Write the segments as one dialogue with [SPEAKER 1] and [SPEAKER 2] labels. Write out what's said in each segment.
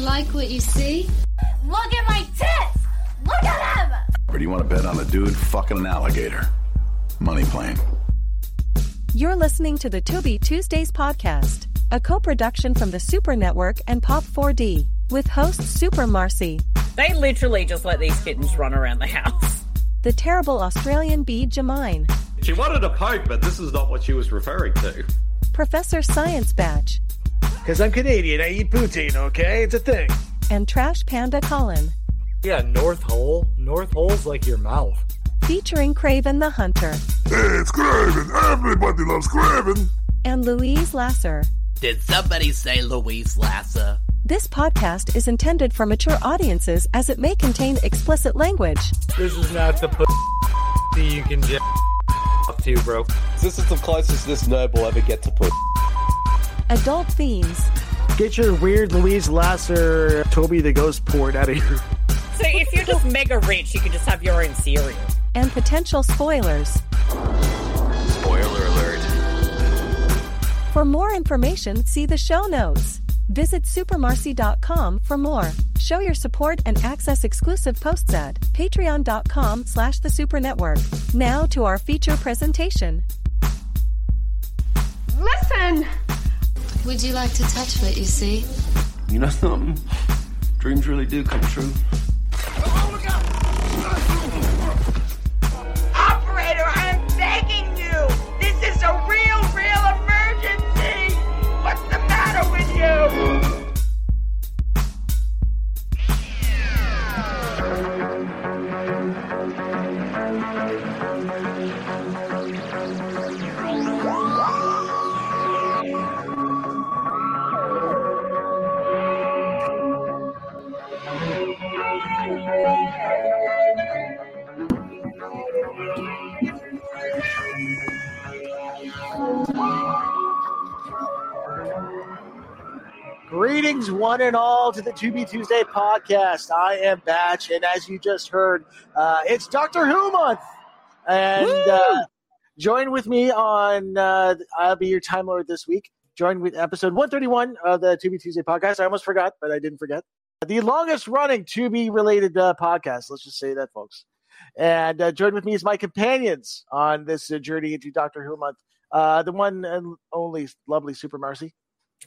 [SPEAKER 1] like what you see?
[SPEAKER 2] Look at my tits! Look at them!
[SPEAKER 3] Or do you want to bet on a dude fucking an alligator? Money plane.
[SPEAKER 4] You're listening to the To Be Tuesdays podcast, a co production from the Super Network and Pop 4D, with host Super Marcy,
[SPEAKER 5] They literally just let these kittens run around the house.
[SPEAKER 4] the terrible Australian bee Jamine,
[SPEAKER 6] She wanted a poke, but this is not what she was referring to.
[SPEAKER 4] Professor Science Batch,
[SPEAKER 7] Because I'm Canadian, I eat poutine, okay? It's a thing.
[SPEAKER 4] and Trash Panda Colin,
[SPEAKER 8] Yeah, North Hole. North Hole's like your mouth.
[SPEAKER 4] featuring Craven the Hunter
[SPEAKER 3] Hey, it's Craven. Everybody loves Craven.
[SPEAKER 4] and Louise Lasser.
[SPEAKER 9] Did somebody say Louise Lasser?
[SPEAKER 4] This podcast is intended for mature audiences as it may contain explicit language.
[SPEAKER 8] This is not the pussy you can jack off to, bro.
[SPEAKER 10] This is the closest this nerd will ever get to put.
[SPEAKER 4] adult themes,
[SPEAKER 7] Get your weird Louise Lasser, Toby the Ghost port out of here.
[SPEAKER 5] So if you're just mega rich, you can just have your own cereal.
[SPEAKER 4] and potential spoilers.
[SPEAKER 3] Spoiler alert.
[SPEAKER 4] For more information, see the show notes. Visit supermarcy.com for more. Show your support and access exclusive posts at patreon.com slash the super network. Now to our feature presentation.
[SPEAKER 2] Listen!
[SPEAKER 1] Would you like to touch what you see?
[SPEAKER 10] You know something? Dreams really do come true.
[SPEAKER 2] Operator, I'm begging you! This is a real, real emergency! What's the matter with you?
[SPEAKER 7] Greetings, one and all, to the 2B Tuesday podcast. I am Batch, and as you just heard, uh, it's Doctor Who month. And uh, join with me on, uh, I'll be your Time Lord this week. Join with episode 131 of the 2B Tuesday podcast. I almost forgot, but I didn't forget. The longest running 2B related uh, podcast. Let's just say that, folks. And uh, join with me as my companions on this uh, journey into Doctor Who month. Uh, the one and only lovely Super Marcy.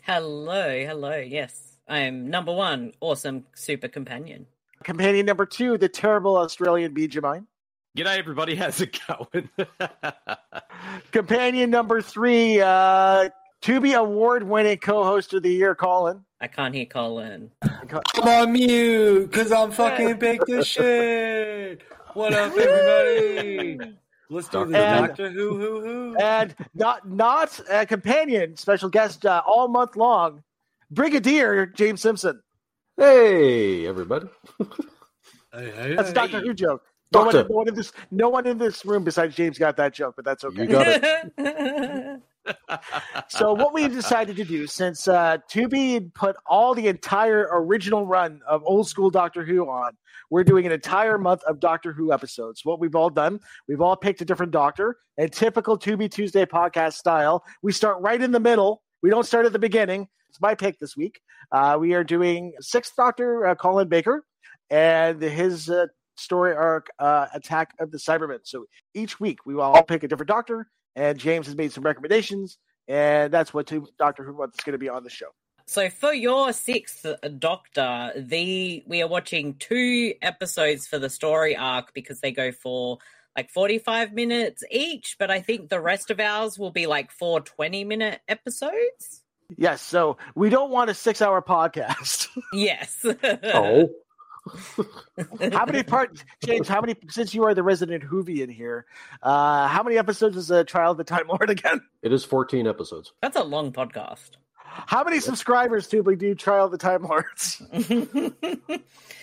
[SPEAKER 5] Hello, hello. Yes, I am number one, awesome super companion.
[SPEAKER 7] Companion number two, the terrible Australian bee Jemine.
[SPEAKER 6] G'day, everybody. How's it going?
[SPEAKER 7] Companion number three, uh, to be award winning co host of the year, Colin.
[SPEAKER 5] I can't hear Colin.
[SPEAKER 8] I'm on mute because I'm fucking baked as shit. What up, everybody? Let's do the
[SPEAKER 7] And-
[SPEAKER 8] Doctor Who Who Who.
[SPEAKER 7] And not not a companion, special guest uh, all month long, Brigadier James Simpson.
[SPEAKER 10] Hey, everybody.
[SPEAKER 8] Hey, hey,
[SPEAKER 7] That's a
[SPEAKER 8] hey.
[SPEAKER 7] Doctor Who joke. No one,
[SPEAKER 10] Doctor.
[SPEAKER 7] no, one in this, no one in this room besides James got that joke, but that's okay.
[SPEAKER 10] You got it.
[SPEAKER 7] so what we decided to do since uh Tubi put all the entire original run of old school Doctor Who on, we're doing an entire month of Doctor Who episodes. What we've all done, we've all picked a different doctor, and typical Tubi Tuesday podcast style, we start right in the middle. We don't start at the beginning. It's my pick this week. Uh, we are doing Sixth Doctor uh, Colin Baker and his uh, story arc, uh, Attack of the Cybermen. So each week we will all pick a different doctor, and James has made some recommendations and that's what two Doctor Who month is going to be on the show.
[SPEAKER 5] So for your sixth Doctor, the we are watching two episodes for the story arc because they go for like forty-five minutes each. But I think the rest of ours will be like four twenty-minute episodes.
[SPEAKER 7] Yes, so we don't want a six-hour podcast.
[SPEAKER 5] Yes.
[SPEAKER 10] Oh.
[SPEAKER 7] how many parts, James? How many? Since you are the resident Whovian here, uh, how many episodes is a Trial of the Time Lord again?
[SPEAKER 10] It is 14 episodes.
[SPEAKER 5] That's a long podcast.
[SPEAKER 7] How many subscribers do we do Trial of the Time Lords?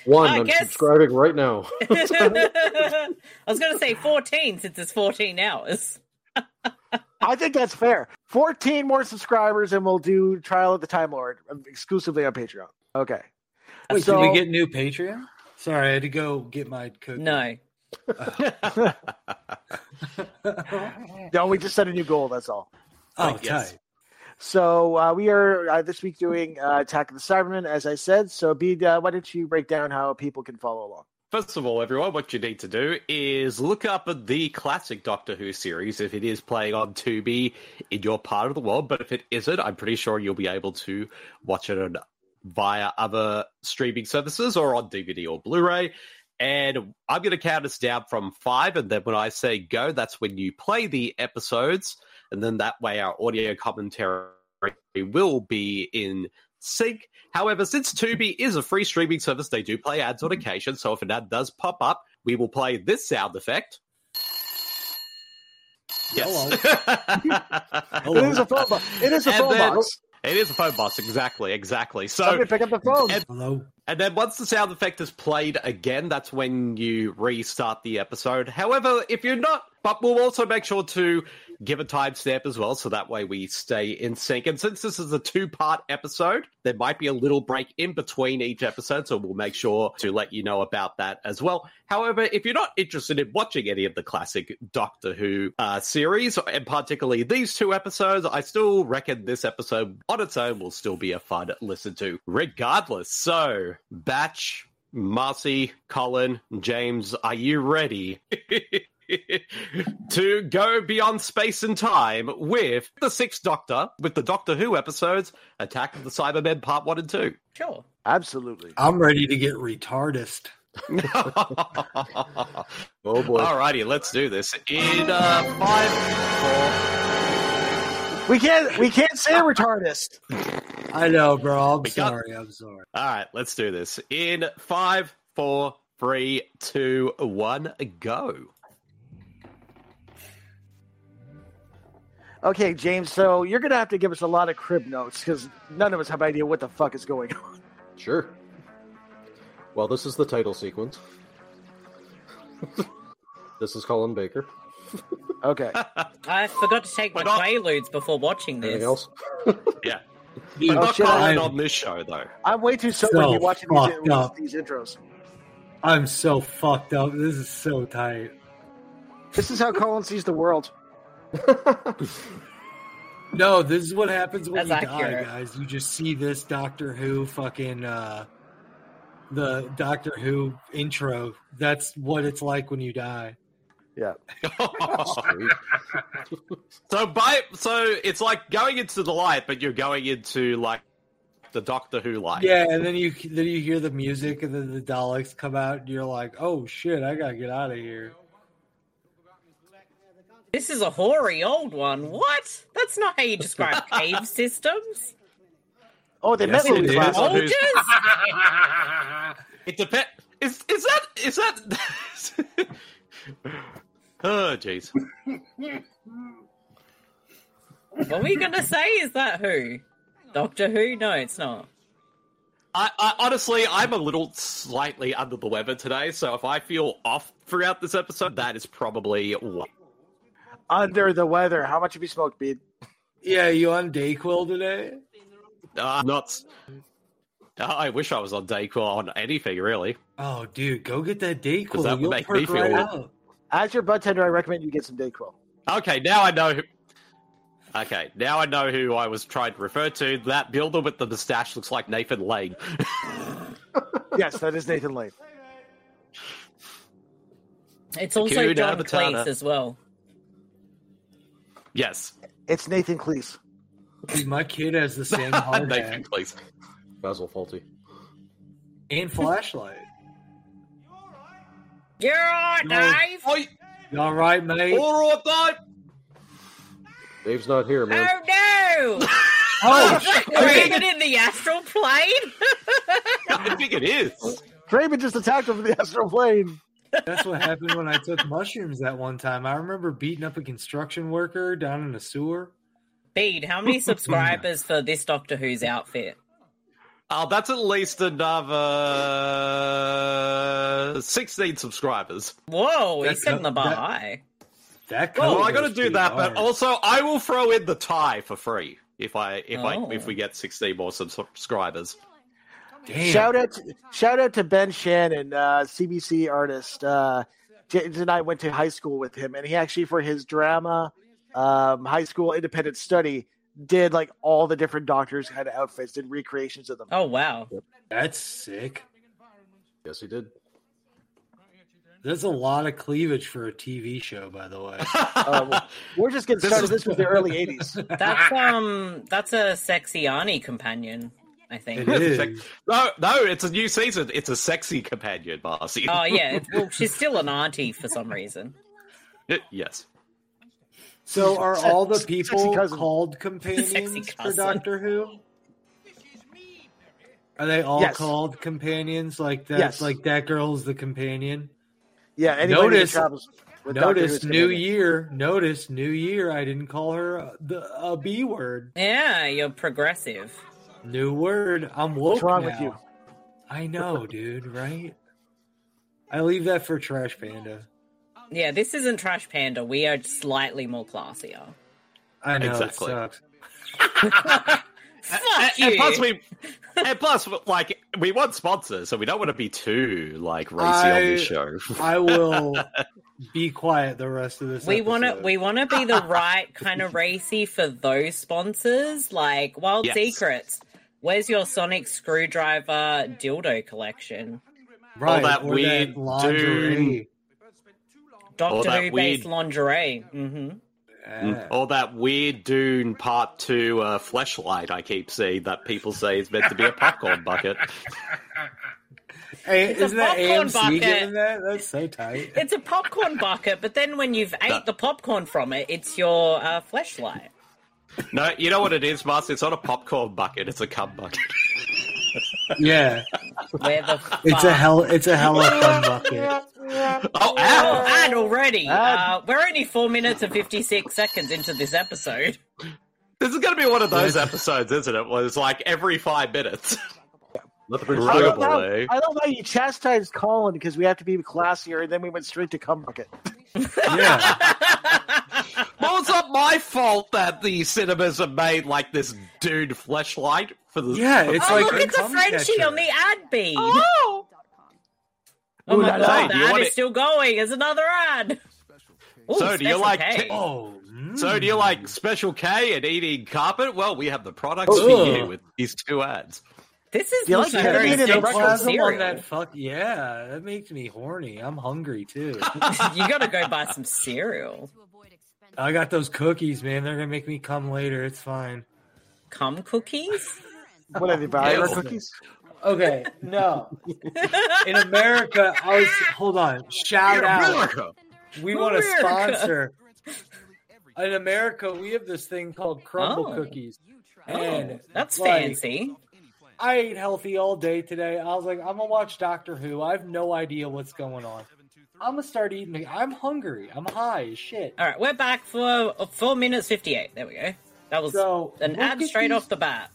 [SPEAKER 10] One,
[SPEAKER 5] I
[SPEAKER 10] I'm
[SPEAKER 5] guess-
[SPEAKER 10] subscribing right now.
[SPEAKER 5] I was going to say 14 since it's 14 hours.
[SPEAKER 7] I think that's fair. Fourteen more subscribers, and we'll do Trial of the Time Lord exclusively on Patreon. Okay.
[SPEAKER 8] Wait,
[SPEAKER 7] So-
[SPEAKER 8] did we get new Patreon? Sorry, I had to go get my cookie.
[SPEAKER 5] No.
[SPEAKER 7] No, we just set a new goal. That's all.
[SPEAKER 8] Oh,
[SPEAKER 6] yes.
[SPEAKER 8] tight.
[SPEAKER 7] So uh, we are uh, this week doing uh, Attack of the Cybermen, as I said. So, Bede, uh, why don't you break down how people can follow along?
[SPEAKER 6] First of all, everyone, what you need to do is look up the classic Doctor Who series if it is playing on Tubi in your part of the world. But if it isn't, I'm pretty sure you'll be able to watch it on, via other streaming services or on DVD or Blu-ray. And I'm going to count us down from five, and then when I say go, that's when you play the episodes, and then that way our audio commentary will be in sync. However, since Tubi is a free streaming service, they do play ads on occasion. So if an ad does pop up, we will play this sound effect. Yes.
[SPEAKER 7] It is a phone box. It is a
[SPEAKER 6] And
[SPEAKER 7] phone
[SPEAKER 6] then-
[SPEAKER 7] box.
[SPEAKER 6] It is a phone box, exactly, exactly. So
[SPEAKER 7] Somebody pick up the phone.
[SPEAKER 6] and-
[SPEAKER 8] Hello.
[SPEAKER 6] And then once the sound effect is played again, that's when you restart the episode. However, if you're not, but we'll also make sure to give a timestamp as well, so that way we stay in sync. And since this is a two part episode, there might be a little break in between each episode, so we'll make sure to let you know about that as well. However, if you're not interested in watching any of the classic Doctor Who uh, series, and particularly these two episodes, I still reckon this episode on its own will still be a fun listen to, regardless. So, Batch, Marcy, Colin, James, are you ready? to go beyond space and time with the Sixth Doctor, with the Doctor Who episodes Attack of the Cybermen Part 1 and 2.
[SPEAKER 5] Sure.
[SPEAKER 7] Absolutely.
[SPEAKER 8] I'm ready to get retardist.
[SPEAKER 6] oh
[SPEAKER 8] boy.
[SPEAKER 6] Alrighty, let's do this. In uh, five,
[SPEAKER 7] We can't. We can't say retardist.
[SPEAKER 8] I know, bro. I'm
[SPEAKER 6] We got-
[SPEAKER 8] sorry. I'm sorry.
[SPEAKER 6] four. Alright, let's do this. In five, four, three, two, one, go.
[SPEAKER 7] Okay, James. So you're gonna have to give us a lot of crib notes because none of us have idea what the fuck is going on.
[SPEAKER 11] Sure. Well, this is the title sequence. this is Colin Baker.
[SPEAKER 7] Okay.
[SPEAKER 5] I forgot to take my
[SPEAKER 6] We're not-
[SPEAKER 5] quaaludes before watching this.
[SPEAKER 11] Anything else?
[SPEAKER 6] Yeah.
[SPEAKER 8] Dude,
[SPEAKER 6] But not
[SPEAKER 7] shit,
[SPEAKER 6] Colin
[SPEAKER 8] I'm-
[SPEAKER 6] on this show, though.
[SPEAKER 7] I'm way too sober to
[SPEAKER 8] So
[SPEAKER 7] be watching
[SPEAKER 8] fucked up.
[SPEAKER 7] these, these intros.
[SPEAKER 8] I'm so fucked up. This is so tight.
[SPEAKER 7] This is how Colin sees the world.
[SPEAKER 8] No, this is what happens when
[SPEAKER 5] That's
[SPEAKER 8] you
[SPEAKER 5] accurate.
[SPEAKER 8] die, guys. You just see this Doctor Who fucking uh the Doctor Who intro. That's what it's like when you die.
[SPEAKER 6] so by so it's like going into the light, but you're going into like the Doctor Who light.
[SPEAKER 8] Yeah, and then you then you hear the music and then the Daleks come out and you're like, "Oh shit, I got to get out of here."
[SPEAKER 5] This is a hoary old one. What? That's not how you describe cave systems.
[SPEAKER 7] Oh, they met
[SPEAKER 6] it
[SPEAKER 7] Louis
[SPEAKER 6] is.
[SPEAKER 7] last
[SPEAKER 6] Oh,
[SPEAKER 7] night.
[SPEAKER 5] Bulges?
[SPEAKER 6] who's- It depends. Is is that is that? oh jeez.
[SPEAKER 5] what were you going to say? Is that who? Doctor Who? No, it's not.
[SPEAKER 6] I, I honestly, I'm a little slightly under the weather today, so if I feel off throughout this episode, that is probably why.
[SPEAKER 7] Under the weather. How much have you smoked, Bede?
[SPEAKER 8] Yeah, you on Dayquil today? Ah.
[SPEAKER 6] Uh, not. I wish I was on Dayquil on anything really.
[SPEAKER 8] Oh, dude, go get that
[SPEAKER 6] Does
[SPEAKER 8] Dayquil.
[SPEAKER 6] that
[SPEAKER 8] You'll
[SPEAKER 6] make me
[SPEAKER 8] perk
[SPEAKER 6] feel
[SPEAKER 8] right
[SPEAKER 6] old?
[SPEAKER 8] out.
[SPEAKER 7] As your butt tender, I recommend you get some Dayquil.
[SPEAKER 6] Okay, now I know. Who... Okay, now I know who I was trying to refer to. That builder with the mustache looks like Nathan Lane.
[SPEAKER 7] Yes, that is Nathan Lane.
[SPEAKER 5] It's also
[SPEAKER 6] Hakuna
[SPEAKER 5] John
[SPEAKER 6] Matata.
[SPEAKER 5] Cleese as well.
[SPEAKER 6] yes,
[SPEAKER 7] It's Nathan Cleese.
[SPEAKER 8] Dude, my kid has the same hard hat
[SPEAKER 6] Nathan Cleese.
[SPEAKER 11] Basil Fawlty.
[SPEAKER 8] and flashlight.
[SPEAKER 5] You're right, Dave.
[SPEAKER 6] Oi,
[SPEAKER 8] You all right, mate?
[SPEAKER 6] all
[SPEAKER 2] Oh,
[SPEAKER 6] right, mate.
[SPEAKER 11] Dave's not here, man.
[SPEAKER 5] Oh no!
[SPEAKER 8] Oh,
[SPEAKER 5] Raven in the astral plane.
[SPEAKER 6] I think it is.
[SPEAKER 7] Draven just attacked him from the astral plane.
[SPEAKER 8] That's what happened when I took mushrooms that one time. I remember beating up a construction worker down in a sewer.
[SPEAKER 5] Bede, how many subscribers for this Doctor Who's outfit?
[SPEAKER 6] Oh, that's at least another 16 subscribers.
[SPEAKER 5] Whoa,
[SPEAKER 8] That's
[SPEAKER 5] he's setting the
[SPEAKER 8] not-
[SPEAKER 5] bar
[SPEAKER 8] that-
[SPEAKER 5] high.
[SPEAKER 8] That
[SPEAKER 6] Well,
[SPEAKER 8] cover
[SPEAKER 6] I got to
[SPEAKER 8] was
[SPEAKER 6] do
[SPEAKER 8] pretty
[SPEAKER 6] that,
[SPEAKER 8] hard.
[SPEAKER 6] but also I will throw in the tie for free if I if
[SPEAKER 5] Oh.
[SPEAKER 6] I if we get 16 more subscribers.
[SPEAKER 8] Damn.
[SPEAKER 7] Shout out, to, shout out to Ben Shannon, uh, CBC artist. Uh, James and I went to high school with him, and he actually for his drama, um, high school independent study, did like all the different doctors had outfits, did recreations of them.
[SPEAKER 5] Oh wow,
[SPEAKER 8] that's sick.
[SPEAKER 11] Yes, he did.
[SPEAKER 8] There's a lot of cleavage for a TV show, by the way.
[SPEAKER 7] Uh, well, we're just getting
[SPEAKER 8] This
[SPEAKER 7] started.
[SPEAKER 8] is-
[SPEAKER 7] This was the early '80s.
[SPEAKER 5] That's um, that's a sexy Arnie companion, I think.
[SPEAKER 6] No, no, it's a new season. It's a sexy companion, Marcy.
[SPEAKER 5] Oh yeah, it's, well, she's still an auntie for some reason.
[SPEAKER 6] yes.
[SPEAKER 8] So are all the
[SPEAKER 7] Sexy
[SPEAKER 8] people
[SPEAKER 7] cousin.
[SPEAKER 8] called companions for
[SPEAKER 5] cousin.
[SPEAKER 8] Doctor Who? Are they all
[SPEAKER 7] Yes.
[SPEAKER 8] called companions? Like that?
[SPEAKER 7] Yes.
[SPEAKER 8] Like that girl's the companion.
[SPEAKER 7] Yeah, anybody
[SPEAKER 8] Notice-
[SPEAKER 7] who travels with Doctor Who
[SPEAKER 8] notice
[SPEAKER 7] is
[SPEAKER 8] New
[SPEAKER 7] Canadian.
[SPEAKER 8] Year. Notice New Year. I didn't call her uh, the a B word.
[SPEAKER 5] Yeah, you're progressive.
[SPEAKER 8] New word. I'm woke
[SPEAKER 7] What's wrong with
[SPEAKER 8] now.
[SPEAKER 7] you?
[SPEAKER 8] I know, dude. Right? I leave that for Trash Panda.
[SPEAKER 5] Yeah, this isn't Trash Panda. We are slightly more classier.
[SPEAKER 8] I know
[SPEAKER 6] Exactly.
[SPEAKER 8] it sucks.
[SPEAKER 5] Fuck
[SPEAKER 6] And,
[SPEAKER 5] you.
[SPEAKER 6] and plus, we and plus, like, we want sponsors, so we don't want to be too like racy on this
[SPEAKER 8] I-
[SPEAKER 6] show.
[SPEAKER 8] I will be quiet the rest of this.
[SPEAKER 5] we want to
[SPEAKER 8] episode.
[SPEAKER 5] we want to be the right kind of racy for those sponsors like wild
[SPEAKER 6] Yes.
[SPEAKER 5] secrets where's your sonic screwdriver dildo collection
[SPEAKER 8] right,
[SPEAKER 6] that
[SPEAKER 8] or
[SPEAKER 6] weird
[SPEAKER 8] lingerie.
[SPEAKER 5] doctor
[SPEAKER 6] that
[SPEAKER 5] who based
[SPEAKER 6] weird-
[SPEAKER 5] lingerie hmm
[SPEAKER 8] Yeah.
[SPEAKER 6] All that weird Dune Part Two uh, flashlight I keep seeing that people say is meant to be a popcorn bucket.
[SPEAKER 8] Hey,
[SPEAKER 5] a
[SPEAKER 8] isn't that
[SPEAKER 5] popcorn
[SPEAKER 8] AMC
[SPEAKER 5] bucket.
[SPEAKER 8] giving that? That's so tight.
[SPEAKER 5] it's a popcorn bucket but then when you've ate
[SPEAKER 6] That-
[SPEAKER 5] the popcorn from it it's your uh, flashlight
[SPEAKER 6] No, you know what it is, Master. It's not a popcorn bucket. It's a cum bucket.
[SPEAKER 8] yeah,
[SPEAKER 5] where the fuck?
[SPEAKER 8] it's a hell. It's a hell of a fun bucket.
[SPEAKER 6] Oh,
[SPEAKER 5] Oh,
[SPEAKER 6] ow!
[SPEAKER 5] and already, uh, we're only four minutes and fifty-six seconds into this episode.
[SPEAKER 6] This is going to be one of those episodes, isn't it? Where it's like every five minutes.
[SPEAKER 11] Let the prince
[SPEAKER 7] I
[SPEAKER 11] go.
[SPEAKER 7] love,
[SPEAKER 6] Incredible,
[SPEAKER 7] how,
[SPEAKER 6] eh?
[SPEAKER 7] I love how you chastised Colin because we have to be classier, and then we went straight to cum bucket.
[SPEAKER 8] Yeah,
[SPEAKER 6] well, it's not my fault that the cinemas have made like this dude fleshlight for the
[SPEAKER 8] yeah.
[SPEAKER 6] for-
[SPEAKER 8] It's
[SPEAKER 5] oh,
[SPEAKER 8] like
[SPEAKER 5] look, it's a
[SPEAKER 8] cum
[SPEAKER 5] Frenchie
[SPEAKER 8] catcher.
[SPEAKER 5] on the ad bead. Oh
[SPEAKER 7] Ooh
[SPEAKER 5] my
[SPEAKER 7] la la.
[SPEAKER 5] god,
[SPEAKER 6] Hey,
[SPEAKER 5] the
[SPEAKER 6] do you
[SPEAKER 5] ad
[SPEAKER 6] want
[SPEAKER 5] is
[SPEAKER 6] it-
[SPEAKER 5] still going. It's another ad. Ooh,
[SPEAKER 6] So do you
[SPEAKER 5] Special
[SPEAKER 6] like
[SPEAKER 5] K.
[SPEAKER 6] t-
[SPEAKER 8] Oh,
[SPEAKER 6] So do you
[SPEAKER 8] mm.
[SPEAKER 6] like Special K and eating carpet? Well, we have the products
[SPEAKER 8] Ugh.
[SPEAKER 6] for you with these two ads.
[SPEAKER 5] This is
[SPEAKER 7] Do you
[SPEAKER 5] not
[SPEAKER 7] like
[SPEAKER 5] a
[SPEAKER 7] Harry
[SPEAKER 5] very
[SPEAKER 7] Potter?
[SPEAKER 5] sensual
[SPEAKER 7] Plasma
[SPEAKER 8] Plasm on
[SPEAKER 5] cereal.
[SPEAKER 8] that fuck yeah, that makes me horny. I'm hungry too.
[SPEAKER 5] you gotta go buy some cereal.
[SPEAKER 8] I got those cookies, man. They're gonna make me come later. It's fine.
[SPEAKER 5] Cum cookies?
[SPEAKER 7] What are they, Viagra
[SPEAKER 6] Ew.
[SPEAKER 7] cookies?
[SPEAKER 8] Okay, no. In America, I was hold on. Shout out. We want a
[SPEAKER 5] America.
[SPEAKER 8] sponsor. In America, we have this thing called crumble
[SPEAKER 5] Oh.
[SPEAKER 8] cookies.
[SPEAKER 5] Oh,
[SPEAKER 8] And
[SPEAKER 5] that's
[SPEAKER 8] like,
[SPEAKER 5] fancy.
[SPEAKER 8] I ate healthy all day today. I was like, I'm gonna watch Doctor Who. I have no idea what's going on. I'm gonna start eating. it. I'm hungry. I'm high as shit.
[SPEAKER 5] All right, we're back for uh, four minutes fifty-eight. There we go. That was
[SPEAKER 8] So,
[SPEAKER 5] an
[SPEAKER 8] look
[SPEAKER 5] ad
[SPEAKER 8] at
[SPEAKER 5] straight
[SPEAKER 8] these-
[SPEAKER 5] off the bat.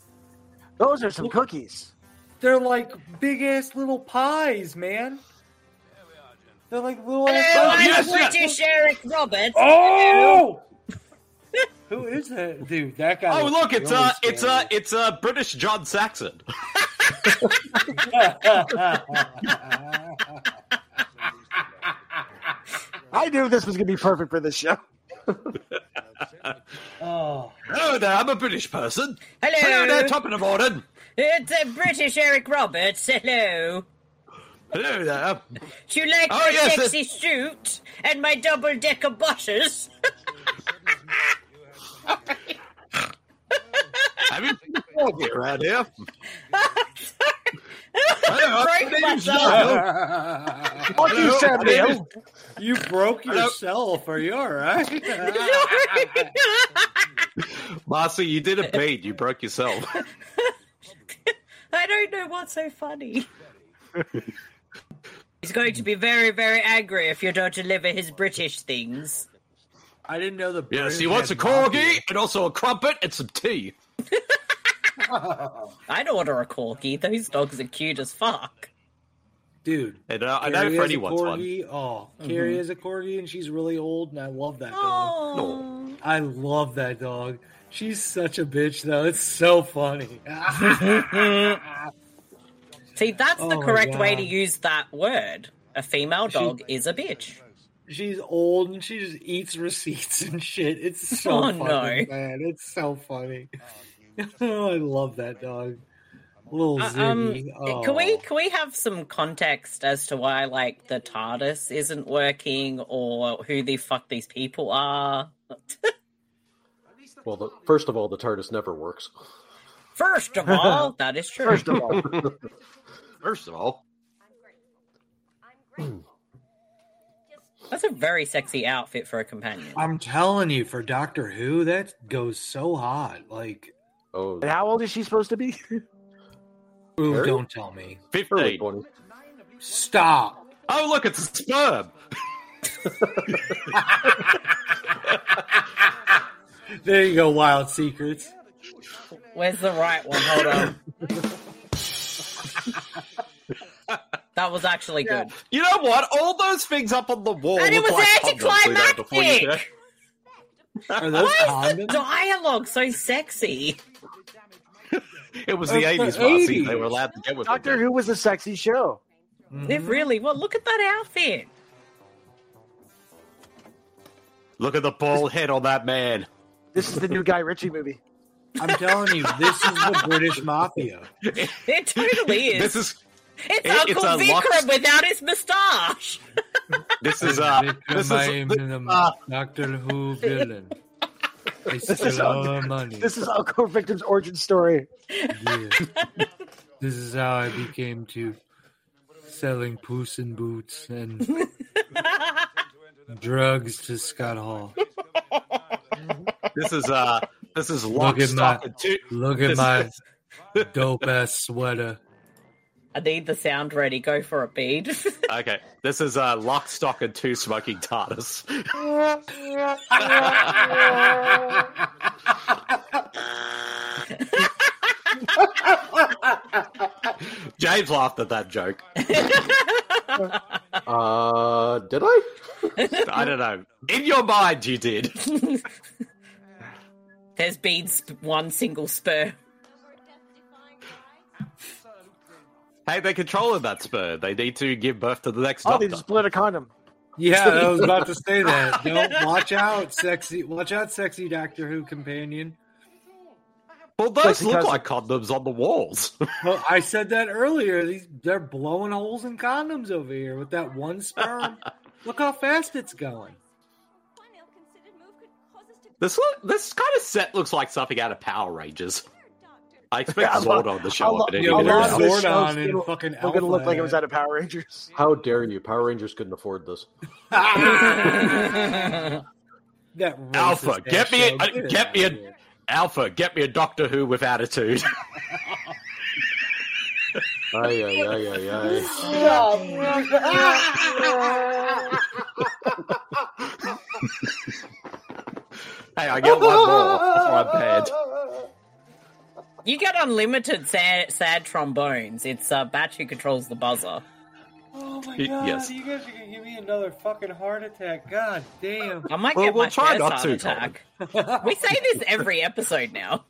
[SPEAKER 7] Those are some cookies.
[SPEAKER 8] They're like big ass little pies, man. They're like
[SPEAKER 1] Oh,
[SPEAKER 8] little ass. pies.
[SPEAKER 6] yes, yes.
[SPEAKER 5] British Eric Roberts.
[SPEAKER 8] Oh! Who is that dude? That guy.
[SPEAKER 6] Oh,
[SPEAKER 8] looks
[SPEAKER 6] look, it's
[SPEAKER 8] really
[SPEAKER 6] uh, it's uh,
[SPEAKER 8] scary.
[SPEAKER 6] it's uh, British John Saxon.
[SPEAKER 7] I knew this was going to be perfect for this show.
[SPEAKER 8] oh,
[SPEAKER 6] Hello there, I'm a British person.
[SPEAKER 5] Hello.
[SPEAKER 6] Hello there, top of the morning.
[SPEAKER 5] It's a British Eric Roberts. Hello.
[SPEAKER 6] Hello there.
[SPEAKER 5] Do you like
[SPEAKER 6] Oh,
[SPEAKER 5] my
[SPEAKER 6] yes,
[SPEAKER 5] sexy suit and my double decker bushes?
[SPEAKER 6] Have you been walking around here? Hello,
[SPEAKER 5] Break
[SPEAKER 6] my name's
[SPEAKER 5] myself.
[SPEAKER 6] Niall.
[SPEAKER 7] Fuck you,
[SPEAKER 6] Hello,
[SPEAKER 7] Sam
[SPEAKER 6] my name
[SPEAKER 7] Neill.
[SPEAKER 8] you broke
[SPEAKER 6] Hello.
[SPEAKER 8] yourself. Are you all right?
[SPEAKER 6] is- Marcy, you did a bead. You broke yourself.
[SPEAKER 5] I don't know what's so funny. He's going to be very, very angry if you don't deliver his British things.
[SPEAKER 8] I didn't know the.
[SPEAKER 6] Yes, he
[SPEAKER 8] British
[SPEAKER 6] wants a
[SPEAKER 8] had
[SPEAKER 6] corgi
[SPEAKER 8] mafia.
[SPEAKER 6] and also a crumpet and some tea.
[SPEAKER 5] I'd order a corgi. Those dogs are cute as fuck.
[SPEAKER 8] dude.
[SPEAKER 6] And uh, I know
[SPEAKER 8] Carrie has
[SPEAKER 6] Freddie
[SPEAKER 8] a
[SPEAKER 6] wants one.
[SPEAKER 8] corgi. Oh, Carrie is a corgi, and she's really old, and I love that dog.
[SPEAKER 5] Oh.
[SPEAKER 8] I love that dog. She's such a bitch, though. It's so funny.
[SPEAKER 5] See, that's the
[SPEAKER 8] Oh my
[SPEAKER 5] correct way
[SPEAKER 8] God.
[SPEAKER 5] to use that word. A female dog is a bitch.
[SPEAKER 8] she's old and she just eats receipts and shit. It's so
[SPEAKER 5] Oh,
[SPEAKER 8] funny,
[SPEAKER 5] no.
[SPEAKER 8] man. It's so funny. oh, I love that dog. Little
[SPEAKER 5] Uh,
[SPEAKER 8] Ziggy.
[SPEAKER 5] Can we
[SPEAKER 8] Oh.
[SPEAKER 5] can we have some context as to why like the TARDIS isn't working or who the fuck these people are?
[SPEAKER 11] Well, the, first of all, the TARDIS never works.
[SPEAKER 5] First of all, that is true.
[SPEAKER 11] First of all.
[SPEAKER 6] First of all,
[SPEAKER 5] that's a very sexy outfit for a companion.
[SPEAKER 8] I'm telling you, for Doctor Who, that goes so hot. Like,
[SPEAKER 11] oh,
[SPEAKER 7] And how old is she supposed to be?
[SPEAKER 8] ooh,
[SPEAKER 11] Very-
[SPEAKER 8] don't tell me.
[SPEAKER 11] Early
[SPEAKER 6] 15.
[SPEAKER 11] 20.
[SPEAKER 8] Stop.
[SPEAKER 6] Oh, look, it's a sperm.
[SPEAKER 8] There you go, Wild Secrets.
[SPEAKER 5] Where's the right one? Hold on. that was actually good.
[SPEAKER 6] You know what? All those things up on the wall.
[SPEAKER 5] And it
[SPEAKER 6] look
[SPEAKER 5] was
[SPEAKER 6] like condoms, you know, before you
[SPEAKER 5] anticlimactic!
[SPEAKER 8] Are those
[SPEAKER 5] Why is the
[SPEAKER 8] condoms?
[SPEAKER 5] dialogue so sexy?
[SPEAKER 6] get- It was
[SPEAKER 8] It's
[SPEAKER 6] the
[SPEAKER 8] the
[SPEAKER 6] eighties, Marcy. They
[SPEAKER 8] 80s.
[SPEAKER 6] were allowed to get with
[SPEAKER 7] Doctor
[SPEAKER 6] it.
[SPEAKER 7] Who was a sexy show.
[SPEAKER 5] It
[SPEAKER 8] Mm-hmm.
[SPEAKER 5] really well. Look at that outfit.
[SPEAKER 6] Look at the bald head on that man.
[SPEAKER 7] This is the new Guy Ritchie movie.
[SPEAKER 8] I'm telling you, this is the British Mafia.
[SPEAKER 5] It totally is.
[SPEAKER 6] This is
[SPEAKER 5] it's
[SPEAKER 6] it- it's
[SPEAKER 5] Uncle
[SPEAKER 6] a
[SPEAKER 5] Vikram
[SPEAKER 6] lux-
[SPEAKER 5] without his moustache.
[SPEAKER 6] this is uh this is uh,
[SPEAKER 8] Doctor Who villain. I
[SPEAKER 7] is
[SPEAKER 6] uh,
[SPEAKER 8] steal
[SPEAKER 7] all-
[SPEAKER 8] all money.
[SPEAKER 7] This is Uncle Victim's origin story.
[SPEAKER 8] Yeah. This is how I became to selling puss in boots and drugs to Scott Hall.
[SPEAKER 6] this is uh this is
[SPEAKER 8] Look
[SPEAKER 6] lock,
[SPEAKER 8] at my
[SPEAKER 6] stock, and two.
[SPEAKER 8] look at my dope ass sweater.
[SPEAKER 5] I need the sound ready. Go for a bead.
[SPEAKER 6] Okay, this is uh lock, stock, and two smoking TARDIS. James laughed at that joke.
[SPEAKER 11] Uh, did I?
[SPEAKER 6] I don't know. In your mind, you did.
[SPEAKER 5] There's been sp- one single spur.
[SPEAKER 6] Hey, they're controlling that spur. They need to give birth to the next
[SPEAKER 7] Oh,
[SPEAKER 6] doctor.
[SPEAKER 7] they just blew out a condom.
[SPEAKER 8] Yeah, I was about to say that. Don't watch out, sexy. Watch out, sexy Doctor Who companion.
[SPEAKER 6] Well, those
[SPEAKER 7] Like,
[SPEAKER 6] look
[SPEAKER 7] because-
[SPEAKER 6] like condoms on the walls.
[SPEAKER 8] Well, I said that earlier. These they're blowing holes in condoms over here with that one sperm. Look how fast it's going.
[SPEAKER 6] this look, this kind of set looks like something out of Power Rangers. I expect Zord on the show up at any
[SPEAKER 8] Yeah,
[SPEAKER 6] minute
[SPEAKER 8] where's
[SPEAKER 6] now.
[SPEAKER 8] Zord? Zordon and
[SPEAKER 7] We're
[SPEAKER 8] fucking
[SPEAKER 7] gonna look like it
[SPEAKER 8] Alpha.
[SPEAKER 7] was out of Power Rangers.
[SPEAKER 11] How dare you? Power Rangers couldn't afford this.
[SPEAKER 8] That
[SPEAKER 6] Alpha,
[SPEAKER 8] racist
[SPEAKER 6] get
[SPEAKER 8] ass
[SPEAKER 6] me,
[SPEAKER 8] show.
[SPEAKER 6] a,
[SPEAKER 8] it
[SPEAKER 6] get
[SPEAKER 8] out
[SPEAKER 6] me
[SPEAKER 8] of
[SPEAKER 6] a
[SPEAKER 8] here.
[SPEAKER 6] Alpha, get me a Doctor Who with attitude.
[SPEAKER 11] Ay, ay, ay, ay, ay.
[SPEAKER 8] Oh,
[SPEAKER 6] hey, I get one more before I'm paid.
[SPEAKER 5] You get unlimited sad, sad trombones. It's uh, Batch who controls the buzzer.
[SPEAKER 8] Oh my
[SPEAKER 6] Y-
[SPEAKER 8] god!
[SPEAKER 6] yes.
[SPEAKER 8] You guys are gonna give me another fucking heart attack. God damn!
[SPEAKER 5] I might
[SPEAKER 6] Well,
[SPEAKER 5] get
[SPEAKER 6] we'll
[SPEAKER 5] my
[SPEAKER 6] try
[SPEAKER 5] first
[SPEAKER 6] not
[SPEAKER 5] heart
[SPEAKER 6] to,
[SPEAKER 5] attack. we say this every episode now.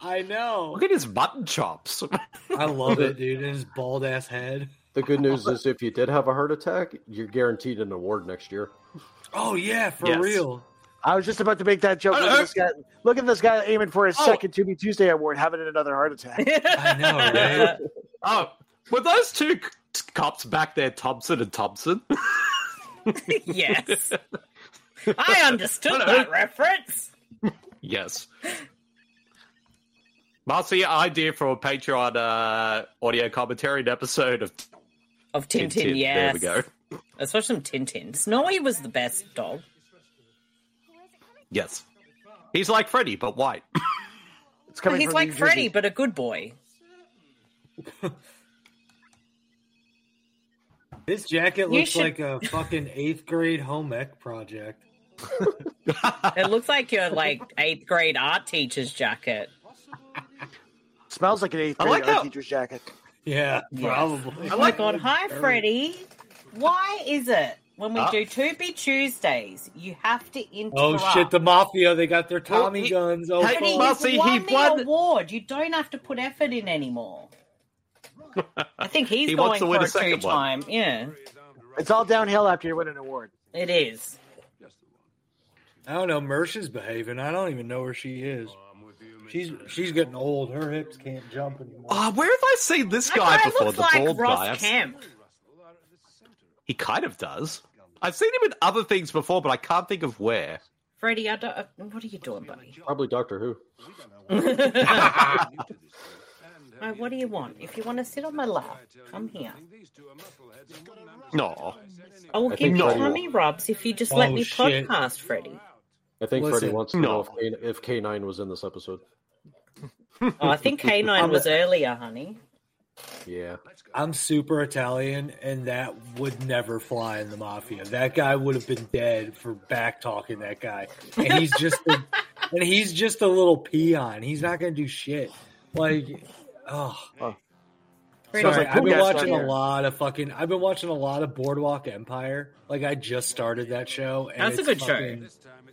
[SPEAKER 8] I know.
[SPEAKER 6] Look at his mutton chops.
[SPEAKER 5] Oh,
[SPEAKER 8] I love it, dude. And his bald ass head.
[SPEAKER 11] The good news is, if you did have a heart attack, you're guaranteed an award next year.
[SPEAKER 8] Oh yeah, for
[SPEAKER 6] Yes.
[SPEAKER 8] real.
[SPEAKER 7] I was just about to make that joke. Look at this guy. Look at this guy aiming for his
[SPEAKER 6] Oh.
[SPEAKER 7] second To Be Tuesday award, having another heart attack.
[SPEAKER 8] I know, right?
[SPEAKER 6] oh, were those two c- cops back there, Thompson and Thompson?
[SPEAKER 5] yes. I understood
[SPEAKER 6] uh,
[SPEAKER 5] that reference.
[SPEAKER 6] Yes. Marcy, idea for a Patreon uh, audio commentary and episode of
[SPEAKER 5] Of
[SPEAKER 6] Tintin.
[SPEAKER 5] Tintin, yes.
[SPEAKER 6] There we go.
[SPEAKER 5] Let's watch some Tintin. Snowy was the best dog.
[SPEAKER 6] Yes. He's like Freddy, but white.
[SPEAKER 7] It's coming.
[SPEAKER 5] He's
[SPEAKER 7] from
[SPEAKER 5] like
[SPEAKER 7] New
[SPEAKER 5] Freddy,
[SPEAKER 7] Jersey.
[SPEAKER 5] but a good boy.
[SPEAKER 8] This jacket
[SPEAKER 5] You
[SPEAKER 8] looks
[SPEAKER 5] should-
[SPEAKER 8] like a fucking eighth grade home ec project.
[SPEAKER 5] It looks like your like eighth grade art teacher's jacket.
[SPEAKER 7] smells like an eighth
[SPEAKER 6] I
[SPEAKER 7] grade
[SPEAKER 6] like
[SPEAKER 7] art
[SPEAKER 6] how-
[SPEAKER 7] teacher's jacket.
[SPEAKER 8] Yeah, probably.
[SPEAKER 5] Oh my god, hi Freddy. Why is it when we do two be Tuesdays, you have to interrupt?
[SPEAKER 8] Oh shit, the mafia, they got their Tommy
[SPEAKER 6] he-
[SPEAKER 8] guns. Oh,
[SPEAKER 6] Hey,
[SPEAKER 5] But he's
[SPEAKER 8] fuck.
[SPEAKER 6] Marcy, he
[SPEAKER 5] won the
[SPEAKER 6] won-
[SPEAKER 5] award. You don't have to put effort in anymore. I think he's
[SPEAKER 6] He
[SPEAKER 5] going
[SPEAKER 6] wants to
[SPEAKER 5] for
[SPEAKER 6] win
[SPEAKER 5] a
[SPEAKER 6] a second
[SPEAKER 5] two time. Yeah.
[SPEAKER 7] It's all downhill after you win an award.
[SPEAKER 5] It is.
[SPEAKER 8] I don't know. Mersh's behaving. I don't even know where she is. She's she's getting old. Her hips can't jump anymore.
[SPEAKER 6] Uh, where have I seen this
[SPEAKER 5] That
[SPEAKER 6] guy
[SPEAKER 5] guy
[SPEAKER 6] before?
[SPEAKER 5] looks
[SPEAKER 6] The
[SPEAKER 5] like
[SPEAKER 6] bald
[SPEAKER 5] Ross
[SPEAKER 6] guy. I've-
[SPEAKER 5] Kemp.
[SPEAKER 6] He kind of does. I've seen him in other things before, but I can't think of where.
[SPEAKER 5] Freddie, I don't, uh, what are you doing, buddy?
[SPEAKER 11] Probably Doctor Who.
[SPEAKER 5] Uh, what do you want? If you want to sit on my lap, come here.
[SPEAKER 6] No.
[SPEAKER 5] I will
[SPEAKER 11] I
[SPEAKER 5] give
[SPEAKER 11] think
[SPEAKER 5] you
[SPEAKER 11] Freddie will.
[SPEAKER 5] tummy rubs if you just let
[SPEAKER 8] Oh,
[SPEAKER 5] me
[SPEAKER 8] shit.
[SPEAKER 5] podcast, Freddie.
[SPEAKER 11] I think
[SPEAKER 8] Listen,
[SPEAKER 11] Freddie wants to
[SPEAKER 6] no.
[SPEAKER 11] know if K- if K nine was in this episode.
[SPEAKER 5] Oh, I think K9 was earlier, honey.
[SPEAKER 11] Yeah,
[SPEAKER 8] I'm super Italian, and that would never fly in the mafia. That guy would have been dead for back talking that guy, and he's just a, and he's just a little peon. He's not going to do shit. Like, oh,
[SPEAKER 5] Freddie,
[SPEAKER 8] sorry.
[SPEAKER 7] like
[SPEAKER 8] I've been
[SPEAKER 7] Pooh Cats
[SPEAKER 8] watching
[SPEAKER 7] right
[SPEAKER 8] a
[SPEAKER 7] here.
[SPEAKER 8] lot of fucking. I've been watching a lot of Boardwalk Empire. Like, I just started that show. And
[SPEAKER 5] That's a good
[SPEAKER 8] it's
[SPEAKER 5] show.
[SPEAKER 8] fucking-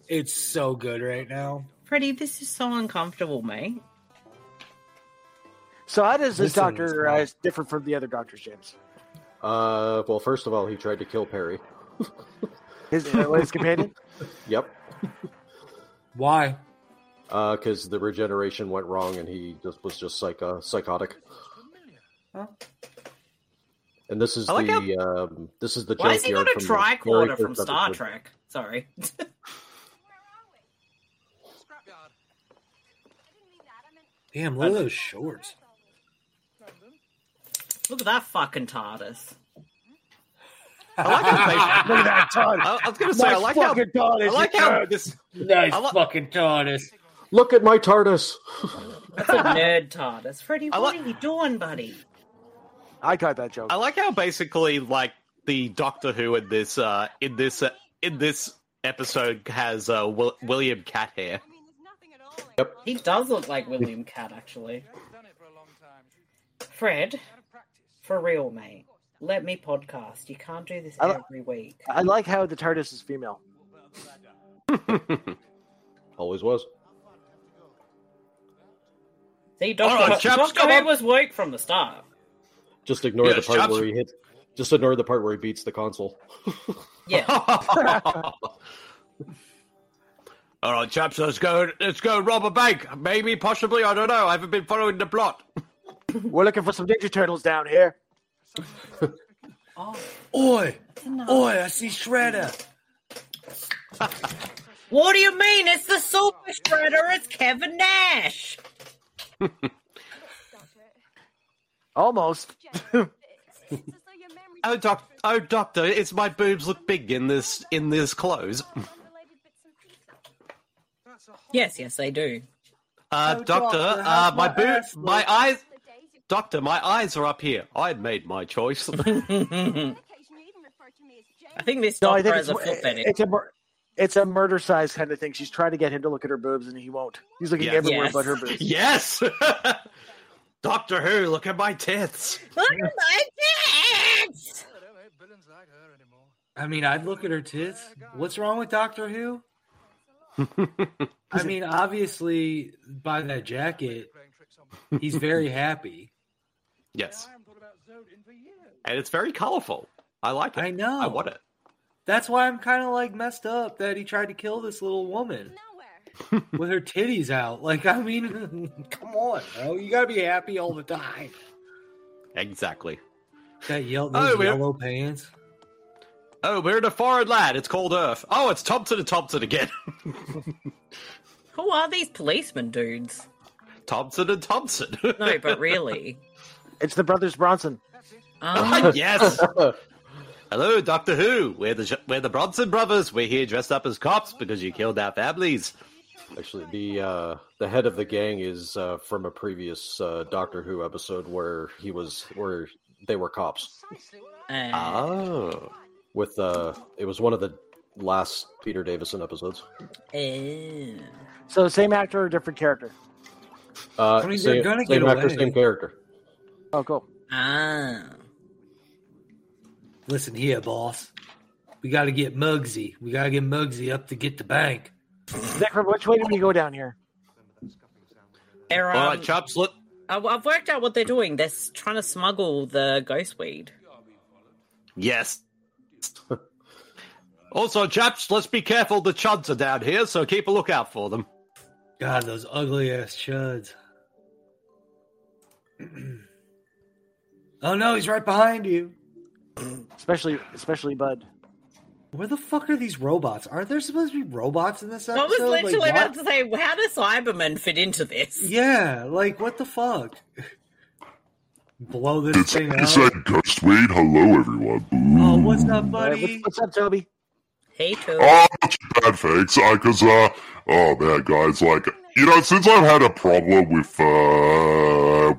[SPEAKER 8] It's so good right now.
[SPEAKER 5] Freddie, this is so uncomfortable, mate.
[SPEAKER 7] So how does this
[SPEAKER 8] Listen,
[SPEAKER 7] doctor uh,
[SPEAKER 8] it's
[SPEAKER 7] is different from the other doctors, James?
[SPEAKER 11] Uh, well, first of all, he tried to kill Perry.
[SPEAKER 7] His, uh, his companion.
[SPEAKER 11] Yep,
[SPEAKER 8] Why?
[SPEAKER 11] because the regeneration went wrong, and he just was just like uh, psychotic.
[SPEAKER 5] Huh?
[SPEAKER 11] And this is
[SPEAKER 6] I like
[SPEAKER 11] the um, this is the
[SPEAKER 5] Why has he
[SPEAKER 11] junkyard
[SPEAKER 5] got a
[SPEAKER 11] from the very
[SPEAKER 5] tricorder
[SPEAKER 11] first
[SPEAKER 5] from Star
[SPEAKER 11] episode.
[SPEAKER 5] Trek? Sorry.
[SPEAKER 8] Damn, look at those shorts.
[SPEAKER 5] Look at that fucking TARDIS.
[SPEAKER 6] I like how they-
[SPEAKER 7] Look at that Todd.
[SPEAKER 6] I, I was going to say, I like how.
[SPEAKER 7] fucking Todd
[SPEAKER 6] I
[SPEAKER 7] is
[SPEAKER 6] like
[SPEAKER 7] a
[SPEAKER 6] how
[SPEAKER 7] jerk.
[SPEAKER 6] this.
[SPEAKER 8] Nice
[SPEAKER 6] I lo-
[SPEAKER 8] fucking TARDIS.
[SPEAKER 11] Look at my TARDIS.
[SPEAKER 5] That's a nerd TARDIS. Freddie,
[SPEAKER 6] I
[SPEAKER 5] what
[SPEAKER 6] like-
[SPEAKER 5] are you doing, buddy?
[SPEAKER 7] I caught that joke.
[SPEAKER 6] I like how basically, like the Doctor Who in this, uh, in this, uh, in this episode has uh, Wil- William Cat hair.
[SPEAKER 5] He does look like William Cat, actually. Fred, for real, mate. Let me podcast. You can't do this
[SPEAKER 7] I don't-
[SPEAKER 5] every week.
[SPEAKER 7] I like how the TARDIS is female.
[SPEAKER 11] Always was.
[SPEAKER 5] See,
[SPEAKER 6] All
[SPEAKER 5] Doctor,
[SPEAKER 6] right, chaps,
[SPEAKER 5] Doctor
[SPEAKER 6] come
[SPEAKER 5] Who
[SPEAKER 6] on.
[SPEAKER 5] was woke from the start.
[SPEAKER 11] Just ignore
[SPEAKER 6] Yeah,
[SPEAKER 11] the part
[SPEAKER 6] shots-
[SPEAKER 11] where he hits. Just ignore the part where he beats the console.
[SPEAKER 5] Yeah,
[SPEAKER 6] All right, chaps, let's go. Let's go rob a bank. Maybe, possibly, I don't know. I haven't been following the plot.
[SPEAKER 7] We're looking for some Ninja Turtles down here.
[SPEAKER 8] Oi, oi, Oh, I see Shredder.
[SPEAKER 5] What do you mean? It's the Super Shredder. It's Kevin Nash.
[SPEAKER 7] Almost.
[SPEAKER 6] Oh, doc. Oh, doctor. It's my boobs look big in this in this clothes.
[SPEAKER 5] Yes, yes, they do.
[SPEAKER 6] Uh, doctor. Uh, my boobs. My eyes. Doctor, my eyes are up here. I had made my choice.
[SPEAKER 5] I think this
[SPEAKER 7] No, I
[SPEAKER 5] doctor
[SPEAKER 7] think
[SPEAKER 5] has
[SPEAKER 7] it's,
[SPEAKER 5] a foot fetish.
[SPEAKER 7] it's a mur- it's a murder size kind of thing. She's trying to get him to look at her boobs, and he won't. He's looking
[SPEAKER 6] Yes.
[SPEAKER 7] everywhere
[SPEAKER 5] Yes.
[SPEAKER 7] but her boobs.
[SPEAKER 6] yes. doctor Who. Look at my tits.
[SPEAKER 5] Look at my tits!
[SPEAKER 8] I mean, I'd look at her tits. What's wrong with Doctor Who? I mean, obviously, by that jacket, he's very happy.
[SPEAKER 6] Yes. And it's very colourful. I like it.
[SPEAKER 8] I know.
[SPEAKER 6] I want it.
[SPEAKER 8] That's why I'm kind of like messed up that he tried to kill this little woman with her titties out. Like, I mean, come on, bro. You gotta be happy all the time.
[SPEAKER 6] Exactly.
[SPEAKER 8] That yellow,
[SPEAKER 6] Oh,
[SPEAKER 8] those
[SPEAKER 6] man.
[SPEAKER 8] yellow pants.
[SPEAKER 6] Oh, we're in a foreign land. It's called Earth. Oh, it's Thompson and Thompson again.
[SPEAKER 5] Who are these policeman dudes?
[SPEAKER 6] Thompson and Thompson.
[SPEAKER 5] No, but really.
[SPEAKER 7] It's the brothers Bronson.
[SPEAKER 5] Um,
[SPEAKER 6] Ah, yes. Hello, Doctor Who. We're the we're the Bronson brothers. We're here dressed up as cops because you killed our families.
[SPEAKER 11] Actually, the uh, the head of the gang is uh, from a previous uh, Doctor Who episode where he was where they were cops
[SPEAKER 5] uh,
[SPEAKER 6] Oh,
[SPEAKER 11] with uh, it was one of the last Peter Davison episodes.
[SPEAKER 5] eh.
[SPEAKER 7] So same actor or different character?
[SPEAKER 11] Uh,
[SPEAKER 8] I mean,
[SPEAKER 11] same,
[SPEAKER 8] they're gonna
[SPEAKER 11] same
[SPEAKER 8] get
[SPEAKER 11] actor,
[SPEAKER 8] away.
[SPEAKER 11] same character.
[SPEAKER 7] Oh, cool.
[SPEAKER 5] ah.
[SPEAKER 8] Listen here, boss. We gotta get Muggsy. We gotta get Muggsy up to get the bank.
[SPEAKER 7] Zekrom, which way did we go down here?
[SPEAKER 5] They're,
[SPEAKER 6] all
[SPEAKER 5] um,
[SPEAKER 6] right, chaps. Look,
[SPEAKER 5] I- I've worked out what they're doing. They're s- trying to smuggle the ghost weed.
[SPEAKER 6] yes. Also, chaps, let's be careful. The chuds are down here, so keep a lookout for them.
[SPEAKER 8] God, those ugly ass chuds. oh no, he's right behind you.
[SPEAKER 7] Especially, especially Bud.
[SPEAKER 8] Where the fuck are these robots? Aren't there supposed to be robots in this
[SPEAKER 5] I
[SPEAKER 8] episode?
[SPEAKER 5] was
[SPEAKER 8] Like,
[SPEAKER 5] literally about to
[SPEAKER 8] what-
[SPEAKER 5] say, how does Cybermen fit into this?
[SPEAKER 8] Yeah, like what the fuck? Blow this
[SPEAKER 12] It's
[SPEAKER 8] thing
[SPEAKER 12] Inside
[SPEAKER 8] out.
[SPEAKER 12] Ghost Wade. Hello, everyone.
[SPEAKER 8] Oh, what's up,
[SPEAKER 7] Alright,
[SPEAKER 8] buddy?
[SPEAKER 7] what's, what's up, Toby?
[SPEAKER 5] Hey, Toby.
[SPEAKER 12] Oh, not too bad, thanks. I, cause, uh, oh man, guys, like, you know, since I've had a problem with, uh,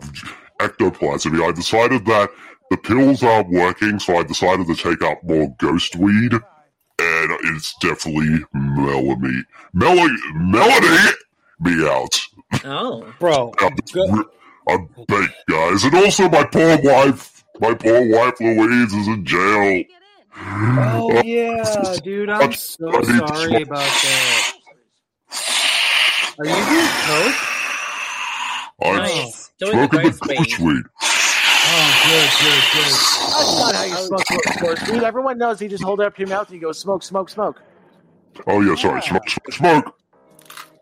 [SPEAKER 12] ectoplasmy, I decided that the pills aren't working, so I decided to take up more ghost weed, and it's definitely mellow me. Mellow, melody me out.
[SPEAKER 5] Oh.
[SPEAKER 8] Bro,
[SPEAKER 12] I'm, just re- I'm baked, guys. And also, my poor wife, my poor wife Louise is in jail. Uh,
[SPEAKER 8] Oh yeah, dude, I'm so sorry about that. Are you
[SPEAKER 12] I'm
[SPEAKER 8] doing coke?
[SPEAKER 5] Nice. Doing the
[SPEAKER 12] smoking the
[SPEAKER 5] ghost
[SPEAKER 12] ghost weed.
[SPEAKER 8] Oh, good, good, good.
[SPEAKER 7] That's not how you smoke smoke, smoke. Dude, everyone knows you just hold it up to your mouth and you go smoke, smoke, smoke.
[SPEAKER 12] Oh yeah, sorry, smoke, smoke, smoke.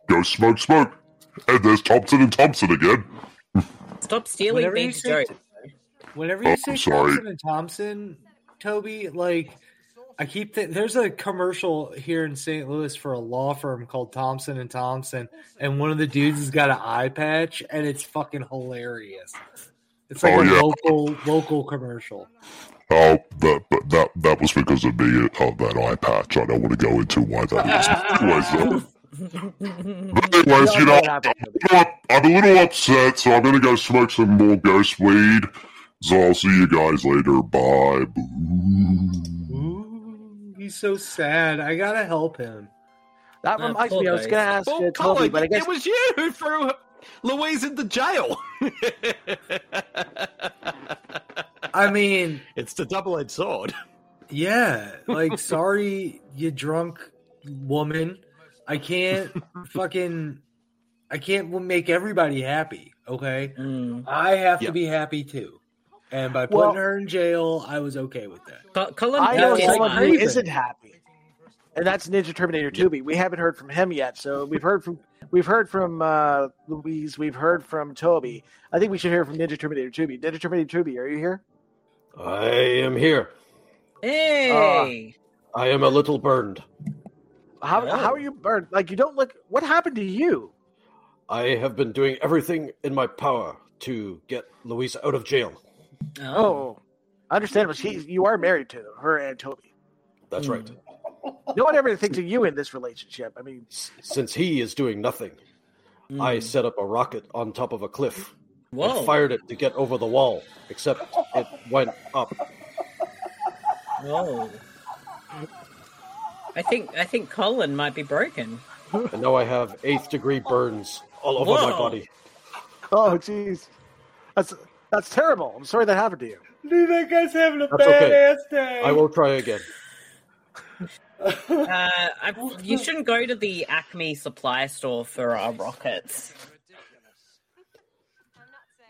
[SPEAKER 12] Go smoke, smoke. And there's Thompson and Thompson again.
[SPEAKER 5] Stop stealing
[SPEAKER 8] Whenever you
[SPEAKER 5] Ben's
[SPEAKER 8] say,
[SPEAKER 5] joke.
[SPEAKER 8] whenever you
[SPEAKER 12] Oh,
[SPEAKER 8] say
[SPEAKER 12] I'm sorry.
[SPEAKER 8] Thompson and Thompson, Toby, like I keep th- there's a commercial here in St. Louis for a law firm called Thompson and Thompson, and one of the dudes has got an eye patch, and it's fucking hilarious. It's like
[SPEAKER 12] Oh,
[SPEAKER 8] a
[SPEAKER 12] yeah.
[SPEAKER 8] local local commercial.
[SPEAKER 12] Oh, that, but that that was because of me of that eye patch. I don't want to go into why that is. Anyways, uh, though. but anyways, you know, I'm a, little, I'm a little upset, so I'm gonna go smoke some more ghost weed. So I'll see you guys later. Bye.
[SPEAKER 8] Ooh, he's so sad. I gotta help him.
[SPEAKER 7] That
[SPEAKER 5] Uh,
[SPEAKER 7] reminds
[SPEAKER 5] poor
[SPEAKER 7] me, I was
[SPEAKER 5] guys.
[SPEAKER 7] going to ask
[SPEAKER 6] Oh,
[SPEAKER 7] uh, Toby,
[SPEAKER 6] Colin,
[SPEAKER 7] but I guess
[SPEAKER 6] it was you who threw Louise into jail.
[SPEAKER 8] I mean,
[SPEAKER 6] it's the double-edged sword.
[SPEAKER 8] Yeah, like sorry, you drunk woman. I can't fucking. I can't w- make everybody happy. Okay,
[SPEAKER 5] Mm.
[SPEAKER 8] I have
[SPEAKER 6] Yeah.
[SPEAKER 8] to be happy too. And by putting
[SPEAKER 7] Well-
[SPEAKER 8] her in jail, I was okay with that.
[SPEAKER 5] Co- Colin
[SPEAKER 7] I
[SPEAKER 8] That
[SPEAKER 7] know
[SPEAKER 8] was
[SPEAKER 5] Burke is
[SPEAKER 7] someone
[SPEAKER 5] fine.
[SPEAKER 7] who
[SPEAKER 8] amazing.
[SPEAKER 7] isn't happy, and that's Ninja Terminator Tubi. We haven't heard from him yet, so we've heard from we've heard from uh, Louise, we've heard from Toby. I think we should hear from Ninja Terminator Tubi. Ninja Terminator Tubi, are you here?
[SPEAKER 11] I am here. Ah,
[SPEAKER 5] Hey.
[SPEAKER 11] I am a little burdened.
[SPEAKER 7] Uh, How
[SPEAKER 5] No.
[SPEAKER 7] how are you burned? Like you don't look. What happened to you?
[SPEAKER 11] I have been doing everything in my power to get Louise out of jail.
[SPEAKER 7] Oh, understandable. She you are married to her and Toby.
[SPEAKER 11] That's
[SPEAKER 8] Hmm.
[SPEAKER 11] right.
[SPEAKER 7] No one ever thinks of you in this relationship. I mean,
[SPEAKER 11] S- Since he is doing nothing, I
[SPEAKER 8] Hmm.
[SPEAKER 11] set up a rocket on top of a cliff
[SPEAKER 5] Whoa.
[SPEAKER 11] and fired it to get over the wall, except it went up.
[SPEAKER 5] Whoa. I think I think Colin might be broken.
[SPEAKER 11] And now I have eighth degree burns all over my
[SPEAKER 5] Whoa.
[SPEAKER 11] body.
[SPEAKER 7] oh jeez, that's that's terrible. I'm sorry that happened to you.
[SPEAKER 8] Dude, that guy's having a
[SPEAKER 11] That's okay.
[SPEAKER 8] badass day.
[SPEAKER 11] I will try again.
[SPEAKER 5] Uh, I, you shouldn't go to the Acme supply store for our rockets.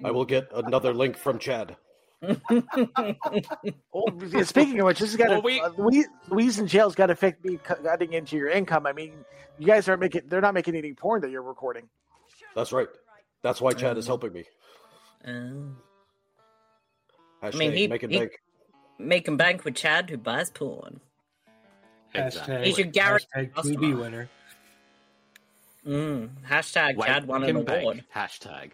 [SPEAKER 11] I will get another link from Chad.
[SPEAKER 7] Oh, speaking of which, this has got to
[SPEAKER 6] Well, we-
[SPEAKER 7] uh, Louise, Louise in jail's got to affect me cu- cutting into your income. I mean, you guys aren't making they're not making any porn that you're recording.
[SPEAKER 11] That's right. That's why Chad
[SPEAKER 6] Mm-hmm.
[SPEAKER 11] is helping me.
[SPEAKER 5] Um,
[SPEAKER 11] Hashtag
[SPEAKER 5] mean, he-
[SPEAKER 11] make it
[SPEAKER 5] he-
[SPEAKER 11] big.
[SPEAKER 5] make him bank with Chad who buys porn.
[SPEAKER 8] Hashtag,
[SPEAKER 5] You should guarantee
[SPEAKER 8] hashtag
[SPEAKER 5] customer.
[SPEAKER 8] QB winner.
[SPEAKER 5] Mm. Hashtag Chad won an
[SPEAKER 6] Wankin bang.
[SPEAKER 5] award.
[SPEAKER 6] Hashtag.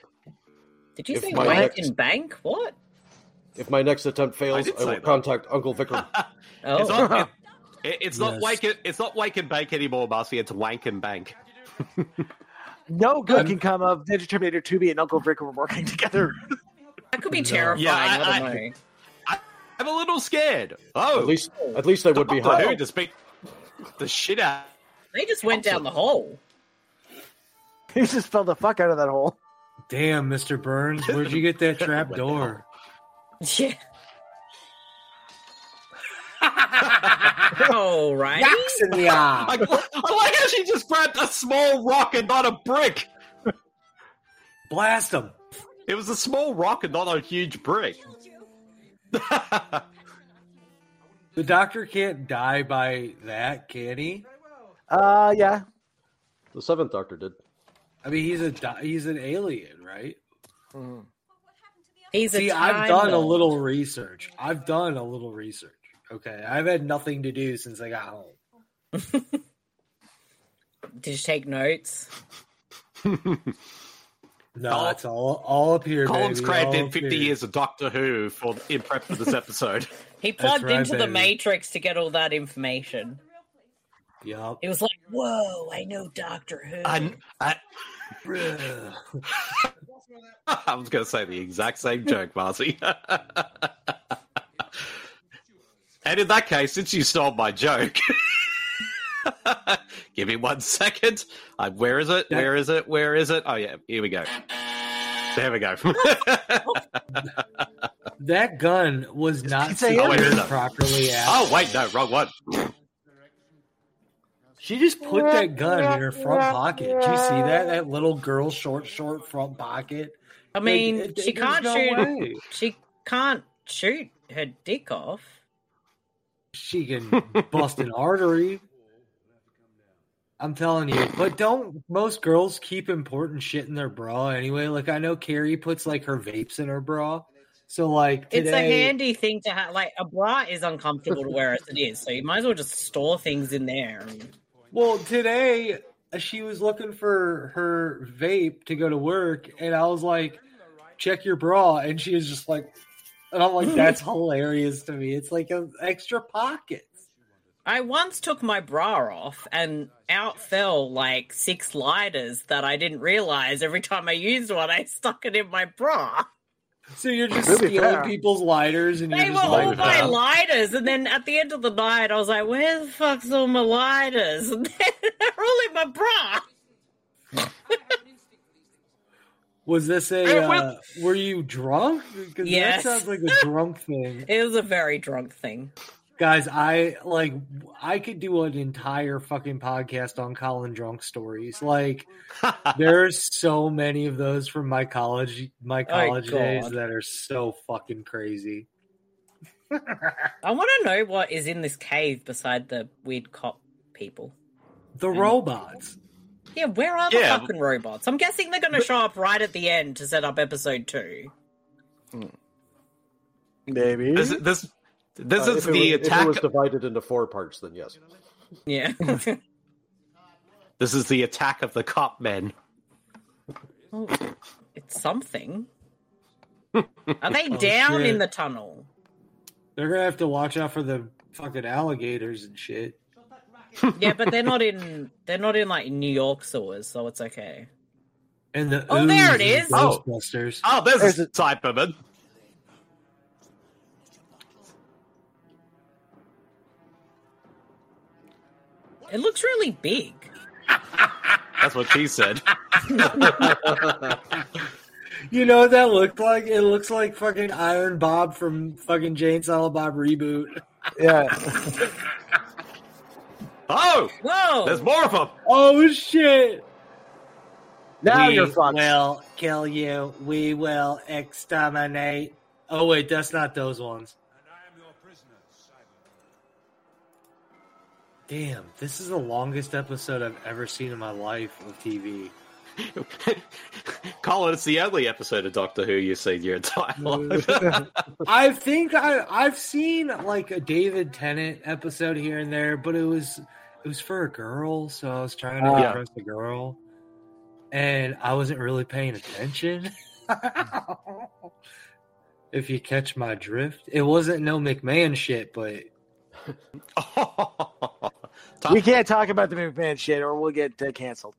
[SPEAKER 5] Did you
[SPEAKER 11] If
[SPEAKER 5] say
[SPEAKER 11] my
[SPEAKER 5] wank
[SPEAKER 11] next-
[SPEAKER 5] in bank? What?
[SPEAKER 11] If my next attempt
[SPEAKER 6] I
[SPEAKER 11] fails,
[SPEAKER 6] did
[SPEAKER 11] I, will
[SPEAKER 6] say that.
[SPEAKER 11] contact Uncle Vikram.
[SPEAKER 6] It's
[SPEAKER 5] Oh,
[SPEAKER 6] not, it, it's not
[SPEAKER 8] Yes.
[SPEAKER 6] wake. It, it's not wake and bake anymore, Marcy. It's wank and bank.
[SPEAKER 7] No good can come of Ninja Terminator 2B and Uncle Rick were working together.
[SPEAKER 5] that could be terrifying.
[SPEAKER 6] Yeah,
[SPEAKER 5] I,
[SPEAKER 6] I-
[SPEAKER 5] don't
[SPEAKER 6] I-
[SPEAKER 5] know.
[SPEAKER 6] I'm a little scared. Oh,
[SPEAKER 11] At least, at least I would be
[SPEAKER 6] Doctor
[SPEAKER 11] high.
[SPEAKER 6] Who just beat the shit out.
[SPEAKER 5] They just went down the hole.
[SPEAKER 7] he just fell the fuck out of that hole.
[SPEAKER 8] Damn, Mr. Burns, where'd you get that trap door?
[SPEAKER 7] oh.
[SPEAKER 5] Yeah. All right.
[SPEAKER 8] Yaks in the eye.
[SPEAKER 6] I,
[SPEAKER 5] Oh
[SPEAKER 6] I like how she just grabbed a small rock and not a brick.
[SPEAKER 8] Blast him.
[SPEAKER 6] It was a small rock and not a huge brick.
[SPEAKER 8] The doctor can't die by that, can he?
[SPEAKER 7] Uh, yeah.
[SPEAKER 11] The seventh doctor did.
[SPEAKER 8] I mean, he's a di- he's an alien, right?
[SPEAKER 5] Mm-hmm. He's a
[SPEAKER 8] See, I've
[SPEAKER 5] time
[SPEAKER 8] done a
[SPEAKER 5] lord.
[SPEAKER 8] little research. I've done a little research. Okay, I've had nothing to do since I got home.
[SPEAKER 5] Did you take notes?
[SPEAKER 8] No, that's all all up here.
[SPEAKER 6] Colin's
[SPEAKER 8] baby,
[SPEAKER 6] crammed
[SPEAKER 8] all
[SPEAKER 6] in
[SPEAKER 8] up
[SPEAKER 6] 50
[SPEAKER 8] here.
[SPEAKER 6] years of Doctor Who for in prep for this episode.
[SPEAKER 5] He plugged
[SPEAKER 8] right,
[SPEAKER 5] into the
[SPEAKER 8] baby.
[SPEAKER 5] Matrix to get all that information.
[SPEAKER 8] Yup.
[SPEAKER 5] It was like, whoa, I know Doctor Who.
[SPEAKER 6] I, I,
[SPEAKER 8] Bruh.
[SPEAKER 6] I was going to say the exact same joke, Marcy. and in that case, since you stole my joke, give me one second. I, where is it? Where is it? Where is it? Oh, yeah, here we go. There we go.
[SPEAKER 8] That gun was not
[SPEAKER 7] It's a- Oh, it
[SPEAKER 8] secured
[SPEAKER 6] is a-
[SPEAKER 8] properly. Out.
[SPEAKER 6] oh, wait, no, wrong one.
[SPEAKER 8] She just put that gun in her front pocket. Do you see that? That little girl, short, short front pocket.
[SPEAKER 5] I mean,
[SPEAKER 8] Like,
[SPEAKER 5] she
[SPEAKER 8] there's
[SPEAKER 5] can't
[SPEAKER 8] no
[SPEAKER 5] shoot.
[SPEAKER 8] way.
[SPEAKER 5] She can't shoot her dick off.
[SPEAKER 8] She can bust an artery. I'm telling you, but don't most girls keep important shit in their bra anyway? Like I know Carrie puts like her vapes in her bra, so like today,
[SPEAKER 5] It's a handy thing to have. Like a bra is uncomfortable to wear as it is, so you might as well just store things in there.
[SPEAKER 8] Well, today uh, she was looking for her vape to go to work, and I was like, "Check your bra," and she was just like, and I'm like, "That's hilarious to me. It's like an extra pocket."
[SPEAKER 5] I once took my bra off, and out fell like six lighters that I didn't realize. Every time I used one, I stuck it in my bra.
[SPEAKER 8] So you're just
[SPEAKER 7] Really
[SPEAKER 8] stealing
[SPEAKER 7] fair.
[SPEAKER 8] people's lighters, and
[SPEAKER 5] They
[SPEAKER 8] you're
[SPEAKER 5] were
[SPEAKER 8] just
[SPEAKER 5] all
[SPEAKER 8] like,
[SPEAKER 5] my
[SPEAKER 8] "Wow."
[SPEAKER 5] lighters, and then at the end of the night, I was like, "Where the fuck's all my lighters?" And they're all in my bra.
[SPEAKER 8] "Was this a? Uh, were you drunk? Because
[SPEAKER 5] Yes.
[SPEAKER 8] that sounds like a drunk thing."
[SPEAKER 5] It was a very drunk thing.
[SPEAKER 8] Guys, I like I could do an entire fucking podcast on Colin drunk stories. Like there's so many of those from my college my college days
[SPEAKER 5] God.
[SPEAKER 8] that are so fucking crazy.
[SPEAKER 5] I want to know what is in this cave beside the weird cop people.
[SPEAKER 8] The robots.
[SPEAKER 5] Yeah, where are the
[SPEAKER 6] Yeah.
[SPEAKER 5] fucking robots? I'm guessing they're going to show up right at the end to set up episode two.
[SPEAKER 7] Maybe.
[SPEAKER 6] This, this, this
[SPEAKER 11] Uh,
[SPEAKER 6] is
[SPEAKER 11] if it
[SPEAKER 6] the
[SPEAKER 11] was- If
[SPEAKER 6] attack.
[SPEAKER 11] it was divided into four parts, then yes.
[SPEAKER 5] Yeah.
[SPEAKER 6] This is the attack of the cop men.
[SPEAKER 5] it's something. Are they down
[SPEAKER 8] Oh, shit.
[SPEAKER 5] in the tunnel?
[SPEAKER 8] They're gonna have to watch out for the fucking alligators and shit.
[SPEAKER 5] Yeah, but they're not in they're not in like New York sewers, so it's okay.
[SPEAKER 8] And the
[SPEAKER 5] Oh, there
[SPEAKER 8] ooze
[SPEAKER 5] it
[SPEAKER 8] and
[SPEAKER 5] is.
[SPEAKER 6] Oh.
[SPEAKER 8] Ghostbusters.
[SPEAKER 6] Oh, there's,
[SPEAKER 7] There's
[SPEAKER 6] a
[SPEAKER 7] a-
[SPEAKER 6] Cyberman.
[SPEAKER 5] It looks really big.
[SPEAKER 6] That's what she said.
[SPEAKER 8] You know what that looked like? It looks like fucking Iron Bob from fucking Jane Silent Bob reboot.
[SPEAKER 7] Yeah.
[SPEAKER 6] Oh,
[SPEAKER 5] Whoa!
[SPEAKER 6] there's more of them.
[SPEAKER 8] Oh shit.
[SPEAKER 7] Now
[SPEAKER 8] we
[SPEAKER 7] you're fucked.
[SPEAKER 8] will kill you. We will exterminate. Oh wait, that's not those ones. Damn, this is the longest episode I've ever seen in my life of TV.
[SPEAKER 6] Colin, it's the only episode of Doctor Who you've seen your entire life.
[SPEAKER 8] I think I I've seen like a David Tennant episode here and there, but it was it was for a girl, so I was trying to
[SPEAKER 7] Ah.
[SPEAKER 8] impress the girl, and I wasn't really paying attention. if you catch my drift, it wasn't no McMahon shit, but
[SPEAKER 6] Top-
[SPEAKER 7] We can't talk about the McMahon shit or we'll get uh, canceled.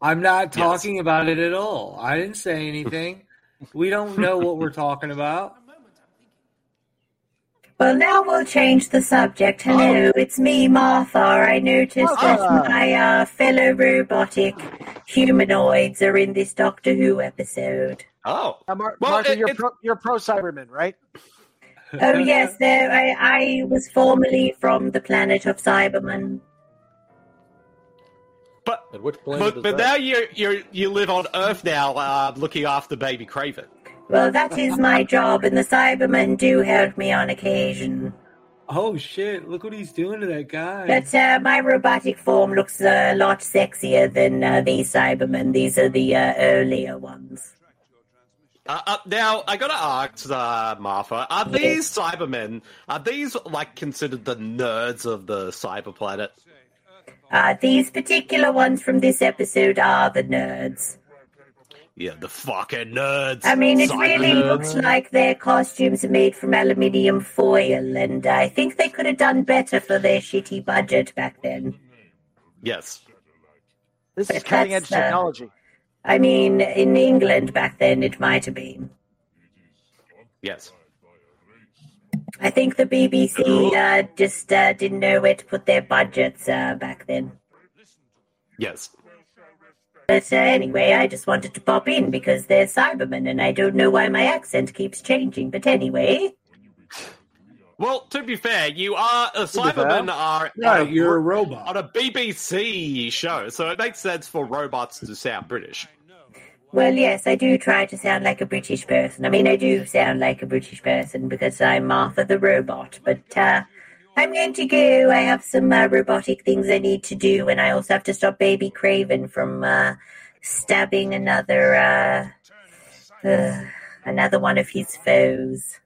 [SPEAKER 8] I'm not
[SPEAKER 6] Yes.
[SPEAKER 8] talking about it at all. I didn't say anything. we don't know what we're talking about.
[SPEAKER 13] Well, now we'll change the subject.
[SPEAKER 6] Oh.
[SPEAKER 13] Hello, it's me, Martha. I noticed
[SPEAKER 7] Martha.
[SPEAKER 13] that my uh, fellow robotic humanoids are in this Doctor Who episode.
[SPEAKER 6] oh,
[SPEAKER 7] Uh, Mar-
[SPEAKER 6] Well,
[SPEAKER 7] Martha,
[SPEAKER 6] it-
[SPEAKER 7] you're,
[SPEAKER 6] it-
[SPEAKER 7] pro, you're pro Cyberman, right?
[SPEAKER 13] Oh, yes, there, I, I was formerly from the planet of Cybermen.
[SPEAKER 6] but
[SPEAKER 11] And which planet
[SPEAKER 6] but,
[SPEAKER 11] is
[SPEAKER 6] but now
[SPEAKER 11] that?
[SPEAKER 6] you you you live on Earth now, uh, looking after baby Craven.
[SPEAKER 13] Well, that is my job, and the Cybermen do help me on occasion.
[SPEAKER 8] Oh shit! Look what he's doing to that guy.
[SPEAKER 13] But uh, my robotic form looks a lot sexier than uh, these Cybermen. These are the uh, earlier ones.
[SPEAKER 6] Uh, uh, now I gotta ask, uh, Martha, are these Cybermen? Are these like considered the nerds of the Cyber Planet?
[SPEAKER 13] Uh, these particular ones from this episode are the nerds.
[SPEAKER 6] Yeah, the fucking nerds.
[SPEAKER 13] I mean, it
[SPEAKER 6] Cyber
[SPEAKER 13] really
[SPEAKER 6] nerds.
[SPEAKER 13] looks like their costumes are made from aluminium foil, and I think they could have done better for their shitty budget back then.
[SPEAKER 6] Yes.
[SPEAKER 7] This is
[SPEAKER 13] But
[SPEAKER 7] cutting edge
[SPEAKER 13] that's, uh,
[SPEAKER 7] technology.
[SPEAKER 13] I mean, in England back then, it might have been.
[SPEAKER 6] Yes.
[SPEAKER 13] I think the BBC uh, just uh, didn't know where to put their budgets uh, back then.
[SPEAKER 6] Yes.
[SPEAKER 13] But uh, anyway, I just wanted to pop in because they're Cybermen, and I don't know why my accent keeps changing. But anyway,
[SPEAKER 6] Well, to be fair, you are a
[SPEAKER 8] be fair.
[SPEAKER 6] Cybermen are
[SPEAKER 8] Yeah,
[SPEAKER 6] on
[SPEAKER 8] you're a
[SPEAKER 6] br-
[SPEAKER 8] robot.
[SPEAKER 6] on a BBC show, so it makes sense for robots to sound British.
[SPEAKER 13] well, yes, I do try to sound like a British person. I mean, I do sound like a British person because I'm Martha the robot. But uh, I'm going to go. I have some uh, robotic things I need to do, and I also have to stop Baby Craven from uh, stabbing another uh, uh, another one of his foes.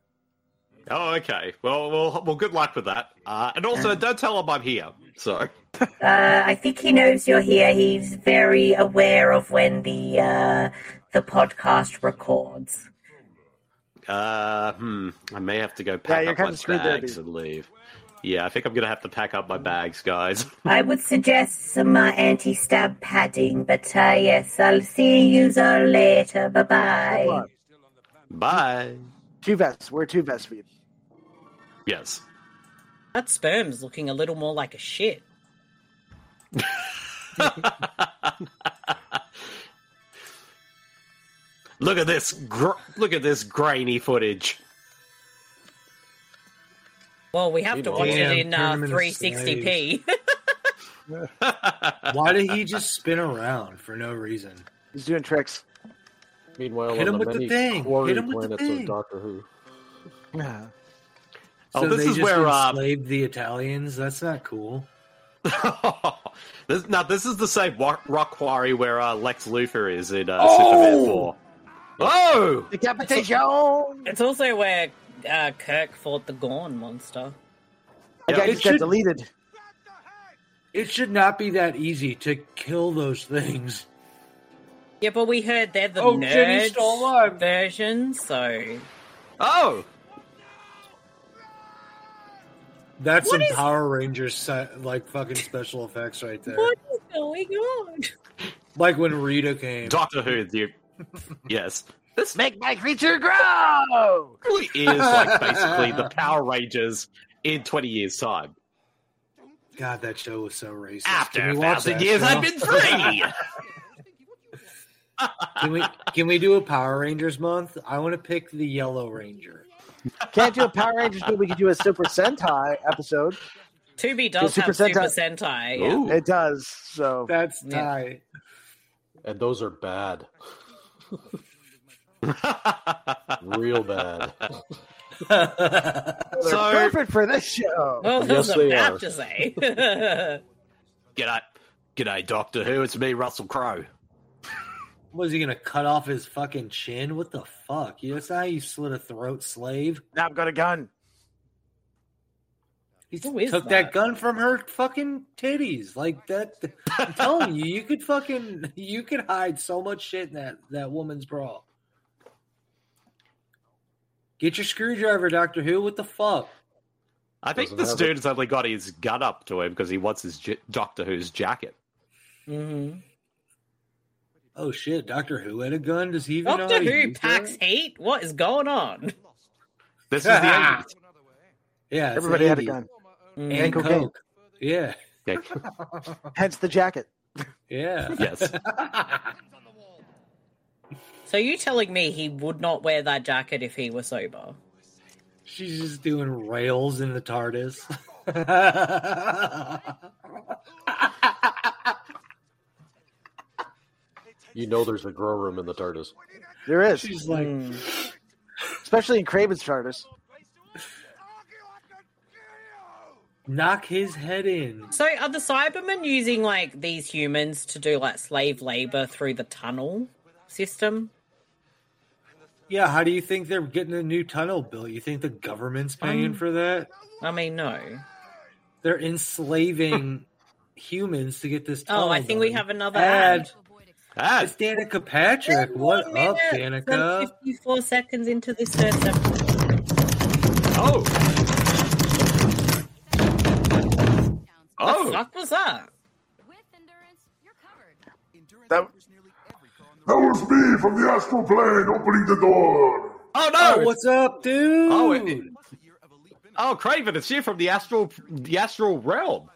[SPEAKER 6] Oh, okay. Well, well, well. Good luck with that. Uh, and also, don't tell him I'm here. So,
[SPEAKER 13] Uh, I think he knows you're here. He's very aware of when the uh, the podcast records.
[SPEAKER 6] uh, hmm, I may have to go pack
[SPEAKER 13] you're
[SPEAKER 6] up my
[SPEAKER 13] kinda screwed there,
[SPEAKER 6] bags
[SPEAKER 13] dude.
[SPEAKER 6] and leave. Yeah, I think I'm gonna have to pack up my bags, guys.
[SPEAKER 13] I would suggest some uh, anti-stab padding, but uh, yes, I'll see you later. Bye bye.
[SPEAKER 6] Bye.
[SPEAKER 7] Two vests. We're two vests for you.
[SPEAKER 6] Yes.
[SPEAKER 5] That sperm's looking a little more like a shit.
[SPEAKER 6] Look at this. Gr- look at this grainy footage.
[SPEAKER 5] Well, we have to watch
[SPEAKER 8] Damn,
[SPEAKER 5] it in uh,
[SPEAKER 8] turn him into
[SPEAKER 5] 360p.
[SPEAKER 8] Why did he just spin around for no reason?
[SPEAKER 7] He's doing tricks.
[SPEAKER 11] Meanwhile,
[SPEAKER 8] Hit him
[SPEAKER 11] on the
[SPEAKER 8] with the
[SPEAKER 11] many
[SPEAKER 8] thing. Hit
[SPEAKER 11] quarry
[SPEAKER 8] him with the
[SPEAKER 11] planets
[SPEAKER 8] thing.
[SPEAKER 11] of Doctor Who.
[SPEAKER 7] Yeah.
[SPEAKER 6] Oh,
[SPEAKER 8] so
[SPEAKER 6] this
[SPEAKER 8] they
[SPEAKER 6] is
[SPEAKER 8] just
[SPEAKER 6] where, uh,
[SPEAKER 8] enslaved the Italians. That's not cool.
[SPEAKER 6] This, now, this is the same wa- rock quarry where uh, Lex Luthor is in uh,
[SPEAKER 5] Oh!
[SPEAKER 6] Superman 4. Oh!
[SPEAKER 7] Decapitation!
[SPEAKER 5] it's also where uh, Kirk fought the Gorn monster.
[SPEAKER 7] That guy
[SPEAKER 8] It
[SPEAKER 7] just got
[SPEAKER 8] should-
[SPEAKER 7] deleted.
[SPEAKER 8] It should not be that easy to kill those things.
[SPEAKER 5] Yeah, but we heard they're the
[SPEAKER 8] Oh, Jenny's
[SPEAKER 5] nerd
[SPEAKER 8] still alive.
[SPEAKER 5] version, so
[SPEAKER 6] Oh!
[SPEAKER 8] That's
[SPEAKER 5] What
[SPEAKER 8] some
[SPEAKER 5] is-
[SPEAKER 8] Power Rangers si- like fucking special effects right there.
[SPEAKER 5] what is going on?
[SPEAKER 8] Like when Rita came.
[SPEAKER 6] Doctor Who, dude. yes. This
[SPEAKER 7] Make my creature grow!
[SPEAKER 6] really is like basically the Power Rangers in 20 years' time.
[SPEAKER 8] God, that show was so racist.
[SPEAKER 6] After
[SPEAKER 8] Can
[SPEAKER 6] a
[SPEAKER 8] we watch
[SPEAKER 6] thousand
[SPEAKER 8] that
[SPEAKER 6] years,
[SPEAKER 8] show?
[SPEAKER 6] I've been free!
[SPEAKER 8] Can we can we do a Power Rangers month? I want to pick the Yellow Ranger.
[SPEAKER 7] Can't do a Power Rangers, but we could do a Super Sentai episode.
[SPEAKER 5] Tubi does
[SPEAKER 7] Super
[SPEAKER 5] have Super
[SPEAKER 7] Sentai-
[SPEAKER 5] Sentai. yeah.
[SPEAKER 6] Ooh.
[SPEAKER 7] It does. So
[SPEAKER 8] That's
[SPEAKER 5] Yeah.
[SPEAKER 8] tight.
[SPEAKER 11] And those are bad. Real bad.
[SPEAKER 7] they're
[SPEAKER 6] So-
[SPEAKER 7] perfect for this show.
[SPEAKER 5] Well, that was
[SPEAKER 11] Yes,
[SPEAKER 5] a
[SPEAKER 11] they
[SPEAKER 5] map
[SPEAKER 11] are.
[SPEAKER 5] to say.
[SPEAKER 6] G'day. G'day, Doctor Who. It's me, Russell Crowe.
[SPEAKER 8] Was he gonna cut off his fucking chin? What the fuck? You that's not how you slit a throat, slave.
[SPEAKER 7] Now I've got a gun.
[SPEAKER 8] He
[SPEAKER 5] Who is
[SPEAKER 8] took that?
[SPEAKER 5] that?
[SPEAKER 8] gun from her fucking titties. Like that. I'm telling you, you could fucking you could hide so much shit in that that woman's bra. Get your screwdriver, Doctor Who. What the fuck?
[SPEAKER 6] I think
[SPEAKER 11] Doesn't
[SPEAKER 6] this
[SPEAKER 11] have it.
[SPEAKER 6] dude's only got his gun up to him because he wants his j- Doctor Who's jacket.
[SPEAKER 5] Mhm.
[SPEAKER 8] Oh shit, Doctor Who had a gun. Does he even know how
[SPEAKER 5] Doctor
[SPEAKER 8] to
[SPEAKER 5] Who
[SPEAKER 8] use
[SPEAKER 5] packs
[SPEAKER 8] that?
[SPEAKER 5] heat? What is going on?
[SPEAKER 6] This is the 80s.
[SPEAKER 8] Yeah, it's
[SPEAKER 7] Everybody had a
[SPEAKER 8] 80s.
[SPEAKER 7] gun.
[SPEAKER 5] Mm.
[SPEAKER 8] and
[SPEAKER 7] cocaine.
[SPEAKER 8] coke. Yeah,
[SPEAKER 6] Yeah.
[SPEAKER 7] Hence the jacket.
[SPEAKER 8] yeah.
[SPEAKER 6] Yes.
[SPEAKER 5] So you telling me he would not wear that jacket if he were sober?
[SPEAKER 8] She's just doing rails in the TARDIS.
[SPEAKER 11] You know there's a grow room in the TARDIS.
[SPEAKER 7] There is.
[SPEAKER 8] She's like,
[SPEAKER 5] Mm.
[SPEAKER 7] Especially in Craven's charters.
[SPEAKER 8] knock his head in.
[SPEAKER 5] So are the Cybermen using like these humans to do like slave labor through the tunnel system?
[SPEAKER 8] Yeah, how do you think they're getting a new tunnel built? You think the government's paying
[SPEAKER 5] Um,
[SPEAKER 8] for that?
[SPEAKER 5] I mean, no.
[SPEAKER 8] They're enslaving humans to get this tunnel.
[SPEAKER 5] Oh, I think we have Ah. another ad.
[SPEAKER 6] ad.
[SPEAKER 8] It's Danica Patrick. What up,
[SPEAKER 5] Minute
[SPEAKER 8] Danica?
[SPEAKER 5] and Fifty-four seconds into this first episode.
[SPEAKER 6] Oh. Oh.
[SPEAKER 5] What the fuck was that?
[SPEAKER 14] That, that was me from the astral plane opening the door.
[SPEAKER 6] Oh no!
[SPEAKER 8] what's up, dude?
[SPEAKER 6] Oh, it- it- oh, Craven, it's you from the astral, the astral realm.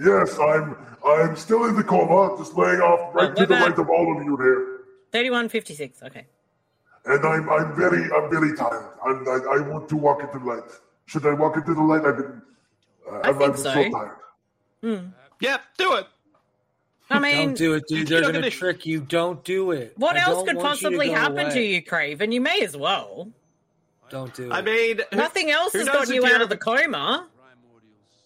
[SPEAKER 14] Yes, I'm I'm still in the coma, just laying off right to the
[SPEAKER 5] back.
[SPEAKER 14] right of all of you here.
[SPEAKER 5] Thirty-one fifty-six. Okay.
[SPEAKER 14] And I'm I'm very I'm very tired. I'm, I I want to walk into the light. Should I walk into the light? I've been uh,
[SPEAKER 5] I
[SPEAKER 14] I'm,
[SPEAKER 5] think
[SPEAKER 14] I'm
[SPEAKER 5] so.
[SPEAKER 14] tired.
[SPEAKER 5] Hmm.
[SPEAKER 6] Yep, do it.
[SPEAKER 5] I mean,
[SPEAKER 8] Don't do it, dude. They're gonna trick you. Don't do it.
[SPEAKER 5] What
[SPEAKER 8] I
[SPEAKER 5] else
[SPEAKER 8] don't
[SPEAKER 5] could
[SPEAKER 8] want you
[SPEAKER 5] possibly
[SPEAKER 8] go
[SPEAKER 5] happen to
[SPEAKER 8] away.
[SPEAKER 5] you, Craven? You may as well.
[SPEAKER 8] Don't do it.
[SPEAKER 6] I mean, who-
[SPEAKER 5] Nothing else
[SPEAKER 6] who
[SPEAKER 5] has
[SPEAKER 6] knows
[SPEAKER 5] gotten
[SPEAKER 6] if
[SPEAKER 5] you
[SPEAKER 6] you're
[SPEAKER 5] out of
[SPEAKER 6] ever-
[SPEAKER 5] the coma.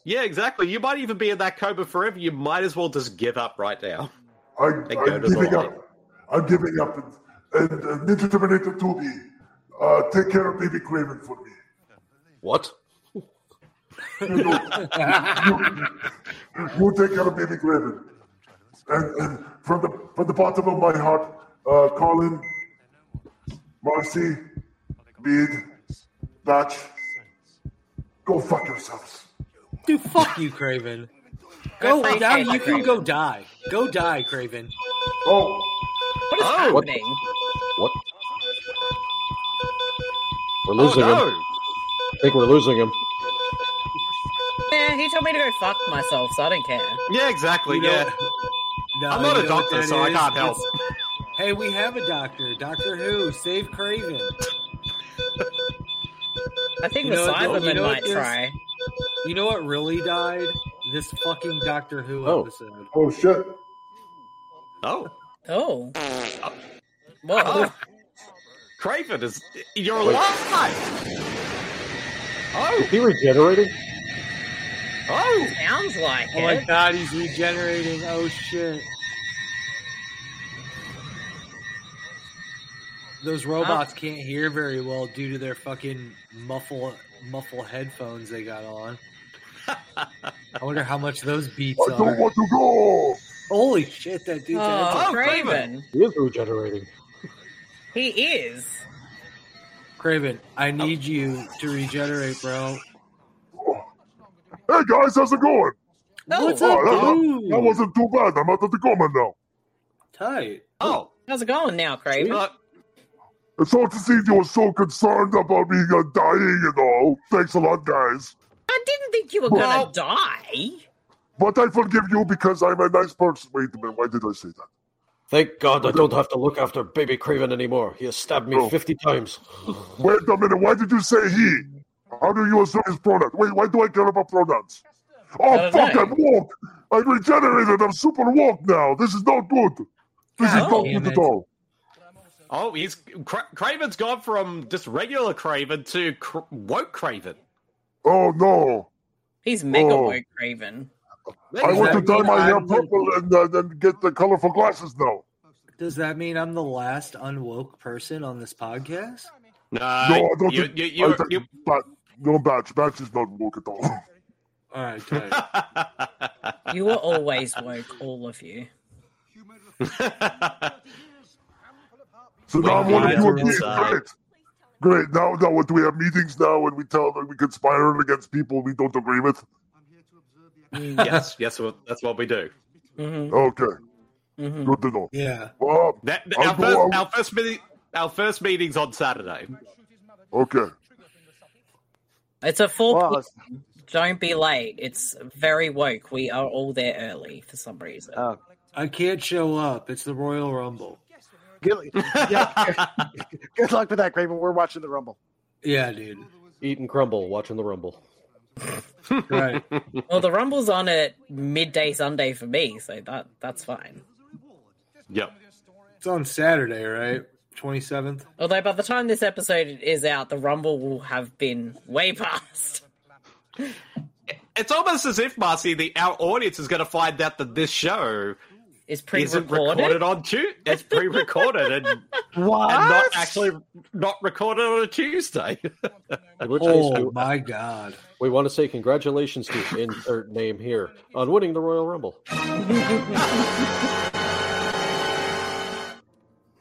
[SPEAKER 6] Yeah, exactly. You might even be in that coma forever. You might as well just give up right now.
[SPEAKER 14] I,
[SPEAKER 6] And go
[SPEAKER 14] I'm
[SPEAKER 6] to the
[SPEAKER 14] giving
[SPEAKER 6] light.
[SPEAKER 14] up. I'm giving up. And, and uh, Ninja Terminator 2B, uh, take care of baby Craven for me.
[SPEAKER 11] What?
[SPEAKER 14] You take care of baby Craven. And, and from the from the bottom of my heart, uh, Colin, Marcy, Bede, Batch, go fuck yourselves.
[SPEAKER 8] Dude, fuck you, Craven. Go
[SPEAKER 5] Okay,
[SPEAKER 8] now.
[SPEAKER 5] okay,
[SPEAKER 8] You can go die. Go die, Craven.
[SPEAKER 14] Oh,
[SPEAKER 5] What is
[SPEAKER 11] What?
[SPEAKER 5] happening?
[SPEAKER 11] What? We're losing
[SPEAKER 6] oh,
[SPEAKER 11] him. I think we're losing him.
[SPEAKER 5] Yeah, he told me to go fuck myself, so I don't care.
[SPEAKER 6] no. Yeah, exactly.
[SPEAKER 8] You know-
[SPEAKER 6] yeah.
[SPEAKER 8] No,
[SPEAKER 6] I'm not
[SPEAKER 8] you
[SPEAKER 6] a
[SPEAKER 8] know what
[SPEAKER 6] doctor,
[SPEAKER 8] that
[SPEAKER 6] so I
[SPEAKER 8] is?
[SPEAKER 6] can't help.
[SPEAKER 8] It's- hey, we have a doctor. Doctor Who, save Craven.
[SPEAKER 5] I think
[SPEAKER 8] You
[SPEAKER 5] the
[SPEAKER 8] know what-
[SPEAKER 5] Cybermen
[SPEAKER 8] you know what
[SPEAKER 5] might
[SPEAKER 8] this-
[SPEAKER 5] try.
[SPEAKER 8] You know what really died? This fucking Doctor Who
[SPEAKER 11] Oh.
[SPEAKER 8] episode.
[SPEAKER 14] Oh shit.
[SPEAKER 6] Oh,
[SPEAKER 5] Oh. Whoa.
[SPEAKER 6] oh. Craven is. You're alive! Oh,
[SPEAKER 11] Is he regenerating?
[SPEAKER 6] oh!
[SPEAKER 5] Sounds like
[SPEAKER 8] Oh my
[SPEAKER 5] it.
[SPEAKER 8] god, he's regenerating. Oh shit. Those robots can't hear very well due to their fucking muffle muffle headphones they got on. I wonder how much those beats
[SPEAKER 14] I don't
[SPEAKER 8] are.
[SPEAKER 14] want to go.
[SPEAKER 8] Holy shit, that dude's
[SPEAKER 5] Oh,
[SPEAKER 6] Oh,
[SPEAKER 5] Craven.
[SPEAKER 6] Craven.
[SPEAKER 11] He is regenerating.
[SPEAKER 5] He is.
[SPEAKER 8] Craven, I need you to regenerate, bro.
[SPEAKER 14] Hey guys, how's it going?
[SPEAKER 5] Oh,
[SPEAKER 8] What's
[SPEAKER 14] Oh,
[SPEAKER 8] up,
[SPEAKER 14] that, that, that
[SPEAKER 8] dude?
[SPEAKER 14] wasn't too bad. I'm out of the coma now.
[SPEAKER 8] Tight.
[SPEAKER 6] Oh,
[SPEAKER 5] How's it going now, Craven?
[SPEAKER 6] look.
[SPEAKER 14] It's hard to see you were so concerned about me uh, dying and all. Thanks a lot, guys.
[SPEAKER 5] I didn't think you were
[SPEAKER 6] Well-
[SPEAKER 5] gonna die.
[SPEAKER 14] But I forgive you because I'm a nice person. Wait a minute, why did I say that?
[SPEAKER 11] Thank God I don't have to look after baby Craven anymore. He has stabbed me
[SPEAKER 14] Oh.
[SPEAKER 11] 50 times.
[SPEAKER 14] Wait a minute, why did you say he? How do you assume his pronouns? Wait, why do I care about pronouns? Oh,
[SPEAKER 5] don't
[SPEAKER 14] fuck,
[SPEAKER 5] know.
[SPEAKER 14] I'm woke. I regenerated. I'm super woke now. This is not good. This is
[SPEAKER 5] God
[SPEAKER 14] not
[SPEAKER 8] damn
[SPEAKER 14] good at
[SPEAKER 8] it.
[SPEAKER 14] all.
[SPEAKER 6] Oh, he's Cra- Craven's gone from just regular Craven to cr- woke Craven.
[SPEAKER 14] Oh, no.
[SPEAKER 5] He's mega
[SPEAKER 14] Oh.
[SPEAKER 5] woke Craven.
[SPEAKER 6] There
[SPEAKER 14] I
[SPEAKER 6] you
[SPEAKER 14] want
[SPEAKER 6] go.
[SPEAKER 14] to dye my hair
[SPEAKER 8] I'm the-
[SPEAKER 14] purple and uh, then get the colorful glasses now.
[SPEAKER 8] Does that mean I'm the last unwoke person on this podcast?
[SPEAKER 6] No,
[SPEAKER 14] no, I don't
[SPEAKER 6] you,
[SPEAKER 14] think.
[SPEAKER 6] you,
[SPEAKER 14] I
[SPEAKER 6] you,
[SPEAKER 14] think-
[SPEAKER 6] you,
[SPEAKER 14] Bat- no, Batch. Batch is not woke at all.
[SPEAKER 8] All right, tight.
[SPEAKER 5] You were always woke, all of you.
[SPEAKER 14] So now I'm one of
[SPEAKER 8] guys
[SPEAKER 14] you
[SPEAKER 8] are
[SPEAKER 14] again.
[SPEAKER 6] inside.
[SPEAKER 14] Great. Great. Now, now, what do we have meetings now and we tell them we conspire against people we don't agree with?
[SPEAKER 6] yes, yes, well, that's what we do.
[SPEAKER 2] Mm-hmm.
[SPEAKER 5] hmm
[SPEAKER 14] Okay.
[SPEAKER 5] hmm
[SPEAKER 14] Good to know.
[SPEAKER 8] Yeah.
[SPEAKER 14] Well,
[SPEAKER 6] That,
[SPEAKER 14] I'll
[SPEAKER 6] our,
[SPEAKER 14] go
[SPEAKER 6] first,
[SPEAKER 14] out-
[SPEAKER 6] our first meeting, our first meeting's on Saturday.
[SPEAKER 14] okay.
[SPEAKER 5] It's a full.
[SPEAKER 7] Well, it's-
[SPEAKER 5] Don't be late. It's very woke. We are all there early for some reason.
[SPEAKER 7] oh.
[SPEAKER 8] I can't show up. It's the Royal Rumble.
[SPEAKER 7] good, yeah, good luck with that, Craven. We're watching the Rumble.
[SPEAKER 8] Yeah, dude.
[SPEAKER 11] Eat and crumble, watching the rumble.
[SPEAKER 8] Right.
[SPEAKER 5] well, the rumble's on at midday Sunday for me, so that that's fine.
[SPEAKER 6] Yep.
[SPEAKER 8] it's on Saturday, right? 27th.
[SPEAKER 5] Although by the time this episode is out, the rumble will have been way past.
[SPEAKER 10] It's almost as if Marcy, the our audience is going to find out that this show
[SPEAKER 1] is
[SPEAKER 10] isn't
[SPEAKER 1] pre-recorded?
[SPEAKER 10] recorded on Tuesday. It's pre-recorded and, and not
[SPEAKER 8] What?
[SPEAKER 10] actually not recorded on a Tuesday.
[SPEAKER 11] In which
[SPEAKER 8] Oh,
[SPEAKER 11] case,
[SPEAKER 8] my God.
[SPEAKER 11] we want to say congratulations to insert name here on winning the Royal Rumble.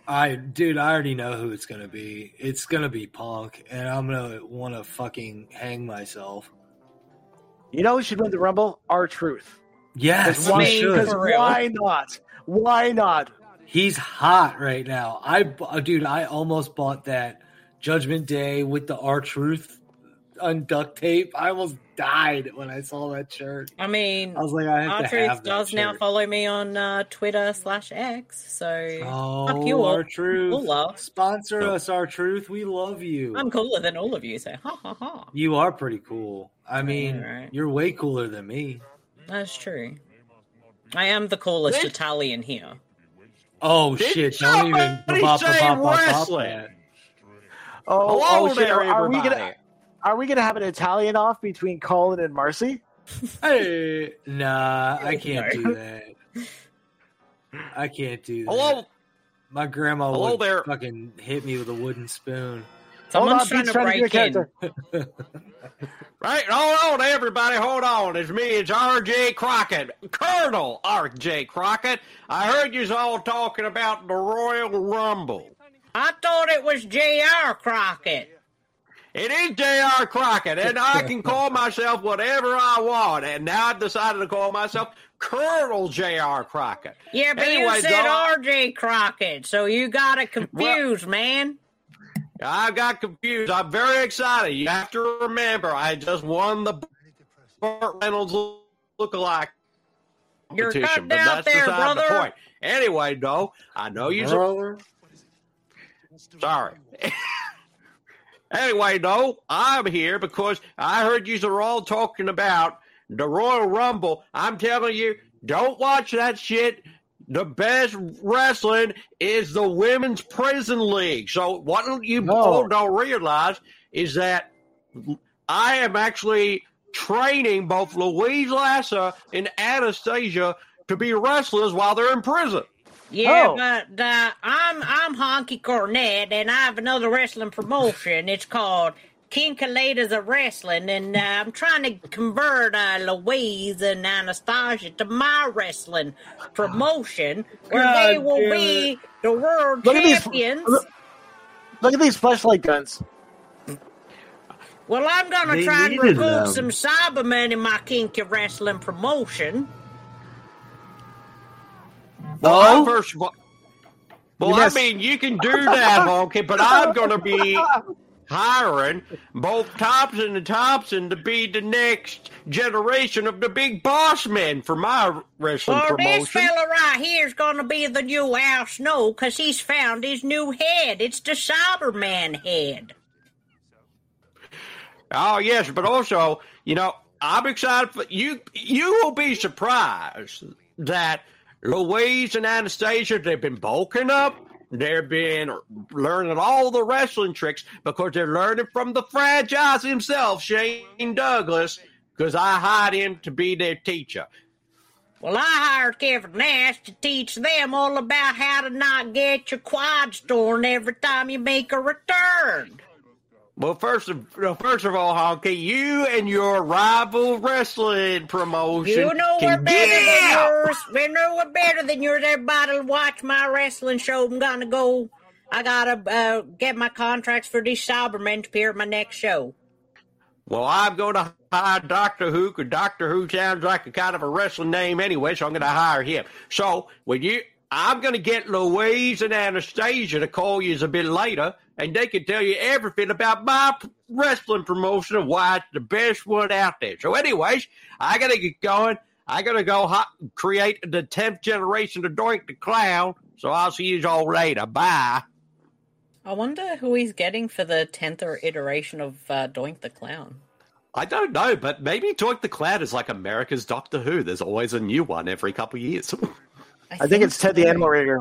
[SPEAKER 8] I dude, I already know who it's gonna be. It's gonna be Punk, and I'm gonna want to fucking hang myself.
[SPEAKER 7] You know who should win the Rumble? Our Truth.
[SPEAKER 8] Yes,
[SPEAKER 7] why,
[SPEAKER 8] he should.
[SPEAKER 7] 'cause why not? Why not?
[SPEAKER 8] He's hot right now. I bu- dude, I almost bought that Judgment Day with the R Truth unduct tape. I almost died when I saw that shirt.
[SPEAKER 1] I mean,
[SPEAKER 8] I was like, I have
[SPEAKER 1] R
[SPEAKER 8] to
[SPEAKER 1] Truth
[SPEAKER 8] have that
[SPEAKER 1] does now
[SPEAKER 8] shirt.
[SPEAKER 1] follow me on uh, Twitter slash X, so fuck you
[SPEAKER 8] Oh,
[SPEAKER 1] all.
[SPEAKER 8] R Truth,
[SPEAKER 1] All love.
[SPEAKER 8] sponsor us, R Truth. We love you.
[SPEAKER 1] I'm cooler than all of you, so ha ha ha.
[SPEAKER 8] You are pretty cool. I mean,
[SPEAKER 1] right.
[SPEAKER 8] you're way cooler than me.
[SPEAKER 1] That's true. I am the coolest Italian here.
[SPEAKER 8] Oh
[SPEAKER 1] Did
[SPEAKER 8] shit! Don't even
[SPEAKER 1] somebody
[SPEAKER 8] bop, bop,
[SPEAKER 1] say
[SPEAKER 8] bop, bop, bop
[SPEAKER 1] wrestling?
[SPEAKER 8] that.
[SPEAKER 7] Oh,
[SPEAKER 10] Hello
[SPEAKER 7] oh, shit,
[SPEAKER 10] there,
[SPEAKER 7] are, are we gonna
[SPEAKER 10] everybody.
[SPEAKER 7] are we gonna have an Italian off between Colin and Marcy?
[SPEAKER 8] Hey, nah, I can't do that. I can't do that.
[SPEAKER 10] Hello,
[SPEAKER 8] My grandma
[SPEAKER 10] Hello
[SPEAKER 8] would
[SPEAKER 10] there.
[SPEAKER 8] fucking hit me with a wooden spoon.
[SPEAKER 1] Someone's
[SPEAKER 7] on,
[SPEAKER 1] trying to
[SPEAKER 7] Pete's trying to do a
[SPEAKER 1] break in.
[SPEAKER 7] character.
[SPEAKER 10] Right, hold on, everybody, hold on. It's me, it's R.J. Crockett, Colonel R.J. Crockett. I heard you all talking about the Royal Rumble.
[SPEAKER 1] I thought it was J.R. Crockett.
[SPEAKER 10] It is J.R. Crockett, and I can call myself whatever I want, and now I've decided to call myself Colonel J.R. Crockett.
[SPEAKER 1] Yeah, but you
[SPEAKER 10] Anyway,
[SPEAKER 1] said
[SPEAKER 10] Doc-
[SPEAKER 1] R.J. Crockett, so you got it confused, man.
[SPEAKER 10] I got confused. I'm very excited. You have to remember, I just won the Burt Reynolds lookalike
[SPEAKER 1] You're
[SPEAKER 10] competition,
[SPEAKER 1] cutting
[SPEAKER 10] but
[SPEAKER 1] out
[SPEAKER 10] that's
[SPEAKER 1] there,
[SPEAKER 10] beside the
[SPEAKER 1] brother.
[SPEAKER 10] point. Anyway, though, I know you.
[SPEAKER 8] Brother.
[SPEAKER 10] Sorry. anyway, though, I'm here because I heard you are all talking about the Royal Rumble. I'm telling you, don't watch that shit. The best wrestling is the women's prison league. So what you
[SPEAKER 7] No.
[SPEAKER 10] all don't realize is that I am actually training both Louise Lasser and Anastasia to be wrestlers while they're in prison.
[SPEAKER 1] Yeah,
[SPEAKER 7] Oh.
[SPEAKER 1] but uh, I'm I'm Honky Cornett, and I have another wrestling promotion. It's called Kinkaladas of Wrestling, and uh, I'm trying to convert uh, Louise and Anastasia to my wrestling promotion, where
[SPEAKER 8] God
[SPEAKER 1] they will
[SPEAKER 8] damn
[SPEAKER 1] be the world
[SPEAKER 7] Look at these-
[SPEAKER 1] champions.
[SPEAKER 7] look- Look at these flashlight guns.
[SPEAKER 1] Well, I'm gonna
[SPEAKER 8] They
[SPEAKER 1] try and
[SPEAKER 8] needed
[SPEAKER 1] recruit some
[SPEAKER 8] them.
[SPEAKER 1] Cybermen in my kinky wrestling promotion.
[SPEAKER 10] Well, I first of all, well,
[SPEAKER 7] You
[SPEAKER 10] I
[SPEAKER 7] missed.
[SPEAKER 10] mean, you can do that, Honky, but I'm going to be hiring both Thompson and Thompson to be the next generation of the big boss men for my wrestling
[SPEAKER 1] Well, Oh, this
[SPEAKER 10] promotion.
[SPEAKER 1] fella right here's gonna be the new Al Snow 'cause he's found his new head. It's the Cyberman head.
[SPEAKER 10] Oh yes, but also, you know, I'm excited for you. You will be surprised that Louise and Anastasia they've been bulking up. They've been learning all the wrestling tricks because they're learning from the franchise himself, Shane Douglas. Because I hired him to be their teacher.
[SPEAKER 1] Well, I hired Kevin Nash to teach them all about how to not get your quads torn every time you make a return.
[SPEAKER 10] Well, first of well, first of all, Honky, you and your rival wrestling promotion.
[SPEAKER 1] You know
[SPEAKER 10] can
[SPEAKER 1] we're better
[SPEAKER 10] get
[SPEAKER 1] than
[SPEAKER 10] out.
[SPEAKER 1] yours. We know we're better than yours. Everybody will watch my wrestling show. I'm gonna go. I gotta uh, get my contracts for these Cybermen to appear at my next show.
[SPEAKER 10] Well, I'm going to hire Doctor Who because Doctor Who sounds like a kind of a wrestling name anyway, so I'm going to hire him. So when you, I'm going to get Louise and Anastasia to call you a bit later, and they can tell you everything about my p- wrestling promotion and why it's the best one out there. So, anyways, I got to get going. I got to go hot, create the tenth generation of Doink the Clown. So I'll see you all later. Bye.
[SPEAKER 1] I wonder who he's getting for the tenth or iteration of uh, Doink the Clown.
[SPEAKER 10] I don't know, but maybe Doink the Clown is like America's Doctor Who. There's always a new one every couple of years.
[SPEAKER 7] I think it's Ted the Animal Ranger.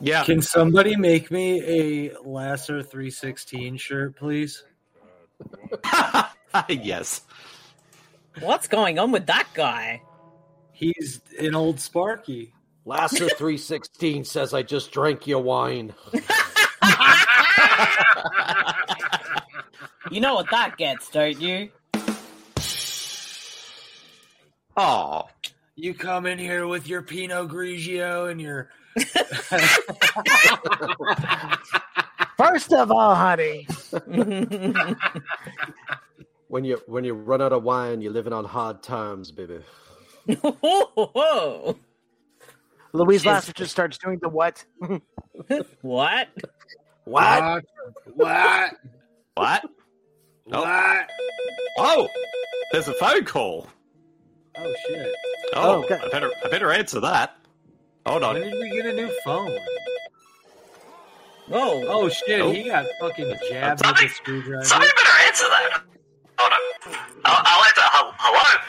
[SPEAKER 10] yeah.
[SPEAKER 8] Can somebody make me a Lasser 316 shirt, please?
[SPEAKER 10] yes.
[SPEAKER 5] What's going on with that guy?
[SPEAKER 8] He's an old Sparky.
[SPEAKER 11] Lasser three sixteen says I just drank your wine.
[SPEAKER 5] You know what that gets, don't you?
[SPEAKER 6] Oh,
[SPEAKER 8] you come in here with your Pinot Grigio and your
[SPEAKER 7] First of all, honey,
[SPEAKER 11] When you when you run out of wine, you're living on hard times, baby.
[SPEAKER 5] Whoa.
[SPEAKER 7] Louise Lasser just starts doing the what?
[SPEAKER 5] what?
[SPEAKER 8] What? What?
[SPEAKER 6] What?
[SPEAKER 8] What?
[SPEAKER 6] Oh, there's a phone call.
[SPEAKER 8] Oh shit!
[SPEAKER 6] Oh,
[SPEAKER 7] Oh, okay.
[SPEAKER 6] I better I better answer that. Hold
[SPEAKER 8] When
[SPEAKER 6] on.
[SPEAKER 8] did we get a new phone?
[SPEAKER 5] Whoa.
[SPEAKER 8] Oh shit!
[SPEAKER 6] Nope.
[SPEAKER 8] He got fucking jabbed with a screwdriver.
[SPEAKER 2] Somebody better answer that. Hold on. Oh, I'll, I'll answer. Hel- Hello?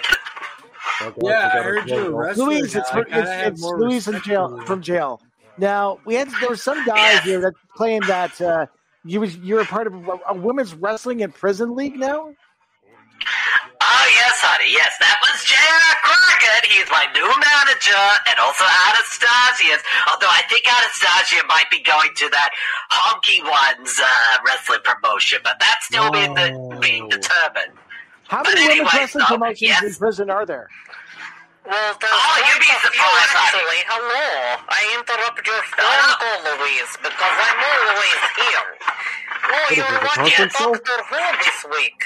[SPEAKER 2] Did somebody say Luis Lasser heard my name loves and...
[SPEAKER 11] Oh, God,
[SPEAKER 8] Yeah,
[SPEAKER 11] you
[SPEAKER 8] I
[SPEAKER 11] got a
[SPEAKER 8] heard you.
[SPEAKER 11] call.
[SPEAKER 8] Wrestler
[SPEAKER 7] Louise,
[SPEAKER 8] guy.
[SPEAKER 7] it's,
[SPEAKER 8] I
[SPEAKER 7] it's,
[SPEAKER 8] gotta have
[SPEAKER 7] it's
[SPEAKER 8] more
[SPEAKER 7] Louise in
[SPEAKER 8] respect for
[SPEAKER 7] jail
[SPEAKER 8] you.
[SPEAKER 7] from jail. Now we had there was some guy here that claimed that uh, you was you were part of a, a women's wrestling and prison league now.
[SPEAKER 2] Oh, yes, honey, yes. That was J.R. Crockett. He's my new manager and also Anastasia's. Although I think Anastasia might be going to that Honky Ones uh, wrestling promotion, but that's still being,
[SPEAKER 8] Whoa.
[SPEAKER 2] the, being determined.
[SPEAKER 7] How many
[SPEAKER 2] Anyway,
[SPEAKER 7] women's wrestling
[SPEAKER 2] so,
[SPEAKER 7] promotions
[SPEAKER 2] yes.
[SPEAKER 7] in prison are there?
[SPEAKER 2] Well, oh, you'd be surprised. Uh-huh. Actually, hello. I interrupt your phone call, Louise, because I'm always here. Oh,
[SPEAKER 11] is it, a conference call?
[SPEAKER 2] Who this week?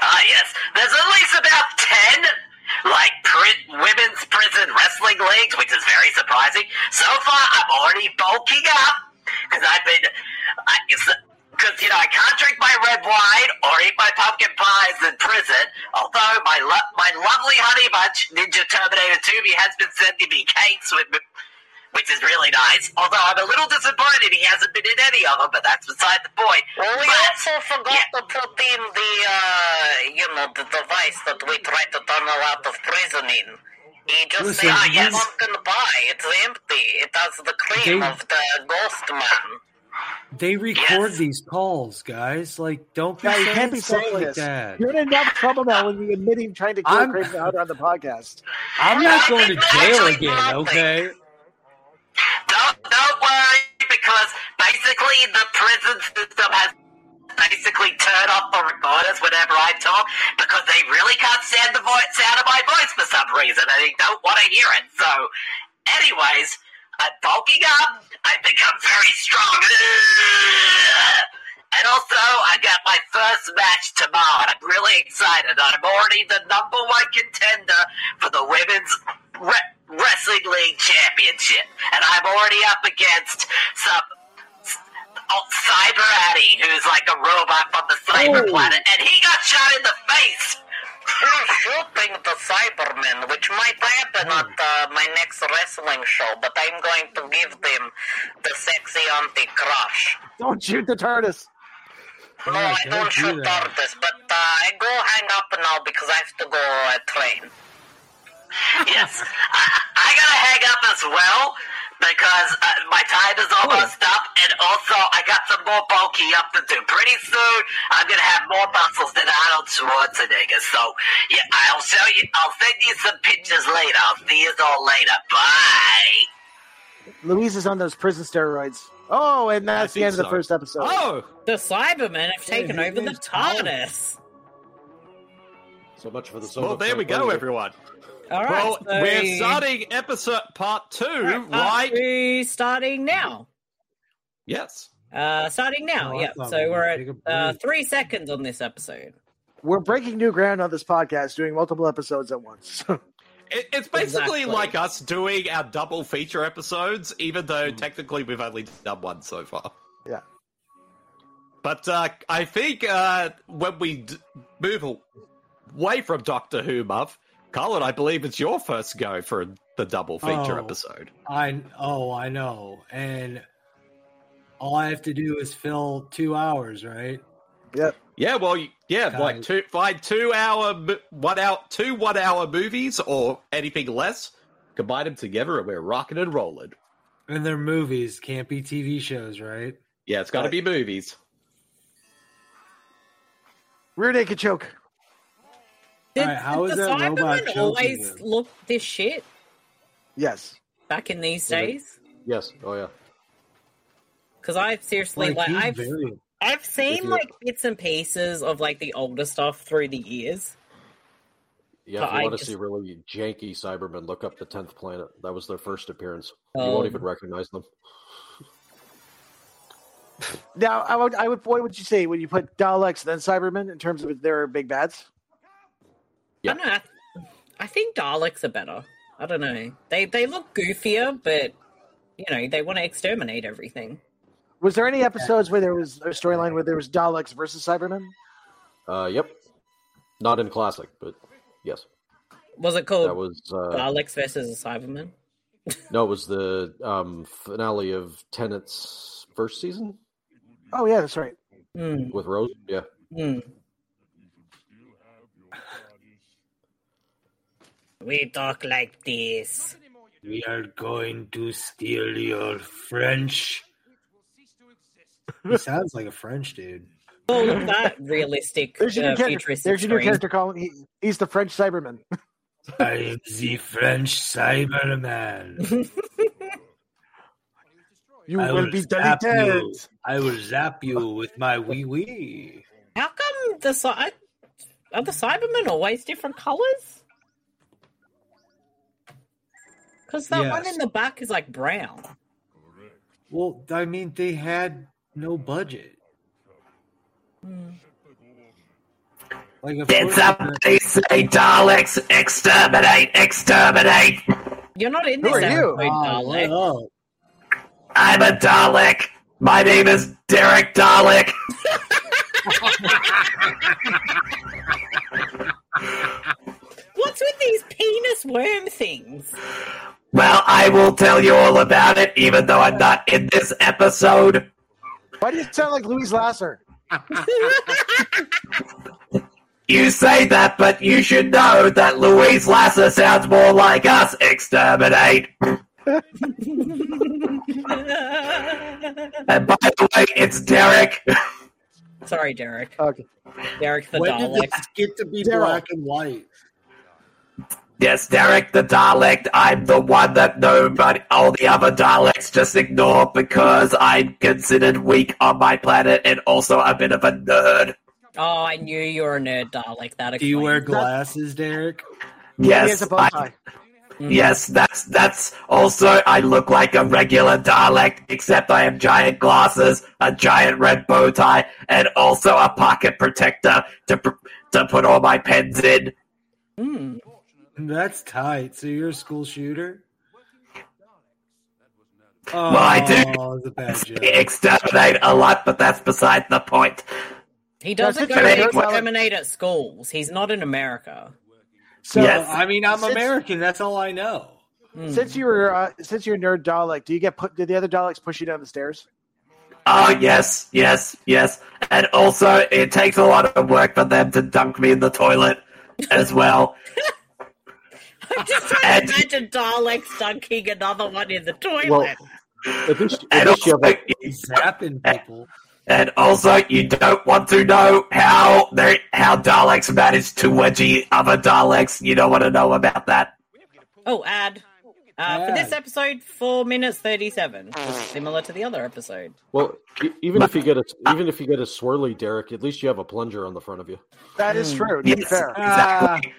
[SPEAKER 2] Ah, yes. There's at least about ten, like, pri- women's prison wrestling leagues, which is very surprising. So far, I'm already bulking up, because I've been... Because, you know, I can't drink my red wine or eat my pumpkin pies in prison, although my lo- my lovely honey bunch, Ninja Terminator 2, me has been sending me cakes with which is really nice. Although I'm a little disappointed he hasn't been in any of them, but that's beside the point. Well, we also forgot to put in the, uh, you know, the device that we tried to tunnel out of prison in. He just said,
[SPEAKER 8] Listen,
[SPEAKER 2] ah, yes,
[SPEAKER 8] these-
[SPEAKER 2] pumpkin pie, it's empty. It has the cream
[SPEAKER 8] They-
[SPEAKER 2] of the ghost man.
[SPEAKER 8] They record
[SPEAKER 2] Yes.
[SPEAKER 8] these calls, guys. Like, don't be
[SPEAKER 7] Yeah, you
[SPEAKER 8] saying
[SPEAKER 7] can't be
[SPEAKER 8] stuff
[SPEAKER 7] saying
[SPEAKER 8] like
[SPEAKER 7] this.
[SPEAKER 8] that.
[SPEAKER 7] You're in enough trouble now when you're admitting trying to kill
[SPEAKER 8] I'm-
[SPEAKER 7] Craven Hunter on the podcast.
[SPEAKER 8] I'm not going to jail again, okay?
[SPEAKER 2] Don't, don't worry, because basically the prison system has basically turned off the recorders whenever I talk because they really can't stand the voice, sound of my voice for some reason and they don't want to hear it. So, anyways, I'm bulking up. I've become very strong. And also, I got my first match tomorrow. and I'm really excited. I'm already the number one contender for the women's re- wrestling league championship, and I'm already up against some s- oh, Cyber Addy, who's like a robot from the Cyber Planet, and he got shot in the face. You're shooting the Cybermen, which might happen at uh, my next wrestling show, but I'm going to give them the sexy auntie crush.
[SPEAKER 7] Don't shoot the TARDIS.
[SPEAKER 2] No,
[SPEAKER 8] Yeah,
[SPEAKER 2] I
[SPEAKER 8] don't
[SPEAKER 2] don't
[SPEAKER 8] do
[SPEAKER 2] shoot
[SPEAKER 8] that.
[SPEAKER 2] tortoise, but uh, I go hang up now because I have to go uh, train. yes, I, I gotta hang up as well because uh, my time is almost up, and also I got some more bulky up to do. Pretty soon, I'm gonna have more muscles than Arnold Schwarzenegger. So yeah, I'll show you. I'll send you some pictures later. I'll see you all later. Bye.
[SPEAKER 7] Louise is on those prison steroids. Oh, and that's the
[SPEAKER 6] think
[SPEAKER 7] end of the
[SPEAKER 6] so.
[SPEAKER 7] first episode.
[SPEAKER 6] Oh,
[SPEAKER 5] The Cybermen have taken
[SPEAKER 8] his
[SPEAKER 5] over the
[SPEAKER 8] name's Tyler.
[SPEAKER 5] TARDIS.
[SPEAKER 11] So much for the solo
[SPEAKER 6] well, there we
[SPEAKER 11] campaign.
[SPEAKER 6] go, everyone.
[SPEAKER 5] All right.
[SPEAKER 6] Well,
[SPEAKER 5] so-
[SPEAKER 6] we're starting episode part two,
[SPEAKER 5] Part
[SPEAKER 6] right?
[SPEAKER 5] two starting now.
[SPEAKER 6] Yes.
[SPEAKER 5] Uh, starting now,
[SPEAKER 8] Oh, I
[SPEAKER 5] yeah.
[SPEAKER 8] thought we
[SPEAKER 5] So
[SPEAKER 8] were
[SPEAKER 5] we're at
[SPEAKER 8] gonna take a
[SPEAKER 5] uh,
[SPEAKER 8] break.
[SPEAKER 5] three seconds on this episode.
[SPEAKER 7] We're breaking new ground on this podcast, doing multiple episodes at once.
[SPEAKER 6] It, it's basically
[SPEAKER 5] Exactly.
[SPEAKER 6] like us doing our double feature episodes, even though
[SPEAKER 8] Hmm.
[SPEAKER 6] technically we've only done one so far.
[SPEAKER 7] Yeah.
[SPEAKER 6] But uh, I think uh, when we d- move away from Doctor Who, Muff, Colin, I believe it's your first go for the double feature
[SPEAKER 8] Oh.
[SPEAKER 6] episode.
[SPEAKER 8] I oh, I know. And all I have to do is fill two hours, right?
[SPEAKER 6] Yeah, well, y- yeah,
[SPEAKER 8] Guys.
[SPEAKER 6] like two, find two hour, mo- one hour, two one hour movies or anything less, combine them together, and we're rocking and rolling.
[SPEAKER 8] And they're movies, can't be TV shows, right?
[SPEAKER 6] Yeah, it's got to be movies.
[SPEAKER 7] Rear naked choke.
[SPEAKER 5] Did,
[SPEAKER 7] All right, how
[SPEAKER 5] did
[SPEAKER 7] is
[SPEAKER 5] the
[SPEAKER 7] that robot
[SPEAKER 5] Cybermen
[SPEAKER 7] choking
[SPEAKER 5] always
[SPEAKER 7] them?
[SPEAKER 5] look this shit
[SPEAKER 7] Yes.
[SPEAKER 5] back in these
[SPEAKER 11] Yeah.
[SPEAKER 5] days?
[SPEAKER 11] Yes. Oh yeah.
[SPEAKER 5] Because I've seriously,
[SPEAKER 11] Like,
[SPEAKER 5] like,
[SPEAKER 11] he's
[SPEAKER 5] I've
[SPEAKER 11] very-
[SPEAKER 5] I've seen
[SPEAKER 11] you-
[SPEAKER 5] like bits and pieces of like the older stuff through the years.
[SPEAKER 11] Yeah, if
[SPEAKER 5] But
[SPEAKER 11] you
[SPEAKER 5] I
[SPEAKER 11] want to
[SPEAKER 5] just-
[SPEAKER 11] see really janky Cybermen, look up the tenth planet. That was their first appearance. you
[SPEAKER 5] Um,
[SPEAKER 11] won't even recognize them.
[SPEAKER 7] Now, I would, I would, what would you say when you put Daleks and then Cybermen in terms of their big bads?
[SPEAKER 5] I don't know. I, I think Daleks are better. I don't know. They they look goofier, but you know they want to exterminate everything.
[SPEAKER 7] Was there any episodes where there was a storyline where there was Daleks versus Cybermen?
[SPEAKER 11] Uh, yep. Not in classic, but yes.
[SPEAKER 5] Was it called
[SPEAKER 11] That was uh,
[SPEAKER 5] Daleks versus a Cyberman?
[SPEAKER 11] no, it was the um, finale of Tenet's first season
[SPEAKER 7] Oh yeah, that's right. Hmm.
[SPEAKER 11] with Rose. Yeah,
[SPEAKER 5] Hmm. We talk like this.
[SPEAKER 8] We are going to steal your French. He sounds like a French dude.
[SPEAKER 5] Well, that realistic
[SPEAKER 8] There's your new
[SPEAKER 5] uh,
[SPEAKER 8] character-
[SPEAKER 5] futuristic
[SPEAKER 7] There's your new
[SPEAKER 5] screen.
[SPEAKER 7] character column. He, he's the French Cyberman.
[SPEAKER 8] I am the French Cyberman.
[SPEAKER 7] You
[SPEAKER 8] I
[SPEAKER 7] will be
[SPEAKER 8] zap
[SPEAKER 7] deleted.
[SPEAKER 8] you. I will zap you with my wee wee.
[SPEAKER 5] How come the Cy- are the Cybermen always different colors? Because that one
[SPEAKER 8] Yes.
[SPEAKER 5] in the back is like brown.
[SPEAKER 8] Well, I mean, they had no budget. Like, of
[SPEAKER 15] Did
[SPEAKER 8] course-
[SPEAKER 15] somebody say Daleks exterminate, exterminate?
[SPEAKER 5] You're not in
[SPEAKER 15] Who
[SPEAKER 5] this
[SPEAKER 15] are you?
[SPEAKER 5] episode, Dalek.
[SPEAKER 8] Oh,
[SPEAKER 15] I'm a Dalek. My name is Derek Dalek.
[SPEAKER 5] What's with these penis worm things?
[SPEAKER 15] Well, I will tell you all about it, even though I'm not in this episode.
[SPEAKER 7] Why do you sound like Louise Lasser?
[SPEAKER 15] You say that, but you should know that Louise Lasser sounds more like us. Exterminate. And by the way, it's Derek.
[SPEAKER 5] Sorry, Derek.
[SPEAKER 7] Okay.
[SPEAKER 5] Derek the
[SPEAKER 8] When did
[SPEAKER 5] Dalek.
[SPEAKER 8] this get to be
[SPEAKER 5] Daryl.
[SPEAKER 8] black and white?
[SPEAKER 15] Yes, Derek the Dalek. I'm the one that nobody, all the other Daleks just ignore because I'm considered weak on my planet and also a bit of a nerd.
[SPEAKER 5] Oh, I knew you were a nerd, Dalek. That
[SPEAKER 8] Do you wear
[SPEAKER 5] explains it.
[SPEAKER 8] glasses, Derek?
[SPEAKER 15] Yes, He has a bow
[SPEAKER 8] tie.
[SPEAKER 15] Yes, that's that's also I look like a regular Dalek, except I have giant glasses, a giant red bow tie, and also a pocket protector to pr- to put all my pens in.
[SPEAKER 8] That's tight. So you're a school shooter? Oh,
[SPEAKER 15] Well, I do
[SPEAKER 8] the bad joke.
[SPEAKER 15] exterminate a lot, but that's beside the point.
[SPEAKER 5] He doesn't go
[SPEAKER 15] That's it.
[SPEAKER 5] to exterminate at schools. He's not in America.
[SPEAKER 7] So,
[SPEAKER 15] Yes.
[SPEAKER 8] I mean, I'm
[SPEAKER 7] Since-
[SPEAKER 8] American. That's all I know.
[SPEAKER 15] Hmm.
[SPEAKER 7] Since you were uh, since you're a nerd Dalek, do you get put? Did the other Daleks push you down the stairs?
[SPEAKER 15] Oh yes, yes, yes, and also it takes a lot of work for them to dunk me in the toilet as well.
[SPEAKER 5] I'm just trying to imagine Dalek dunking another one in the toilet.
[SPEAKER 15] Well,
[SPEAKER 11] at least,
[SPEAKER 15] and also,
[SPEAKER 8] zapping people.
[SPEAKER 15] And also, you don't want to know how they how Daleks manage to wedgie other Daleks. You don't want to know about that.
[SPEAKER 5] Oh, ad. Uh, for this episode, four minutes thirty-seven, which is similar to the other episode.
[SPEAKER 11] Well, e- even if you get a even if you get a swirly, Derek, at least you have a plunger on the front of you.
[SPEAKER 7] That
[SPEAKER 6] Hmm.
[SPEAKER 7] is true. To be
[SPEAKER 15] Yes,
[SPEAKER 7] fair.
[SPEAKER 15] exactly.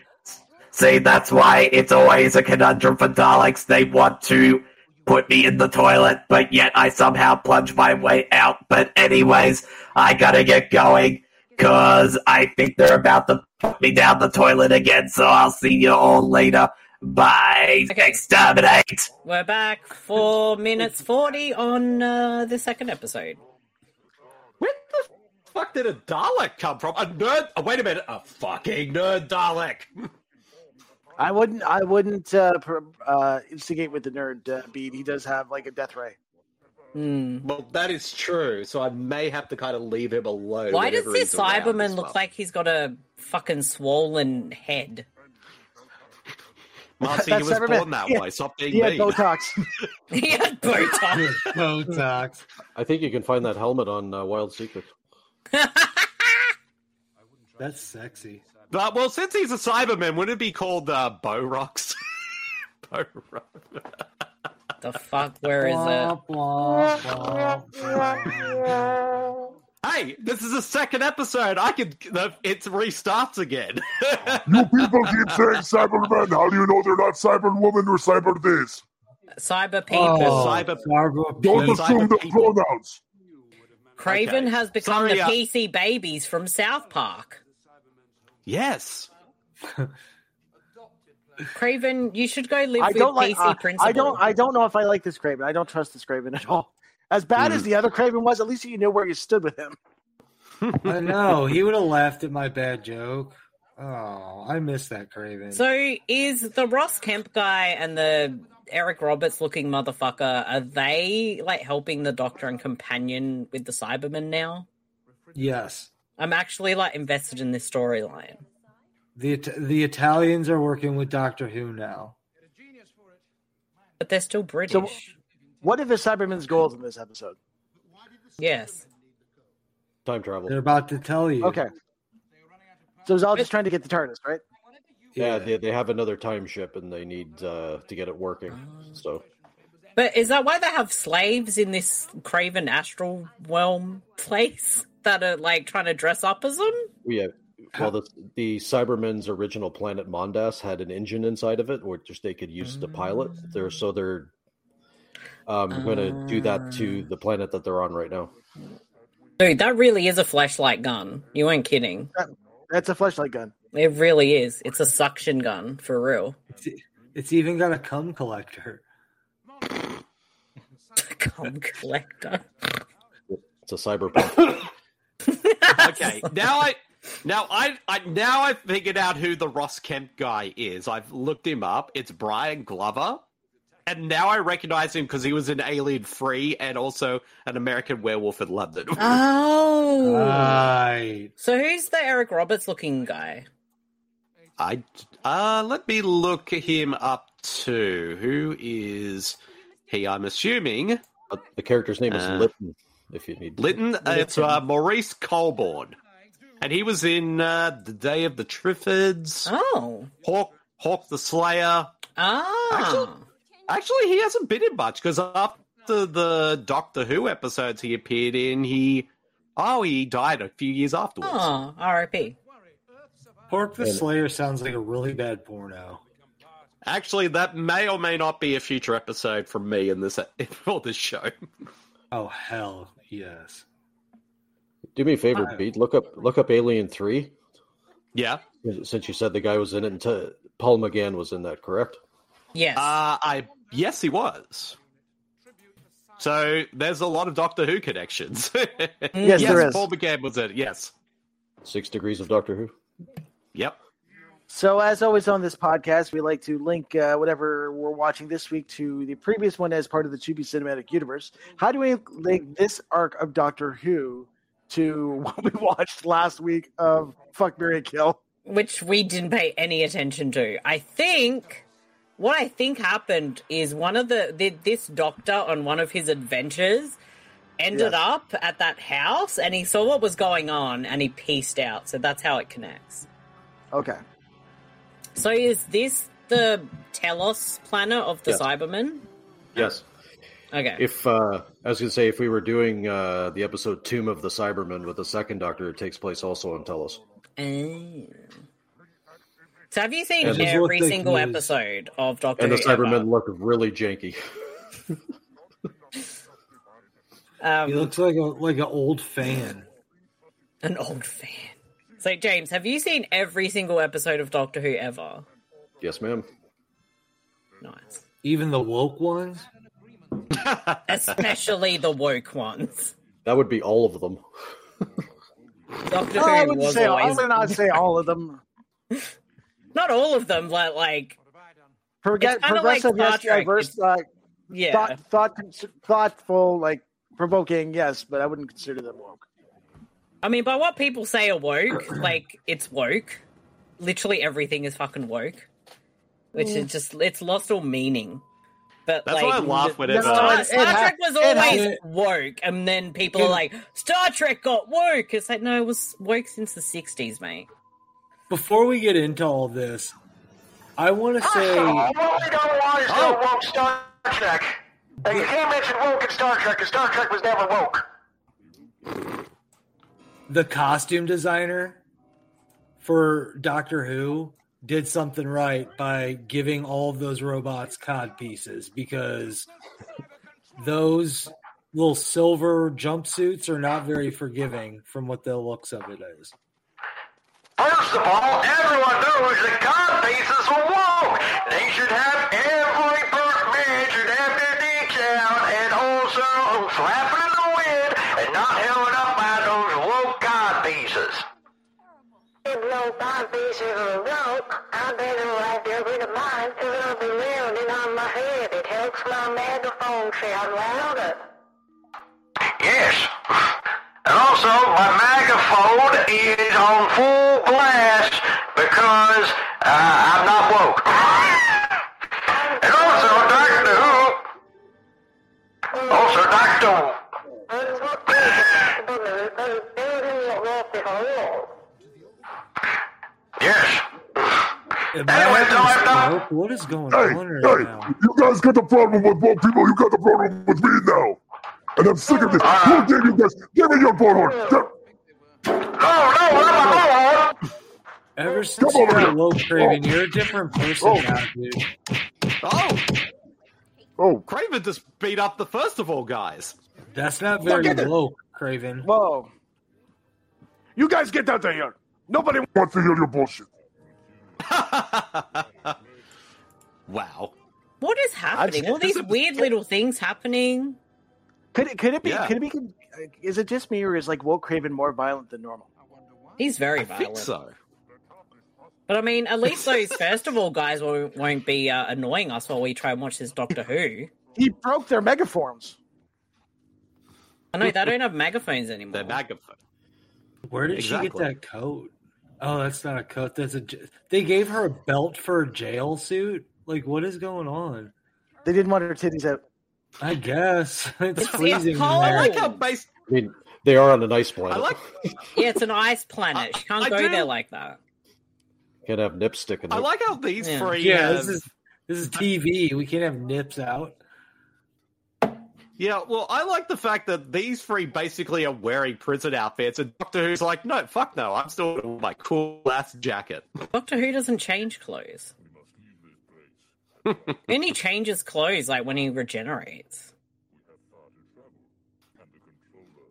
[SPEAKER 15] See, that's why it's always a conundrum for Daleks. They want to put me in the toilet, but yet I somehow plunge my way out. But anyways, I gotta get going because I think they're about to put me down the toilet again. So I'll see you all later. Bye. Exterminate.
[SPEAKER 5] We're back four minutes forty on uh, the second episode.
[SPEAKER 6] Fuck did a Dalek come from? A nerd? Oh, wait a minute, a fucking nerd Dalek.
[SPEAKER 7] I wouldn't. I wouldn't uh, pr- uh, instigate with the nerd uh, beat. He does have like a death ray.
[SPEAKER 5] Hmm.
[SPEAKER 6] Well, that is true. So I may have to kind of leave him alone.
[SPEAKER 5] Why does
[SPEAKER 6] whenever
[SPEAKER 5] this
[SPEAKER 6] he's around
[SPEAKER 5] Cyberman
[SPEAKER 6] as
[SPEAKER 5] look
[SPEAKER 6] well.
[SPEAKER 5] like he's got a fucking swollen head?
[SPEAKER 6] Marcy,
[SPEAKER 7] That's
[SPEAKER 6] you was
[SPEAKER 7] never been-
[SPEAKER 6] born that
[SPEAKER 7] yeah.
[SPEAKER 6] way. Stop being
[SPEAKER 7] He had
[SPEAKER 6] me.
[SPEAKER 7] Botox.
[SPEAKER 5] he had Botox.
[SPEAKER 8] Botox.
[SPEAKER 11] I think you can find that helmet on uh, Wild Secret.
[SPEAKER 8] That's sexy.
[SPEAKER 6] But, well, since he's a Cyberman, wouldn't it be called uh, Bo Rocks? Bo Rocks.
[SPEAKER 5] the fuck? Where is it?
[SPEAKER 6] Hey, this is the second episode. I could. the- It restarts again.
[SPEAKER 16] You people keep saying Cybermen. How do you know they're not Cyberwoman or Cyber this?
[SPEAKER 5] Cyber
[SPEAKER 6] Oh,
[SPEAKER 5] people.
[SPEAKER 6] Cyber-
[SPEAKER 16] Don't assume the pronouns.
[SPEAKER 5] Craven
[SPEAKER 6] Okay.
[SPEAKER 5] has become
[SPEAKER 6] Sorry,
[SPEAKER 5] the
[SPEAKER 6] uh,
[SPEAKER 5] PC babies from South Park.
[SPEAKER 6] yes.
[SPEAKER 5] Craven, you should go live
[SPEAKER 7] I
[SPEAKER 5] with
[SPEAKER 7] don't like.
[SPEAKER 5] PC
[SPEAKER 7] I,
[SPEAKER 5] principal.
[SPEAKER 7] I don't. I don't know if I like this Craven. I don't trust this Craven at all. As bad
[SPEAKER 15] Hmm.
[SPEAKER 7] as the other Craven was, at least you knew where you stood with him.
[SPEAKER 8] I know. He would have laughed at my bad joke. Oh, I miss that Craven.
[SPEAKER 5] So is the Ross Kemp guy and the Eric Roberts looking motherfucker, are they like helping the doctor and companion with the Cybermen now?
[SPEAKER 8] yes.
[SPEAKER 5] I'm actually like invested in this storyline.
[SPEAKER 8] The It- the Italians are working with Doctor Who now.
[SPEAKER 5] But they're still British.
[SPEAKER 7] So, what if the Cyberman's goals in this episode?
[SPEAKER 5] yes.
[SPEAKER 11] Time travel.
[SPEAKER 8] They're about to tell you.
[SPEAKER 7] Okay. So he's all just trying to get the TARDIS, right?
[SPEAKER 11] Yeah, they, they have another time ship and they need uh, to get it working. So
[SPEAKER 5] But is that why they have slaves in this Craven Astral Realm place that are like trying to dress up as them?
[SPEAKER 11] we have. Well, the, the Cybermen's original planet Mondas had an engine inside of it, which they could use to pilot. They're so they're um, going to do that to the planet that they're on right now.
[SPEAKER 5] Dude, that really is a flashlight gun. You ain't kidding.
[SPEAKER 7] That's a flashlight gun.
[SPEAKER 5] It really is. It's a suction gun for real.
[SPEAKER 8] It's, it's even got a cum collector.
[SPEAKER 5] Cum collector.
[SPEAKER 11] It's a cyberpunk.
[SPEAKER 6] Okay. now I. Now I, I now I figured out who the Ross Kemp guy is. I've looked him up. It's Brian Glover, and now I recognize him because he was in Alien Free and also an American Werewolf in London.
[SPEAKER 5] Oh.
[SPEAKER 2] Uh,
[SPEAKER 8] Right.
[SPEAKER 5] so who's the Eric Roberts looking guy?
[SPEAKER 6] I uh, let me look him up too. Who is he? I'm assuming
[SPEAKER 11] But the character's name is
[SPEAKER 6] Uh,
[SPEAKER 11] Litton. If you need
[SPEAKER 6] Litton. Uh, It's uh, Maurice Colborne, and he was in uh, the Day of the Triffids,
[SPEAKER 5] Oh.
[SPEAKER 6] Hawk, Hawk the Slayer.
[SPEAKER 5] Ah.
[SPEAKER 6] Actually, he hasn't been in much because after the Doctor Who episodes he appeared in, he oh he died a few years afterwards.
[SPEAKER 5] Oh, R.I.P.
[SPEAKER 8] Pork the
[SPEAKER 6] And-
[SPEAKER 8] Slayer sounds like a really bad porno.
[SPEAKER 6] Actually, that may or may not be a future episode from me in this for this show.
[SPEAKER 8] Oh hell yes.
[SPEAKER 11] Do me a favor,
[SPEAKER 8] Hi.
[SPEAKER 11] Pete. Look up look up Alien Three.
[SPEAKER 6] Yeah.
[SPEAKER 11] Since you said the guy was in it, and t- Paul McGann was in that, correct?
[SPEAKER 5] Yes.
[SPEAKER 6] Uh, I yes, he was. So there's a lot of Doctor Who connections. yes,
[SPEAKER 7] there is.
[SPEAKER 6] Paul McGann was in it. Yes.
[SPEAKER 11] Six Degrees of Doctor Who.
[SPEAKER 6] Yep.
[SPEAKER 7] So, as always on this podcast, we like to link uh, whatever we're watching this week to the previous one as part of the 2B Cinematic Universe. How do we link this arc of Doctor Who to what we watched last week of Fuck, Mary Kill?
[SPEAKER 5] Which we didn't pay any attention to. I think what I think happened is one of the, the this doctor on one of his adventures ended
[SPEAKER 7] Yes.
[SPEAKER 5] up at that house and he saw what was going on and he pieced out. So that's how it connects.
[SPEAKER 7] Okay.
[SPEAKER 5] So is this the Telos planet of the
[SPEAKER 11] Yes.
[SPEAKER 5] Cybermen?
[SPEAKER 11] Yes.
[SPEAKER 5] Okay.
[SPEAKER 11] If uh, I was going to say, if we were doing uh, the episode Tomb of the Cybermen with the second Doctor, it takes place also on Telos.
[SPEAKER 5] Oh. So have you seen
[SPEAKER 11] Yeah, this is what
[SPEAKER 5] every
[SPEAKER 11] they
[SPEAKER 5] single
[SPEAKER 11] use.
[SPEAKER 5] episode of Doctor
[SPEAKER 11] And the
[SPEAKER 5] Who? ever?
[SPEAKER 11] Cybermen look really janky.
[SPEAKER 5] Um,
[SPEAKER 8] He looks like a like an old fan.
[SPEAKER 5] An old fan. So James, have you seen every single episode of Doctor Who ever?
[SPEAKER 11] yes, ma'am.
[SPEAKER 5] Nice.
[SPEAKER 8] Even the woke ones?
[SPEAKER 5] Especially the woke ones.
[SPEAKER 11] That would be all of them.
[SPEAKER 5] Doctor
[SPEAKER 7] Oh, I,
[SPEAKER 5] Who
[SPEAKER 7] wouldn't
[SPEAKER 5] was
[SPEAKER 7] say, I
[SPEAKER 5] always
[SPEAKER 7] would not say all of them.
[SPEAKER 5] not all of them, but like
[SPEAKER 7] Forget
[SPEAKER 5] It's kinda like
[SPEAKER 7] progressive,
[SPEAKER 5] Star
[SPEAKER 7] yes,
[SPEAKER 5] Trek.
[SPEAKER 7] diverse, uh,
[SPEAKER 5] yeah.
[SPEAKER 7] thought, thought, thoughtful, like provoking, yes, but I wouldn't consider them woke.
[SPEAKER 5] I mean by what people say are woke, like it's woke. Literally everything is fucking woke. which
[SPEAKER 6] Mm.
[SPEAKER 5] is just it's lost all meaning. But
[SPEAKER 6] That's
[SPEAKER 5] like,
[SPEAKER 6] why I laugh uh, whenever-
[SPEAKER 5] Star,
[SPEAKER 6] It
[SPEAKER 5] Star
[SPEAKER 6] ha-
[SPEAKER 5] Trek was
[SPEAKER 6] it ha-
[SPEAKER 5] always woke, and then people are like, "Star Trek got woke." It's like, no, it was woke since the '60s, mate.
[SPEAKER 8] Before we get into all this, I want to say
[SPEAKER 2] Oh. woke Star Trek. And you can't mention woke in Star Trek because Star Trek was never woke.
[SPEAKER 8] the costume designer for Doctor Who did something right by giving all of those robots cod pieces because those little silver jumpsuits are not very forgiving from what the looks of it is.
[SPEAKER 2] First of all, everyone knows that God bases were woke. They should have every birth man should have their dick out and also flapping in the wind and not held up by those woke God bases. If no God bases are woke, I better write their rid of mine because I'll be rounding on my head. It helps my megaphone sound louder. Yes. And also, my megaphone is on full blast because uh, I'm not woke. and also, Doctor Who. Also, Doctor. yes.
[SPEAKER 8] Anyway,
[SPEAKER 2] so I'm not.
[SPEAKER 8] What is going
[SPEAKER 14] Hey,
[SPEAKER 8] on right
[SPEAKER 14] hey,
[SPEAKER 8] now?
[SPEAKER 14] you guys got the problem with woke people. You got the problem with me now. And I'm sick of this. Who gave you this? Give me your bullhorn. Give-
[SPEAKER 8] Ever since you got low craving, you're a different person now, dude.
[SPEAKER 6] Oh,
[SPEAKER 14] oh,
[SPEAKER 6] Craven just beat up the first of all guys.
[SPEAKER 8] That's not
[SPEAKER 6] very
[SPEAKER 8] very low, Craven.
[SPEAKER 7] Whoa.
[SPEAKER 2] You guys get out of here. Nobody
[SPEAKER 14] wants to hear your bullshit.
[SPEAKER 6] Wow.
[SPEAKER 5] What is happening?
[SPEAKER 7] just-
[SPEAKER 5] All these weird little things happening.
[SPEAKER 7] Could it could it be
[SPEAKER 5] Yeah.
[SPEAKER 7] could it be is it just me or is like woke Craven more violent than normal?
[SPEAKER 5] He's very
[SPEAKER 7] think
[SPEAKER 5] violent.
[SPEAKER 7] so.
[SPEAKER 5] But I mean, at least those first of all guys won't, won't be uh, annoying us while we try and watch this Doctor Who.
[SPEAKER 7] He broke their megaforms.
[SPEAKER 5] I know they don't have megaphones anymore. They're
[SPEAKER 6] megaphones.
[SPEAKER 8] Where did she
[SPEAKER 5] Exactly.
[SPEAKER 8] get that coat? Oh, that's not a coat. That's a. j- They gave her a belt for a jail suit. Like, what is going on?
[SPEAKER 7] They didn't want her titties out.
[SPEAKER 8] I guess it's,
[SPEAKER 5] It's- it's
[SPEAKER 8] freezing. in
[SPEAKER 5] cold.
[SPEAKER 8] there.
[SPEAKER 5] I like how base-
[SPEAKER 11] I mean, they are on an ice planet.
[SPEAKER 5] Yeah, it's an ice planet. She can't
[SPEAKER 6] I
[SPEAKER 5] go
[SPEAKER 6] do-
[SPEAKER 5] there like that.
[SPEAKER 11] Can't have nipstick in
[SPEAKER 6] I
[SPEAKER 11] it.
[SPEAKER 6] like how these
[SPEAKER 5] Yeah.
[SPEAKER 6] three. um,
[SPEAKER 8] Yeah,
[SPEAKER 6] have-
[SPEAKER 8] this is this is TV. We can't have nips out.
[SPEAKER 6] yeah, well, I like the fact that these three basically are wearing prison outfits, and Doctor Who's like, no, fuck no, I'm still in my cool ass jacket.
[SPEAKER 5] Doctor Who doesn't change clothes. He only changes clothes like when he regenerates.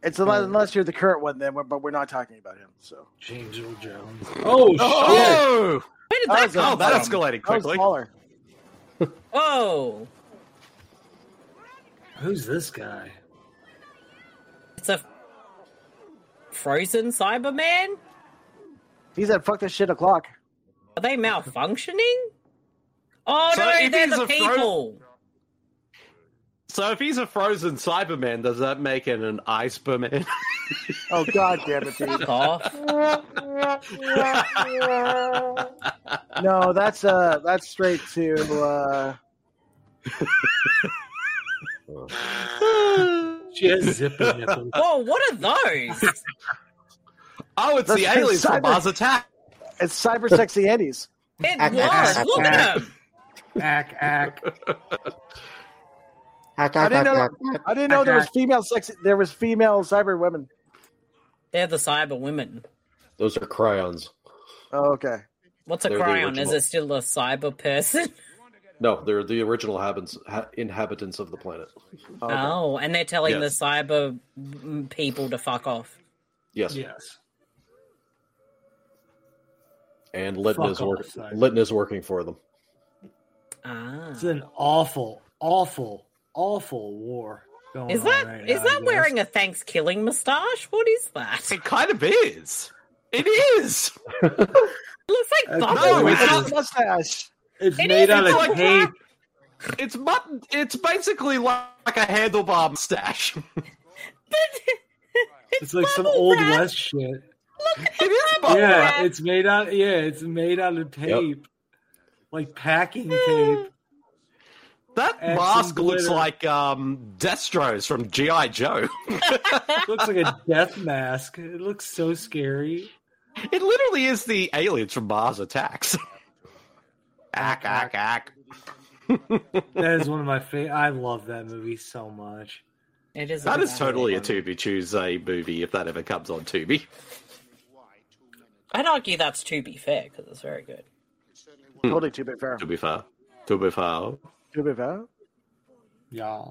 [SPEAKER 7] It's unless, unless you're the current one then but we're not talking about him. So
[SPEAKER 8] James Earl Jones.
[SPEAKER 7] Oh, shit.
[SPEAKER 6] Oh!
[SPEAKER 5] Where did
[SPEAKER 7] I
[SPEAKER 5] that
[SPEAKER 7] was
[SPEAKER 5] come
[SPEAKER 7] gonna say,
[SPEAKER 5] from?
[SPEAKER 7] I was smaller.
[SPEAKER 5] Oh,
[SPEAKER 8] Who's this guy?
[SPEAKER 5] it's a frozen Cyberman.
[SPEAKER 7] He's at fuck this shit o'clock.
[SPEAKER 5] Are they malfunctioning? Oh
[SPEAKER 6] So
[SPEAKER 5] no,
[SPEAKER 6] if
[SPEAKER 5] they're
[SPEAKER 6] he's
[SPEAKER 5] the
[SPEAKER 6] a fro-
[SPEAKER 5] people.
[SPEAKER 6] So if he's a frozen Cyberman, does that make him an Iceberman?
[SPEAKER 7] Oh god damn it, dude.
[SPEAKER 5] Fuck off.
[SPEAKER 7] No, that's uh that's straight to uh
[SPEAKER 8] She has zipper nipples.
[SPEAKER 5] Whoa, Oh, what are those?
[SPEAKER 6] Oh, it's
[SPEAKER 7] That's
[SPEAKER 6] the aliens
[SPEAKER 7] cyber-
[SPEAKER 6] from Mars Attack.
[SPEAKER 7] It's cyber sexy Eddies.
[SPEAKER 5] It was. Look at them.
[SPEAKER 8] Ack, ack.
[SPEAKER 7] I didn't know I didn't know there was female sexy there was female cyber women.
[SPEAKER 5] They're the cyber women.
[SPEAKER 11] Those are cryons.
[SPEAKER 7] Oh, okay.
[SPEAKER 5] What's a
[SPEAKER 11] They're the
[SPEAKER 5] cryon? Is
[SPEAKER 11] original.
[SPEAKER 5] it still a cyber person?
[SPEAKER 11] No, they're the original habits, ha- inhabitants of the planet.
[SPEAKER 5] Oh, and they're telling
[SPEAKER 11] Yes.
[SPEAKER 5] the cyber mm, people to fuck off.
[SPEAKER 11] Yes.
[SPEAKER 8] Yes.
[SPEAKER 11] And Litton
[SPEAKER 8] Fuck
[SPEAKER 11] is,
[SPEAKER 8] off,
[SPEAKER 11] work-
[SPEAKER 8] Simon.
[SPEAKER 11] Litton is working for them.
[SPEAKER 5] Ah.
[SPEAKER 8] It's an awful, awful, awful war going
[SPEAKER 5] Is
[SPEAKER 8] on
[SPEAKER 5] that is
[SPEAKER 8] right now, I
[SPEAKER 5] that
[SPEAKER 8] guess.
[SPEAKER 5] wearing a Thanksgiving moustache? What is that?
[SPEAKER 6] It kind of is. It is.
[SPEAKER 5] looks like
[SPEAKER 6] No,
[SPEAKER 5] bubbles.
[SPEAKER 6] it's
[SPEAKER 5] It's
[SPEAKER 6] not-
[SPEAKER 5] not-
[SPEAKER 7] mustache.
[SPEAKER 8] It's
[SPEAKER 5] It made is, out it's of
[SPEAKER 6] like
[SPEAKER 8] tape.
[SPEAKER 6] It's mutton. It's basically like a handlebar mustache.
[SPEAKER 8] It's like some old west shit.
[SPEAKER 6] It is bubble
[SPEAKER 8] yeah,
[SPEAKER 6] wrap.
[SPEAKER 8] it's made out. Yeah, it's made out of tape. like packing tape.
[SPEAKER 6] That
[SPEAKER 8] And
[SPEAKER 6] mask
[SPEAKER 8] some
[SPEAKER 6] looks
[SPEAKER 8] glitter.
[SPEAKER 6] like um, Destro's from GI Joe.
[SPEAKER 8] looks like a death mask. It looks so scary.
[SPEAKER 6] It literally is the aliens from Mars Attacks. ack ack ack.
[SPEAKER 8] That is one of my favorite. I love that movie so much.
[SPEAKER 5] It is.
[SPEAKER 6] That is totally a Tubi Tuesday movie if that ever comes on Tubi.
[SPEAKER 5] I'd argue that's to be fair because it's very good.
[SPEAKER 7] Totally too big fair.
[SPEAKER 6] To be fair, to be fair.
[SPEAKER 7] Too big fair.
[SPEAKER 8] Yeah.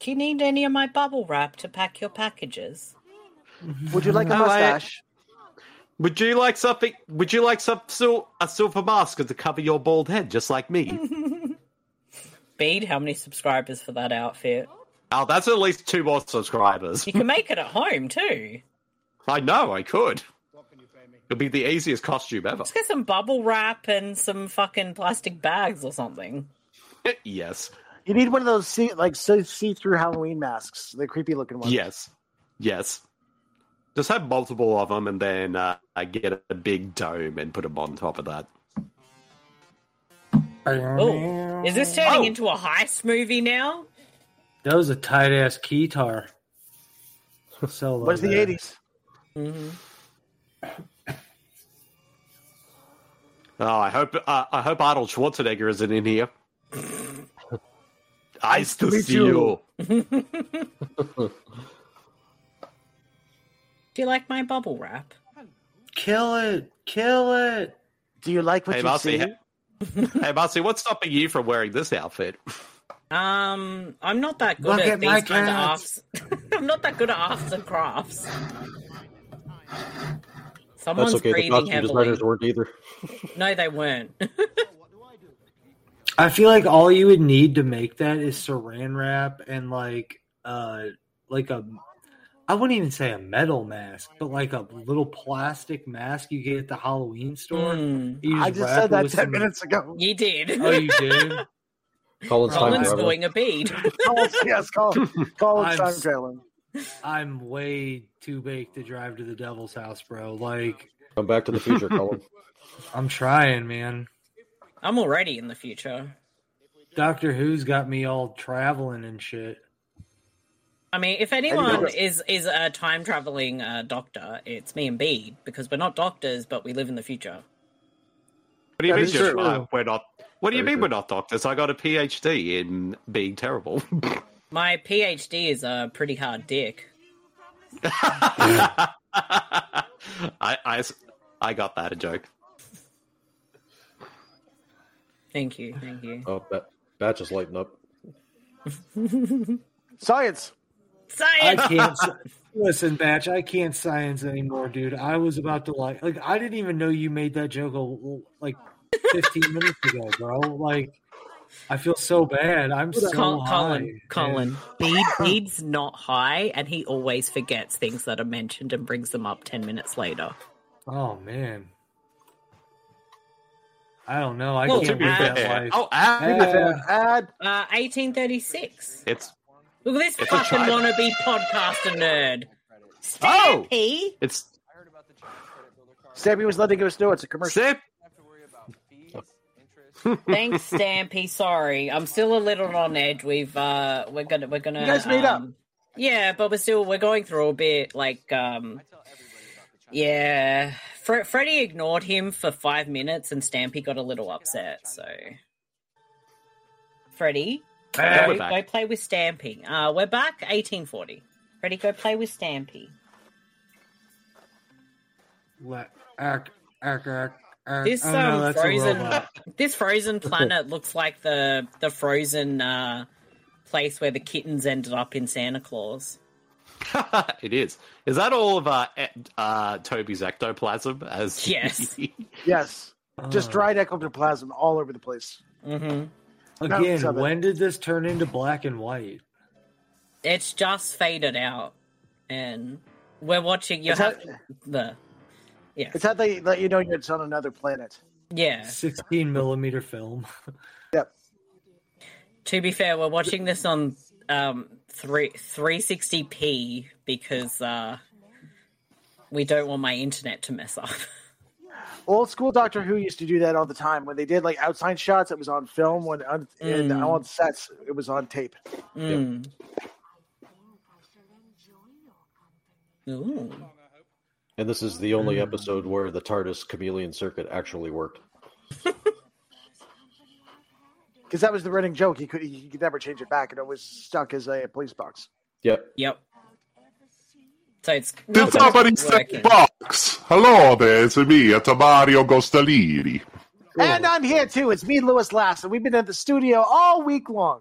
[SPEAKER 5] Do you need any of my bubble wrap to pack your packages?
[SPEAKER 7] Would you like a
[SPEAKER 6] Oh, I-
[SPEAKER 7] mustache?
[SPEAKER 6] Would you like something? Would you like some sil- a silver mask to cover your bald head, just like me?
[SPEAKER 5] Bead, how many subscribers for that outfit?
[SPEAKER 6] oh, that's at least two more subscribers.
[SPEAKER 5] You can make it at home too.
[SPEAKER 6] I know, I could. It'd be the easiest costume ever.
[SPEAKER 5] Let's get some bubble wrap and some fucking plastic bags or something.
[SPEAKER 6] yes,
[SPEAKER 7] You need one of those see like so see through Halloween masks, the creepy looking ones.
[SPEAKER 6] yes, yes. Just have multiple of them, and then uh, I get a big dome and put them on top of that.
[SPEAKER 5] Oh, is this turning into a heist movie now?
[SPEAKER 8] That was a tight ass keytar. Solo.
[SPEAKER 7] Was the
[SPEAKER 8] there.
[SPEAKER 7] 80s.
[SPEAKER 8] Mm-hmm.
[SPEAKER 6] Oh, I hope uh, I hope Arnold Schwarzenegger isn't in here. Nice to
[SPEAKER 5] meet
[SPEAKER 6] see
[SPEAKER 5] you.
[SPEAKER 6] you.
[SPEAKER 5] Do you like my bubble wrap?
[SPEAKER 8] Kill it. Kill it.
[SPEAKER 7] Do you like
[SPEAKER 6] hey, Marcy. hey, Marcy, what's stopping you from wearing this outfit?
[SPEAKER 5] Um, I'm not that good
[SPEAKER 6] Look
[SPEAKER 5] at,
[SPEAKER 6] at
[SPEAKER 5] these
[SPEAKER 6] my
[SPEAKER 5] kind of arts. I'm not that good at arts and crafts. Someone's
[SPEAKER 11] That's okay. The
[SPEAKER 5] breathing
[SPEAKER 11] costume
[SPEAKER 5] heavily.
[SPEAKER 11] designers weren't either.
[SPEAKER 5] No, they weren't.
[SPEAKER 8] I feel like all you would need to make that is saran wrap and like uh like a I wouldn't even say a metal mask, but like a little plastic mask you get at the Halloween store. You
[SPEAKER 7] I just
[SPEAKER 8] wrap
[SPEAKER 7] said
[SPEAKER 8] it
[SPEAKER 7] that
[SPEAKER 8] with
[SPEAKER 7] 10
[SPEAKER 8] some-
[SPEAKER 7] minutes ago.
[SPEAKER 5] You did.
[SPEAKER 8] Oh, you did.
[SPEAKER 11] Colin's time
[SPEAKER 5] Colin's
[SPEAKER 11] traveling.
[SPEAKER 5] doing a bead.
[SPEAKER 7] Colin's- yes, Colin. Colin's
[SPEAKER 8] I'm
[SPEAKER 7] time
[SPEAKER 8] s-
[SPEAKER 7] traveling.
[SPEAKER 8] I'm way too baked to drive to the devil's house, bro. Like
[SPEAKER 11] Come back to the future, Colin.
[SPEAKER 8] I'm trying, man.
[SPEAKER 5] I'm already in the future.
[SPEAKER 8] Doctor Who's got me all traveling and shit.
[SPEAKER 5] I mean, if
[SPEAKER 8] you
[SPEAKER 5] anyone
[SPEAKER 8] notice-
[SPEAKER 5] is is a time traveling uh, doctor, it's me and Bede because we're not doctors, but we live in the future.
[SPEAKER 6] What do you
[SPEAKER 5] That
[SPEAKER 6] mean,
[SPEAKER 5] is
[SPEAKER 6] just,
[SPEAKER 5] true.
[SPEAKER 6] uh, we're not? What do you
[SPEAKER 5] Very
[SPEAKER 6] mean we're not doctors? I got a PhD in being terrible.
[SPEAKER 5] My PhD is a pretty hard dick.
[SPEAKER 6] I, I s- I got that a joke.
[SPEAKER 5] Thank you, thank you.
[SPEAKER 11] Oh, that batch is lighting up.
[SPEAKER 7] Science.
[SPEAKER 8] I
[SPEAKER 5] Science.
[SPEAKER 8] can't s- listen, Batch. I can't science anymore, dude. I was about to like, like I didn't even know you made that joke a- like 15 minutes ago, bro. Like, I feel so bad. I'm so
[SPEAKER 5] Col-
[SPEAKER 8] high,
[SPEAKER 5] Colin, Colin, Bede, Bede's not high, and he always forgets things that are mentioned and brings them up ten minutes later.
[SPEAKER 8] man. Oh man, I don't know. I
[SPEAKER 5] Well,
[SPEAKER 8] can't
[SPEAKER 5] to be
[SPEAKER 8] live
[SPEAKER 5] fair-
[SPEAKER 8] that life.
[SPEAKER 5] oh, ah.
[SPEAKER 7] Add
[SPEAKER 5] Uh, 1836.
[SPEAKER 6] It's
[SPEAKER 5] Look at this
[SPEAKER 6] It's a
[SPEAKER 5] fucking
[SPEAKER 6] child.
[SPEAKER 5] wannabe podcaster nerd.
[SPEAKER 6] oh,
[SPEAKER 5] Stampy.
[SPEAKER 6] it's
[SPEAKER 7] Sammy was letting us know it's a commercial.
[SPEAKER 5] Thanks, Stampy. Sorry, I'm still a little on edge. We've uh, we're gonna we're gonna
[SPEAKER 7] You guys made up.
[SPEAKER 5] um, Yeah, but we're still we're going through a bit like um. Yeah, Fre- Freddy ignored him for five minutes, and Stampy got a little upset. So, Freddy,
[SPEAKER 6] Yeah,
[SPEAKER 5] go,
[SPEAKER 6] we're back.
[SPEAKER 5] go play with Stampy. Uh, we're back. 1840. Freddy, go play with Stampy.
[SPEAKER 8] Let- ack, ack, ack, ack.
[SPEAKER 5] This
[SPEAKER 8] Oh, no,
[SPEAKER 5] um,
[SPEAKER 8] that's a
[SPEAKER 5] frozen
[SPEAKER 8] robot.
[SPEAKER 5] this frozen planet looks like the the frozen uh, place where the kittens ended up in Santa Claus.
[SPEAKER 6] it is. Is that all of uh, e- uh, Toby's ectoplasm? As
[SPEAKER 5] Yes.
[SPEAKER 7] Yes. Just dried ectoplasm all over the place.
[SPEAKER 5] Mm-hmm.
[SPEAKER 7] No,
[SPEAKER 8] Again,
[SPEAKER 7] it's-
[SPEAKER 8] when did this turn into black and white?
[SPEAKER 5] It's just faded out, and we're watching. You
[SPEAKER 7] It's
[SPEAKER 5] have
[SPEAKER 7] how-
[SPEAKER 5] the yeah
[SPEAKER 7] It's how they let you know it's on another planet.
[SPEAKER 5] yeah.
[SPEAKER 8] 16 millimeter film.
[SPEAKER 5] To be fair, we're watching this on um three 360p because uh we don't want my internet to mess up.
[SPEAKER 7] Old school Doctor Who used to do that all the time when they did like outside shots. It was on film when on, and
[SPEAKER 5] Mm.
[SPEAKER 7] on sets it was on tape.
[SPEAKER 5] Mm. Ooh.
[SPEAKER 11] And this is the
[SPEAKER 16] Hmm.
[SPEAKER 11] only episode where the TARDIS chameleon circuit actually worked.
[SPEAKER 7] Because that was the running joke. He could he could never change it back, and it was stuck as a police box.
[SPEAKER 11] Yep.
[SPEAKER 5] Yep. So it's
[SPEAKER 16] Did
[SPEAKER 5] not
[SPEAKER 16] somebody say
[SPEAKER 5] working.
[SPEAKER 16] box? Hello there, it's me, it's Mario Gostalini.
[SPEAKER 7] And I'm here too. It's me, Lewis Lass, and we've been at the studio all week long.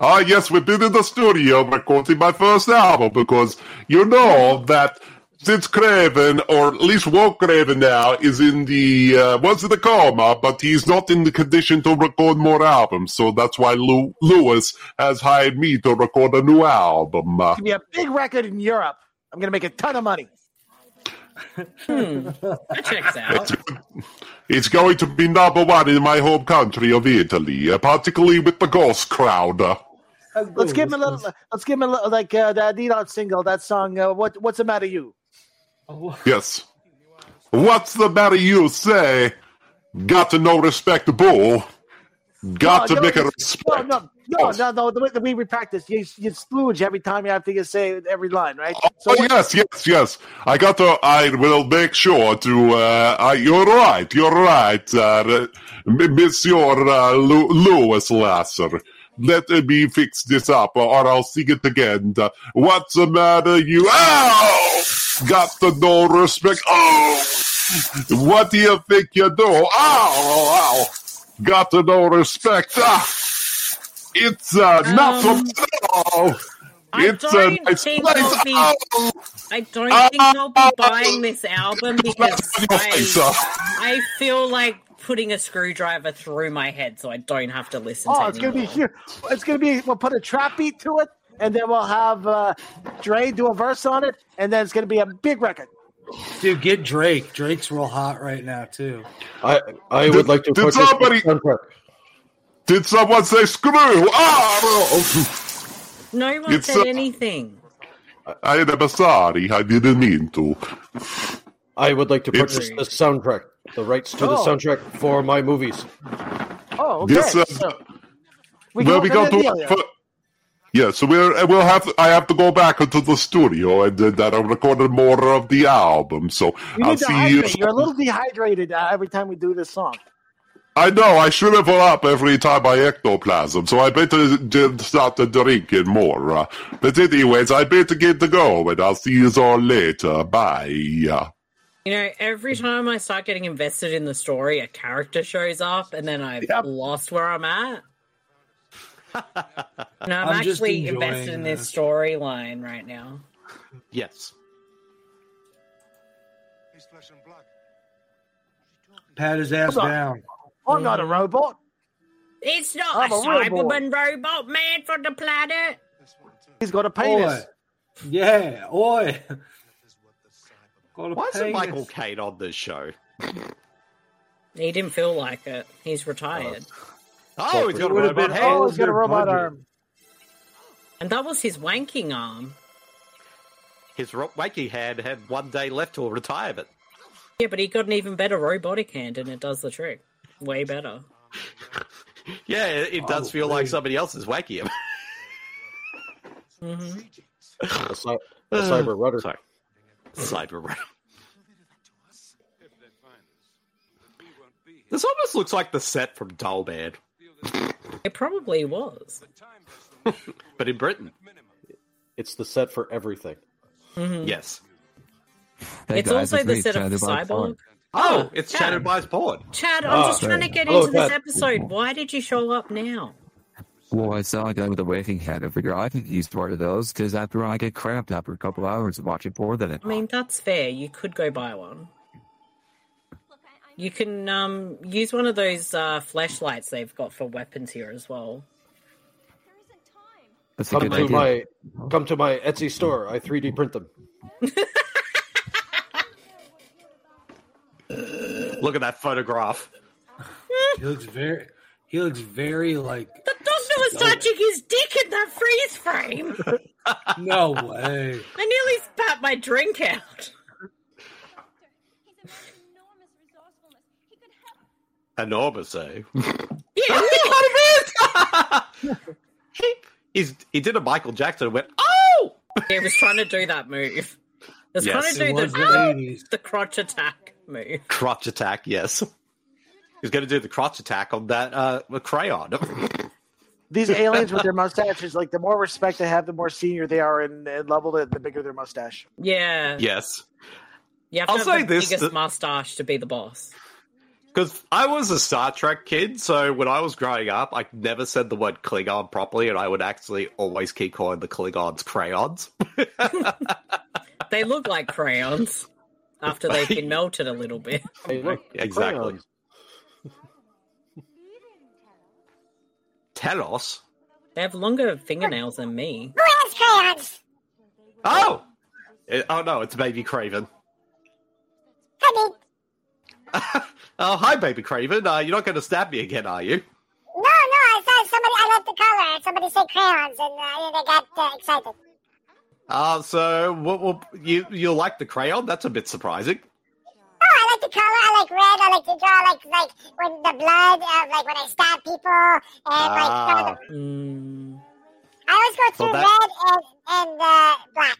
[SPEAKER 16] Ah, yes, we've been in the studio recording my first album because you know that since Craven, or at least Walt Craven now, is in the, uh, was in the coma, but he's not in the condition to record more albums. So that's why Lew- Lewis has hired me to record a new album. Uh,
[SPEAKER 7] It's gonna be a big record in Europe. I'm gonna make a ton of money.
[SPEAKER 16] Hmm.
[SPEAKER 5] That checks out.
[SPEAKER 16] it's going to be number one in my home country of Italy, uh, particularly with the Ghost crowd. Uh,
[SPEAKER 7] Let's give him a little. Let's give him a little like uh, that Neon single. That song. Uh, what What's the matter, you?
[SPEAKER 16] Yes. What's the matter you say? Got to know respectable. Got to
[SPEAKER 7] No, no,
[SPEAKER 16] make a
[SPEAKER 7] it's-
[SPEAKER 16] respect.
[SPEAKER 7] No, no, no, no. The way that we we practice, you you splooge every time you have to say every line, right?
[SPEAKER 16] oh yes, yes, yes. I got to. I will make sure to. Uh, I, you're right. You're right, uh, M- Monsieur uh, Lu- Lewis Lasser. Let me fix this up, or I'll sing it again. Uh, What's the matter, you? Ow! Got to know respect. Oh, what do you think you do? Ow, ow, ow. Got to know respect. Ah, it's uh, not
[SPEAKER 5] Um,
[SPEAKER 16] from. Oh,
[SPEAKER 5] I
[SPEAKER 16] it's a
[SPEAKER 5] don't
[SPEAKER 16] nice
[SPEAKER 5] think
[SPEAKER 16] place.
[SPEAKER 5] I'll be.
[SPEAKER 16] Ow!
[SPEAKER 5] I don't think I'll be buying this album because I, I feel like putting a screwdriver through my head, so I don't have to listen.
[SPEAKER 7] Oh,
[SPEAKER 5] to
[SPEAKER 7] it's gonna be
[SPEAKER 5] anymore.
[SPEAKER 7] huge. It's gonna be. We'll put a trap beat to it, and then we'll have uh, Dre do a verse on it, and then it's gonna be a big record.
[SPEAKER 8] Dude, get Drake. Drake's real hot right now too.
[SPEAKER 11] I I would like to
[SPEAKER 16] did
[SPEAKER 11] put this-
[SPEAKER 16] somebody- Did someone say screw? Ah!
[SPEAKER 5] No one
[SPEAKER 16] It's,
[SPEAKER 5] said
[SPEAKER 16] uh,
[SPEAKER 5] anything.
[SPEAKER 16] I am sorry. I didn't mean to.
[SPEAKER 11] I would like to
[SPEAKER 16] It's-
[SPEAKER 11] purchase the soundtrack, the rights to the
[SPEAKER 7] Oh.
[SPEAKER 11] soundtrack for my movies.
[SPEAKER 7] Oh, okay.
[SPEAKER 16] Yes, uh,
[SPEAKER 7] so
[SPEAKER 16] Where
[SPEAKER 7] we can
[SPEAKER 16] well, we
[SPEAKER 7] open
[SPEAKER 16] go
[SPEAKER 7] a
[SPEAKER 16] to
[SPEAKER 7] deal here.
[SPEAKER 16] for- yeah. So we're uh, we'll have to, I have to go back into the studio and uh, that I recorded more of the album. So
[SPEAKER 7] You
[SPEAKER 16] I'll
[SPEAKER 7] need to
[SPEAKER 16] see you.
[SPEAKER 7] hydrate. You're a little dehydrated uh, every time we do this song.
[SPEAKER 16] I know I shrivel up every time I ectoplasm, so I better d- start to drink it more. Uh, but anyways, I better get to go, and I'll see you all later. Bye. Uh,
[SPEAKER 5] You know, every time I start getting invested in the story, a character shows up, and then I've lost where I'm at. no, I'm,
[SPEAKER 8] I'm just
[SPEAKER 5] actually
[SPEAKER 8] enjoying
[SPEAKER 5] invested in this
[SPEAKER 8] this.
[SPEAKER 5] storyline right now.
[SPEAKER 6] Yes.
[SPEAKER 8] Pat his ass
[SPEAKER 7] Hold on.
[SPEAKER 8] down.
[SPEAKER 7] I'm not a robot.
[SPEAKER 5] It's not
[SPEAKER 7] I'm
[SPEAKER 5] a,
[SPEAKER 7] a robot.
[SPEAKER 5] Cyberman robot man from the planet.
[SPEAKER 7] He's got a penis.
[SPEAKER 8] Oi. Yeah, oi. Got a
[SPEAKER 6] Why isn't
[SPEAKER 8] penis.
[SPEAKER 6] Michael Caine on this show?
[SPEAKER 5] He didn't feel like it. He's retired,
[SPEAKER 6] Oh, he's got
[SPEAKER 8] It
[SPEAKER 6] a
[SPEAKER 8] would've
[SPEAKER 6] robot
[SPEAKER 8] been-
[SPEAKER 6] hand.
[SPEAKER 7] Oh, he's got a
[SPEAKER 8] Their
[SPEAKER 7] robot
[SPEAKER 8] budget.
[SPEAKER 7] arm.
[SPEAKER 5] and that was his wanking arm.
[SPEAKER 6] His ro- wacky hand had one day left to retire it.
[SPEAKER 5] Yeah, but he got an even better robotic hand, and it does the trick way better.
[SPEAKER 6] Yeah, it, it
[SPEAKER 8] Oh,
[SPEAKER 6] does feel like somebody else is wacky. him.
[SPEAKER 5] hmm
[SPEAKER 11] A, cy- a cyber rudder.
[SPEAKER 6] Sorry. Cyber rudder. This almost looks like the set from Doll Man,
[SPEAKER 5] It probably was.
[SPEAKER 6] but in Britain.
[SPEAKER 11] It's the set for everything.
[SPEAKER 6] Yes.
[SPEAKER 5] Mm-hmm. it's also the set of Cyborg.
[SPEAKER 6] Oh, it's
[SPEAKER 5] Chad.
[SPEAKER 6] Shattered by his porn.
[SPEAKER 5] Chad, I'm
[SPEAKER 7] Ah,
[SPEAKER 15] Oh,
[SPEAKER 5] just trying to
[SPEAKER 15] sorry.
[SPEAKER 5] get
[SPEAKER 11] Hello,
[SPEAKER 5] into this
[SPEAKER 11] Chad.
[SPEAKER 5] episode. Why did you show up now?
[SPEAKER 15] Well, I saw a guy with a waking head. I figure I can use one of those because after all, I get cramped after a couple hours of watching porn. Then it.
[SPEAKER 5] I mean, that's fair. You could go buy one. You can um, use one of those uh, flashlights they've got for weapons here as well.
[SPEAKER 15] That's a
[SPEAKER 11] Come
[SPEAKER 15] good
[SPEAKER 11] to
[SPEAKER 15] idea.
[SPEAKER 11] my come to my Etsy store. I 3D print them.
[SPEAKER 6] Look at that photograph.
[SPEAKER 8] He looks very he looks very like
[SPEAKER 5] The doctor was touching his dick in that freeze frame.
[SPEAKER 8] no way.
[SPEAKER 5] I nearly spat my drink out.
[SPEAKER 6] enormous, eh?
[SPEAKER 5] Yeah,
[SPEAKER 6] he, he's, he did a Michael Jackson and went,
[SPEAKER 5] oh! He was trying to do that move. He was trying
[SPEAKER 6] Yes.
[SPEAKER 5] to
[SPEAKER 6] It
[SPEAKER 5] do
[SPEAKER 6] was
[SPEAKER 5] the,
[SPEAKER 6] the
[SPEAKER 5] "Ow!"
[SPEAKER 6] 80s.
[SPEAKER 5] the crotch attack move.
[SPEAKER 6] crotch attack, yes. He's going to do the crotch attack on that uh, crayon.
[SPEAKER 7] These aliens with their mustaches, like the more respect they have, the more senior they are and, and level, the, the bigger their mustache.
[SPEAKER 5] Yeah.
[SPEAKER 6] yes.
[SPEAKER 5] You have to
[SPEAKER 6] I'll
[SPEAKER 5] have
[SPEAKER 6] say
[SPEAKER 5] the
[SPEAKER 6] this,
[SPEAKER 5] biggest
[SPEAKER 6] that-
[SPEAKER 5] mustache to be the boss.
[SPEAKER 6] Because I was a Star Trek kid, so when I was growing up, I never said the word Klingon properly, and I would actually always keep calling the Klingons crayons.
[SPEAKER 5] They look like crayons after they've been melted a little bit.
[SPEAKER 6] exactly. Telos?
[SPEAKER 5] They have longer fingernails than me.
[SPEAKER 17] crayons?
[SPEAKER 6] Oh! Eh, oh no, it's Baby Craven.
[SPEAKER 17] Honey,
[SPEAKER 6] Oh, hi, Baby Craven. Uh, you're not going to stab me again, are you?
[SPEAKER 17] no, no, I saw somebody, I like the color, and somebody said crayons, and uh, they got uh, excited.
[SPEAKER 6] Uh, so, what, what, you you like the crayon? That's a bit surprising.
[SPEAKER 17] Oh, I like the color, I like red, I like to draw, like, like, when the blood, of, like, when I stab people, and, like, some of the-
[SPEAKER 6] Ah,
[SPEAKER 17] I always go through
[SPEAKER 6] Well, that-
[SPEAKER 17] red and, and uh, black.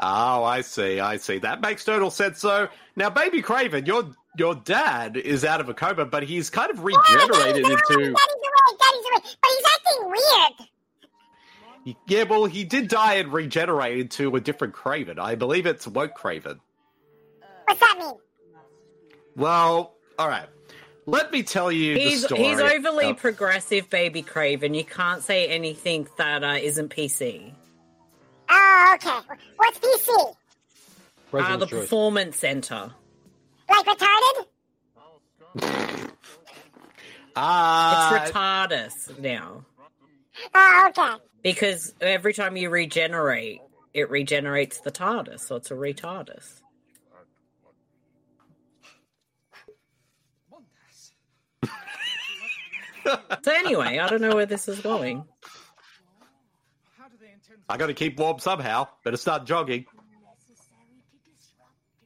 [SPEAKER 6] oh, I see, I see. That makes total sense. So now, Baby Craven, your your dad is out of a coma, but he's kind of regenerated into.
[SPEAKER 17] Daddy's away, daddy's away, but he's acting weird.
[SPEAKER 6] Yeah, well, he did die and regenerate into a different Craven. I believe it's woke Craven.
[SPEAKER 17] What's that mean?
[SPEAKER 6] Well, all right. Let me tell you
[SPEAKER 5] He's,
[SPEAKER 6] the story.
[SPEAKER 5] he's overly
[SPEAKER 6] of-
[SPEAKER 5] progressive, baby Craven. You can't say anything that uh, isn't PC.
[SPEAKER 17] Oh, okay. What's PC?
[SPEAKER 5] Uh, the
[SPEAKER 6] President's Choice.
[SPEAKER 5] performance center.
[SPEAKER 17] Like retarded?
[SPEAKER 6] Ah,
[SPEAKER 5] it's retardus now.
[SPEAKER 17] Oh, okay.
[SPEAKER 5] Because every time you regenerate, it regenerates the TARDIS, so it's a retardus. so anyway, I don't know where this is going.
[SPEAKER 6] I got to keep warm somehow. Better start jogging.
[SPEAKER 5] I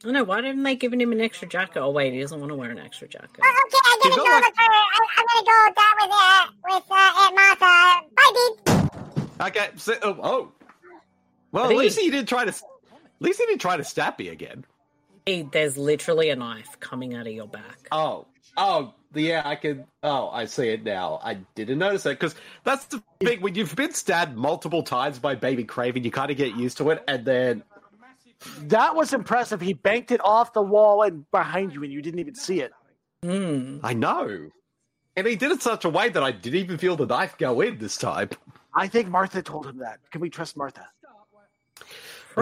[SPEAKER 5] don't know, why haven't they given him an extra jacket? Oh wait, he doesn't want to wear an extra jacket.
[SPEAKER 17] Oh, okay, I'm
[SPEAKER 5] He's
[SPEAKER 17] gonna
[SPEAKER 5] not
[SPEAKER 17] go
[SPEAKER 5] like-
[SPEAKER 17] look for. I, I'm gonna go down with uh, with uh, Aunt Martha. Bye, Dean.
[SPEAKER 6] Okay. So, oh, oh. Well, at
[SPEAKER 5] Please.
[SPEAKER 6] least he didn't try to. At least he didn't try to stab me again.
[SPEAKER 5] Hey, there's literally a knife coming out of your back.
[SPEAKER 6] Oh, oh, yeah, I can. Oh, I see it now. I didn't notice that because that's the thing. When you've been stabbed multiple times by Baby Craven, you kind of get used to it, and then
[SPEAKER 7] That was impressive. He banked it off the wall and behind you, and you didn't even see it.
[SPEAKER 6] I know. And he did it such a way that I didn't even feel the knife go in this time.
[SPEAKER 7] I think Martha told him that. Can we trust Martha?
[SPEAKER 6] Well,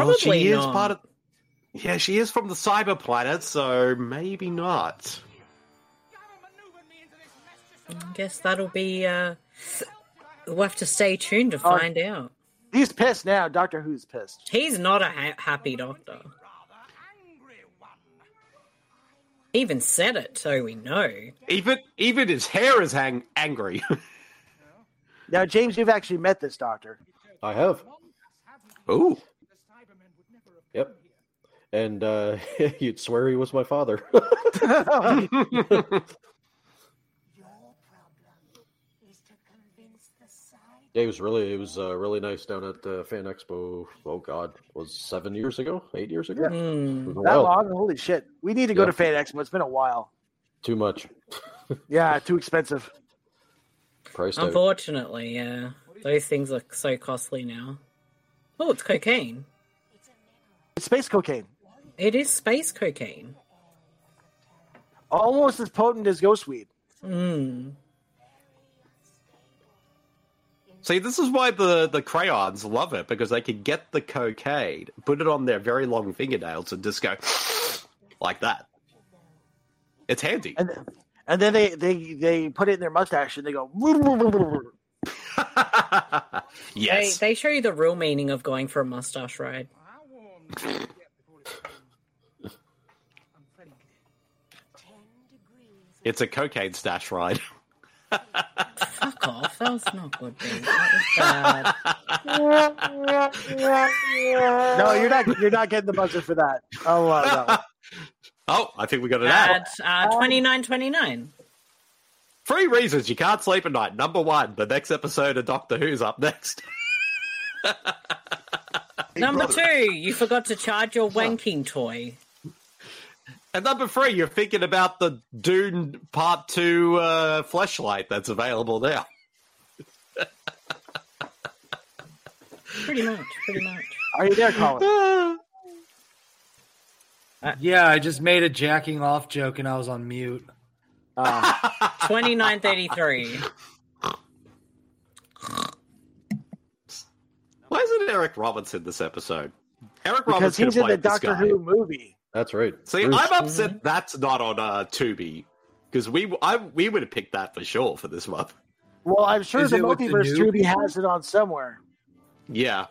[SPEAKER 5] Probably
[SPEAKER 6] she
[SPEAKER 5] not.
[SPEAKER 6] is part of. Yeah, she is from the cyber planet, so maybe not.
[SPEAKER 5] I guess that'll be uh we'll have to stay tuned to
[SPEAKER 7] Oh.
[SPEAKER 5] find out.
[SPEAKER 7] He's pissed now. Doctor Who's pissed.
[SPEAKER 5] He's not a ha- happy doctor. He even said it, so we know.
[SPEAKER 6] Even even his hair is hang angry.
[SPEAKER 7] Now, James, you've actually met this doctor.
[SPEAKER 11] I have.
[SPEAKER 6] Ooh.
[SPEAKER 11] Yep. And uh, you'd swear he was my father. Yeah, it was really it was uh, really nice down at the Fan Expo. Oh God, was seven years ago, eight years ago. It was a
[SPEAKER 7] Hmm. That
[SPEAKER 11] while.
[SPEAKER 7] long? Holy shit. We need to go
[SPEAKER 11] Yeah.
[SPEAKER 7] to Fan Expo. It's been a while.
[SPEAKER 11] Too much
[SPEAKER 7] Yeah, too expensive.
[SPEAKER 11] price tag.
[SPEAKER 5] Unfortunately, yeah. Those things are so costly now. Oh, it's cocaine.
[SPEAKER 7] It's space cocaine.
[SPEAKER 5] It is space cocaine.
[SPEAKER 7] Almost as potent as ghost weed.
[SPEAKER 5] Mm.
[SPEAKER 6] See, this is why the, the crayons love it because they can get the cocaine, put it on their very long fingernails, and just go like that. It's handy.
[SPEAKER 7] And and then they, they, they put it in their mustache and they go.
[SPEAKER 6] Yes.
[SPEAKER 5] They, they show you the real meaning of going for a mustache ride.
[SPEAKER 6] It's a cocaine stash ride.
[SPEAKER 5] Fuck off. That was not good. Dude. That was bad.
[SPEAKER 7] No, you're not. You're not getting the buzzer for that. Oh, wow, that one.
[SPEAKER 6] Oh, I think we got an ad.
[SPEAKER 5] At uh,
[SPEAKER 11] Um,
[SPEAKER 5] twenty nine twenty nine.
[SPEAKER 6] Three reasons you can't sleep at night. Number one, the next episode of Doctor Who's up next.
[SPEAKER 5] Number two, you forgot to charge your wanking toy.
[SPEAKER 6] And number three, you're thinking about the Dune Part Two uh, flashlight that's available now.
[SPEAKER 5] Pretty much, pretty much.
[SPEAKER 7] Are you there, Colin?
[SPEAKER 8] yeah, I just made a jacking off joke and I was on mute.
[SPEAKER 7] Ah.
[SPEAKER 5] Twenty nine thirty three.
[SPEAKER 6] Why isn't Eric Robinson this episode? Eric
[SPEAKER 7] because
[SPEAKER 6] Robinson
[SPEAKER 7] he's in the
[SPEAKER 6] played this
[SPEAKER 7] Doctor
[SPEAKER 6] guy.
[SPEAKER 7] Who movie.
[SPEAKER 11] That's right.
[SPEAKER 6] See,
[SPEAKER 11] Bruce.
[SPEAKER 6] I'm upset that's not on uh, Tubi because we I, we would have picked that for sure for this month.
[SPEAKER 7] Well, I'm sure
[SPEAKER 6] Is
[SPEAKER 7] the
[SPEAKER 6] it with the
[SPEAKER 7] multiverse
[SPEAKER 6] new-
[SPEAKER 7] Tubi has it on somewhere.
[SPEAKER 6] Yeah.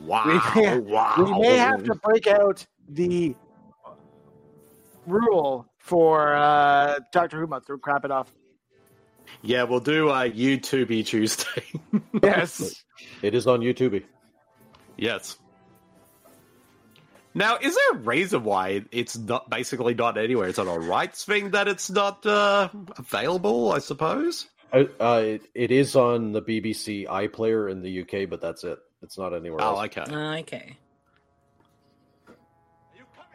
[SPEAKER 6] Wow!
[SPEAKER 7] we may,
[SPEAKER 6] wow!
[SPEAKER 7] we may have to break out the rule for uh, Doctor Who month. We'll crap it off.
[SPEAKER 6] Yeah, we'll do uh, YouTube Tuesday.
[SPEAKER 7] yes,
[SPEAKER 11] it is on YouTube.
[SPEAKER 6] Yes. Now, is there a reason why it's not basically not anywhere? It's on a rights thing that it's not uh, available, I suppose.
[SPEAKER 11] Uh, uh, it, it is on the BBC iPlayer in the UK, but that's it. It's not anywhere else.
[SPEAKER 6] Oh, okay.
[SPEAKER 5] Ah, Okay.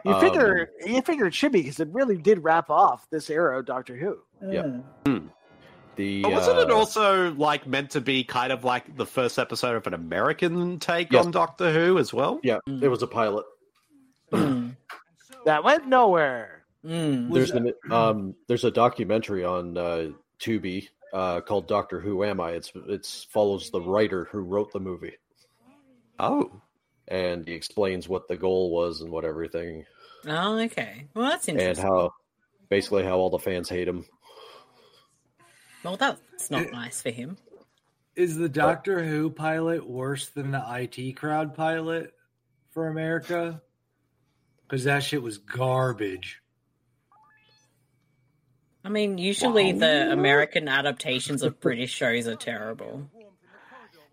[SPEAKER 7] You
[SPEAKER 11] Um,
[SPEAKER 7] figure you figure it should be because it really did wrap off this era of Doctor Who.
[SPEAKER 11] Yeah. The
[SPEAKER 6] But Oh, wasn't it
[SPEAKER 11] uh,
[SPEAKER 6] also like meant to be kind of like the first episode of an American take
[SPEAKER 11] Yes.
[SPEAKER 6] on Doctor Who as well?
[SPEAKER 11] Yeah, there was a pilot.
[SPEAKER 7] That went nowhere.
[SPEAKER 11] There's an um, there's a documentary on uh, Tubi uh, called Doctor Who Am I? It's it's follows the writer who wrote the movie.
[SPEAKER 6] Oh,
[SPEAKER 11] and he explains what the goal was and what everything,
[SPEAKER 5] Oh, okay. Well, that's
[SPEAKER 11] and
[SPEAKER 5] interesting.
[SPEAKER 11] how basically how all the fans hate him.
[SPEAKER 5] Well, that's not nice for him.
[SPEAKER 8] Is the Doctor Who pilot worse than the IT crowd pilot for America? Because that shit was garbage.
[SPEAKER 5] I mean, usually the American adaptations of British shows are terrible.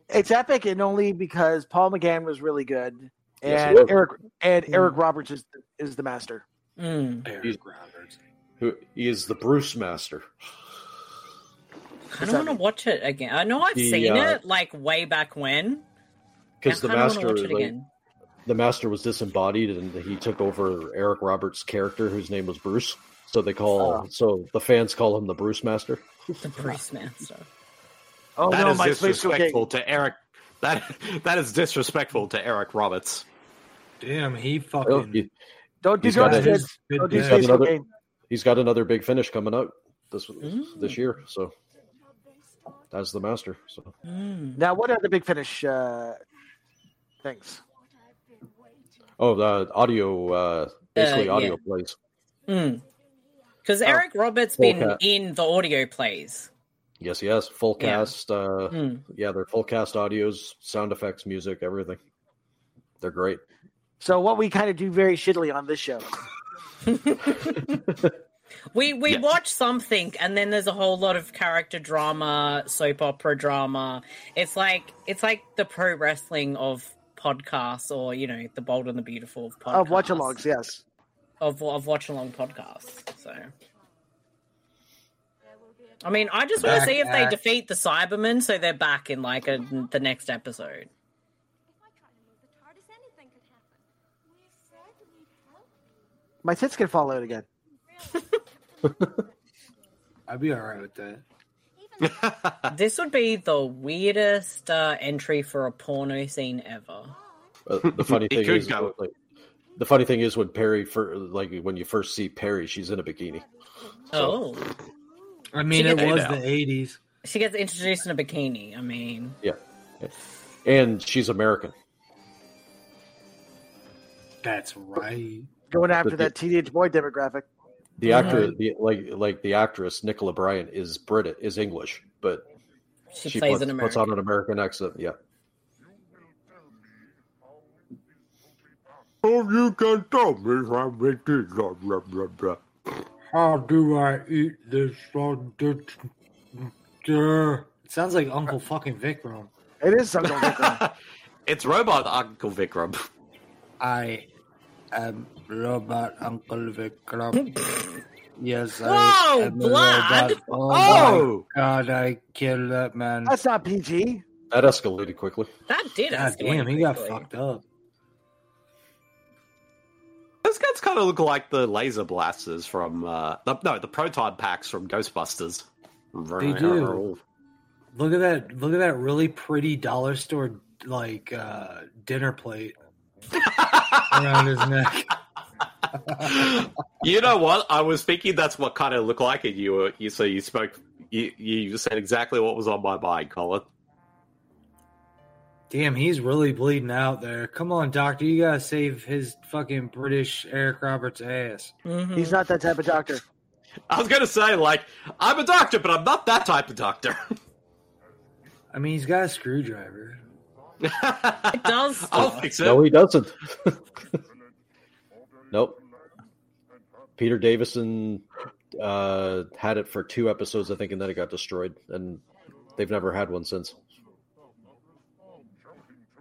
[SPEAKER 7] It's epic and only because Paul McGann was really good and
[SPEAKER 5] Yes, he was.
[SPEAKER 7] Eric and
[SPEAKER 18] Hmm.
[SPEAKER 5] Mm.
[SPEAKER 7] Eric Roberts is is the master.
[SPEAKER 11] He's, who he is the Bruce Master.
[SPEAKER 5] I don't want to watch it again. I know I've
[SPEAKER 11] The,
[SPEAKER 5] seen
[SPEAKER 11] uh,
[SPEAKER 5] it like way back when.
[SPEAKER 11] because the
[SPEAKER 5] I kinda wanna
[SPEAKER 11] master
[SPEAKER 5] watch it
[SPEAKER 11] like,
[SPEAKER 5] again.
[SPEAKER 11] the master was disembodied and he took over Eric Roberts' character, whose name was Bruce. So they call
[SPEAKER 5] Oh.
[SPEAKER 11] so the fans call him the Bruce Master.
[SPEAKER 5] The Bruce Master.
[SPEAKER 7] Oh
[SPEAKER 6] That
[SPEAKER 7] no,
[SPEAKER 6] is
[SPEAKER 7] my space
[SPEAKER 6] disrespectful to Eric. That that is disrespectful to Eric Roberts.
[SPEAKER 8] Damn, he
[SPEAKER 11] Well,
[SPEAKER 8] fucking.
[SPEAKER 11] he-
[SPEAKER 7] Don't do
[SPEAKER 11] he's got
[SPEAKER 7] drugs,
[SPEAKER 11] a-
[SPEAKER 7] kids. Don't do
[SPEAKER 11] he's got
[SPEAKER 7] space
[SPEAKER 11] another,
[SPEAKER 7] cocaine.
[SPEAKER 11] he's got another big finish coming out this this year. So that's the master. So
[SPEAKER 18] Hmm.
[SPEAKER 7] Now, what are the big finish uh, things?
[SPEAKER 11] oh, the audio uh, basically
[SPEAKER 5] yeah.
[SPEAKER 11] audio plays.
[SPEAKER 5] Because Eric Roberts
[SPEAKER 11] Full
[SPEAKER 5] been
[SPEAKER 11] Oh. cat.
[SPEAKER 5] in the audio plays.
[SPEAKER 11] Yes, yes, full
[SPEAKER 5] Yeah.
[SPEAKER 11] cast. Uh,
[SPEAKER 5] Hmm.
[SPEAKER 11] Yeah, they're full cast audios, sound effects, music, everything. They're great.
[SPEAKER 7] So, what we kind of do very shittily on this show.
[SPEAKER 5] We we watch something, and then there's a whole lot of character drama, soap opera drama. It's like it's like the pro wrestling of podcasts, or you know, the Bold and the Beautiful of podcasts.
[SPEAKER 7] Of Oh, watch alongs, yes.
[SPEAKER 5] of of watch along podcasts. So, I mean, I just want to
[SPEAKER 7] Back
[SPEAKER 5] see if they
[SPEAKER 7] at-
[SPEAKER 5] defeat the Cybermen, so they're back in like a, the next episode.
[SPEAKER 7] My tits can fall out again.
[SPEAKER 8] I'd be all right with that.
[SPEAKER 5] this would be the weirdest uh, entry for a porno scene ever.
[SPEAKER 11] Uh, the funny
[SPEAKER 6] It
[SPEAKER 11] thing
[SPEAKER 6] could
[SPEAKER 11] is,
[SPEAKER 6] go.
[SPEAKER 11] like, the funny thing is when Perry, fir- like when you first see Perry, she's in a bikini.
[SPEAKER 5] Oh,
[SPEAKER 8] I mean,
[SPEAKER 5] She
[SPEAKER 8] it
[SPEAKER 5] gets-
[SPEAKER 8] was
[SPEAKER 5] Hey,
[SPEAKER 8] the
[SPEAKER 5] now.
[SPEAKER 8] 80s.
[SPEAKER 5] she gets introduced in a bikini. I mean,
[SPEAKER 11] Yeah, and she's American.
[SPEAKER 8] That's right.
[SPEAKER 7] Going after
[SPEAKER 11] But
[SPEAKER 7] that teenage boy demographic.
[SPEAKER 11] The actor,
[SPEAKER 7] Right.
[SPEAKER 11] the, like like the actress Nicola Bryant, is Brit, is English, but
[SPEAKER 5] She plays
[SPEAKER 11] puts,
[SPEAKER 5] an
[SPEAKER 11] puts on an American accent. Yeah,
[SPEAKER 14] Oh, you can tell me how it is. Blah, blah, blah, blah.
[SPEAKER 8] How do I eat this? on the- It sounds like Uncle fucking Vikram.
[SPEAKER 7] It is Uncle Vikram.
[SPEAKER 6] It's robot Uncle Vikram.
[SPEAKER 8] I
[SPEAKER 18] am Robot Uncle Vikram. yes, I
[SPEAKER 7] Whoa,
[SPEAKER 18] am a
[SPEAKER 7] blood!
[SPEAKER 18] robot. Oh,
[SPEAKER 7] Oh!
[SPEAKER 18] my God, I killed that man.
[SPEAKER 7] That's not PG.
[SPEAKER 11] That escalated quickly.
[SPEAKER 5] That did
[SPEAKER 18] God
[SPEAKER 5] escalate
[SPEAKER 18] damn, he got
[SPEAKER 5] quickly.
[SPEAKER 18] fucked up.
[SPEAKER 6] Those guys kind of look like the laser blasters from uh, the, no, the proton packs from Ghostbusters.
[SPEAKER 8] They do. Look at that! Look at that really pretty dollar store like uh, dinner plate around his neck.
[SPEAKER 6] You know what? I was thinking that's what kind of looked like, and you were you so you spoke you you said exactly what was on my mind, Colin.
[SPEAKER 8] Damn, he's really bleeding out there. Come on, doctor, you gotta save his fucking British Eric Roberts ass.
[SPEAKER 5] Mm-hmm.
[SPEAKER 7] He's not that type of doctor.
[SPEAKER 6] I was gonna say like I'm a doctor, but I'm not that type of doctor.
[SPEAKER 8] I mean, he's got a screwdriver.
[SPEAKER 5] It does.
[SPEAKER 6] I'll fix it.
[SPEAKER 11] No, he doesn't. nope. Peter Davison uh, had it for two episodes, I think, and then it got destroyed, and they've never had one since.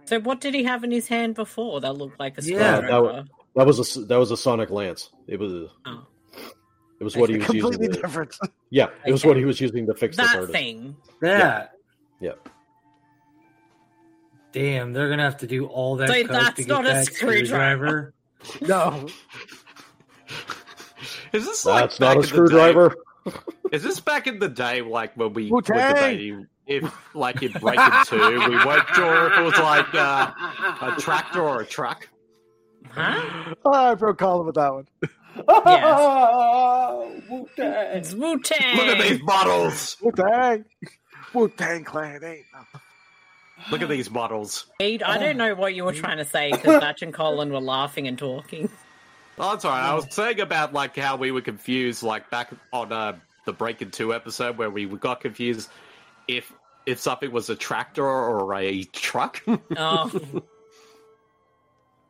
[SPEAKER 5] So what did he have in his hand before that looked like a
[SPEAKER 11] Uh,
[SPEAKER 5] screwdriver?
[SPEAKER 11] that, wa- that was a s- that was a Sonic Lance. It was a-
[SPEAKER 5] Oh.
[SPEAKER 11] it was what he was
[SPEAKER 7] Completely
[SPEAKER 11] using. to-
[SPEAKER 7] different.
[SPEAKER 11] yeah, it was
[SPEAKER 5] Okay.
[SPEAKER 11] what he was using to fix the
[SPEAKER 5] That
[SPEAKER 11] TARDIS.
[SPEAKER 5] thing.
[SPEAKER 11] Yeah.
[SPEAKER 8] Yeah.
[SPEAKER 11] Yeah.
[SPEAKER 8] Damn, they're gonna have to do all that.
[SPEAKER 5] Dude,
[SPEAKER 8] coke
[SPEAKER 5] that's
[SPEAKER 8] to get
[SPEAKER 5] not a
[SPEAKER 8] that
[SPEAKER 5] screwdriver.
[SPEAKER 7] No,
[SPEAKER 6] Is this like
[SPEAKER 11] That's not
[SPEAKER 6] back in
[SPEAKER 11] a
[SPEAKER 6] the
[SPEAKER 11] screwdriver.
[SPEAKER 6] day- Is this back in the day, like when we were
[SPEAKER 11] Wu-Tang!
[SPEAKER 6] debating if, like in Breaking Two, we weren't sure if it was like uh, a tractor or a truck?
[SPEAKER 7] oh, I broke Colin with that one.
[SPEAKER 5] It's Wu Tang.
[SPEAKER 6] Look at these bottles.
[SPEAKER 7] Wu Tang, Wu Tang Clan ain't
[SPEAKER 6] Look at these bottles.
[SPEAKER 5] I don't
[SPEAKER 7] Oh.
[SPEAKER 5] know what you were trying to say because Batch and Colin were laughing and talking.
[SPEAKER 6] Oh, that's all right. I was saying about like how we were confused, like back on uh, the Breaking Two episode where we got confused if if something was a tractor or a truck.
[SPEAKER 5] Oh.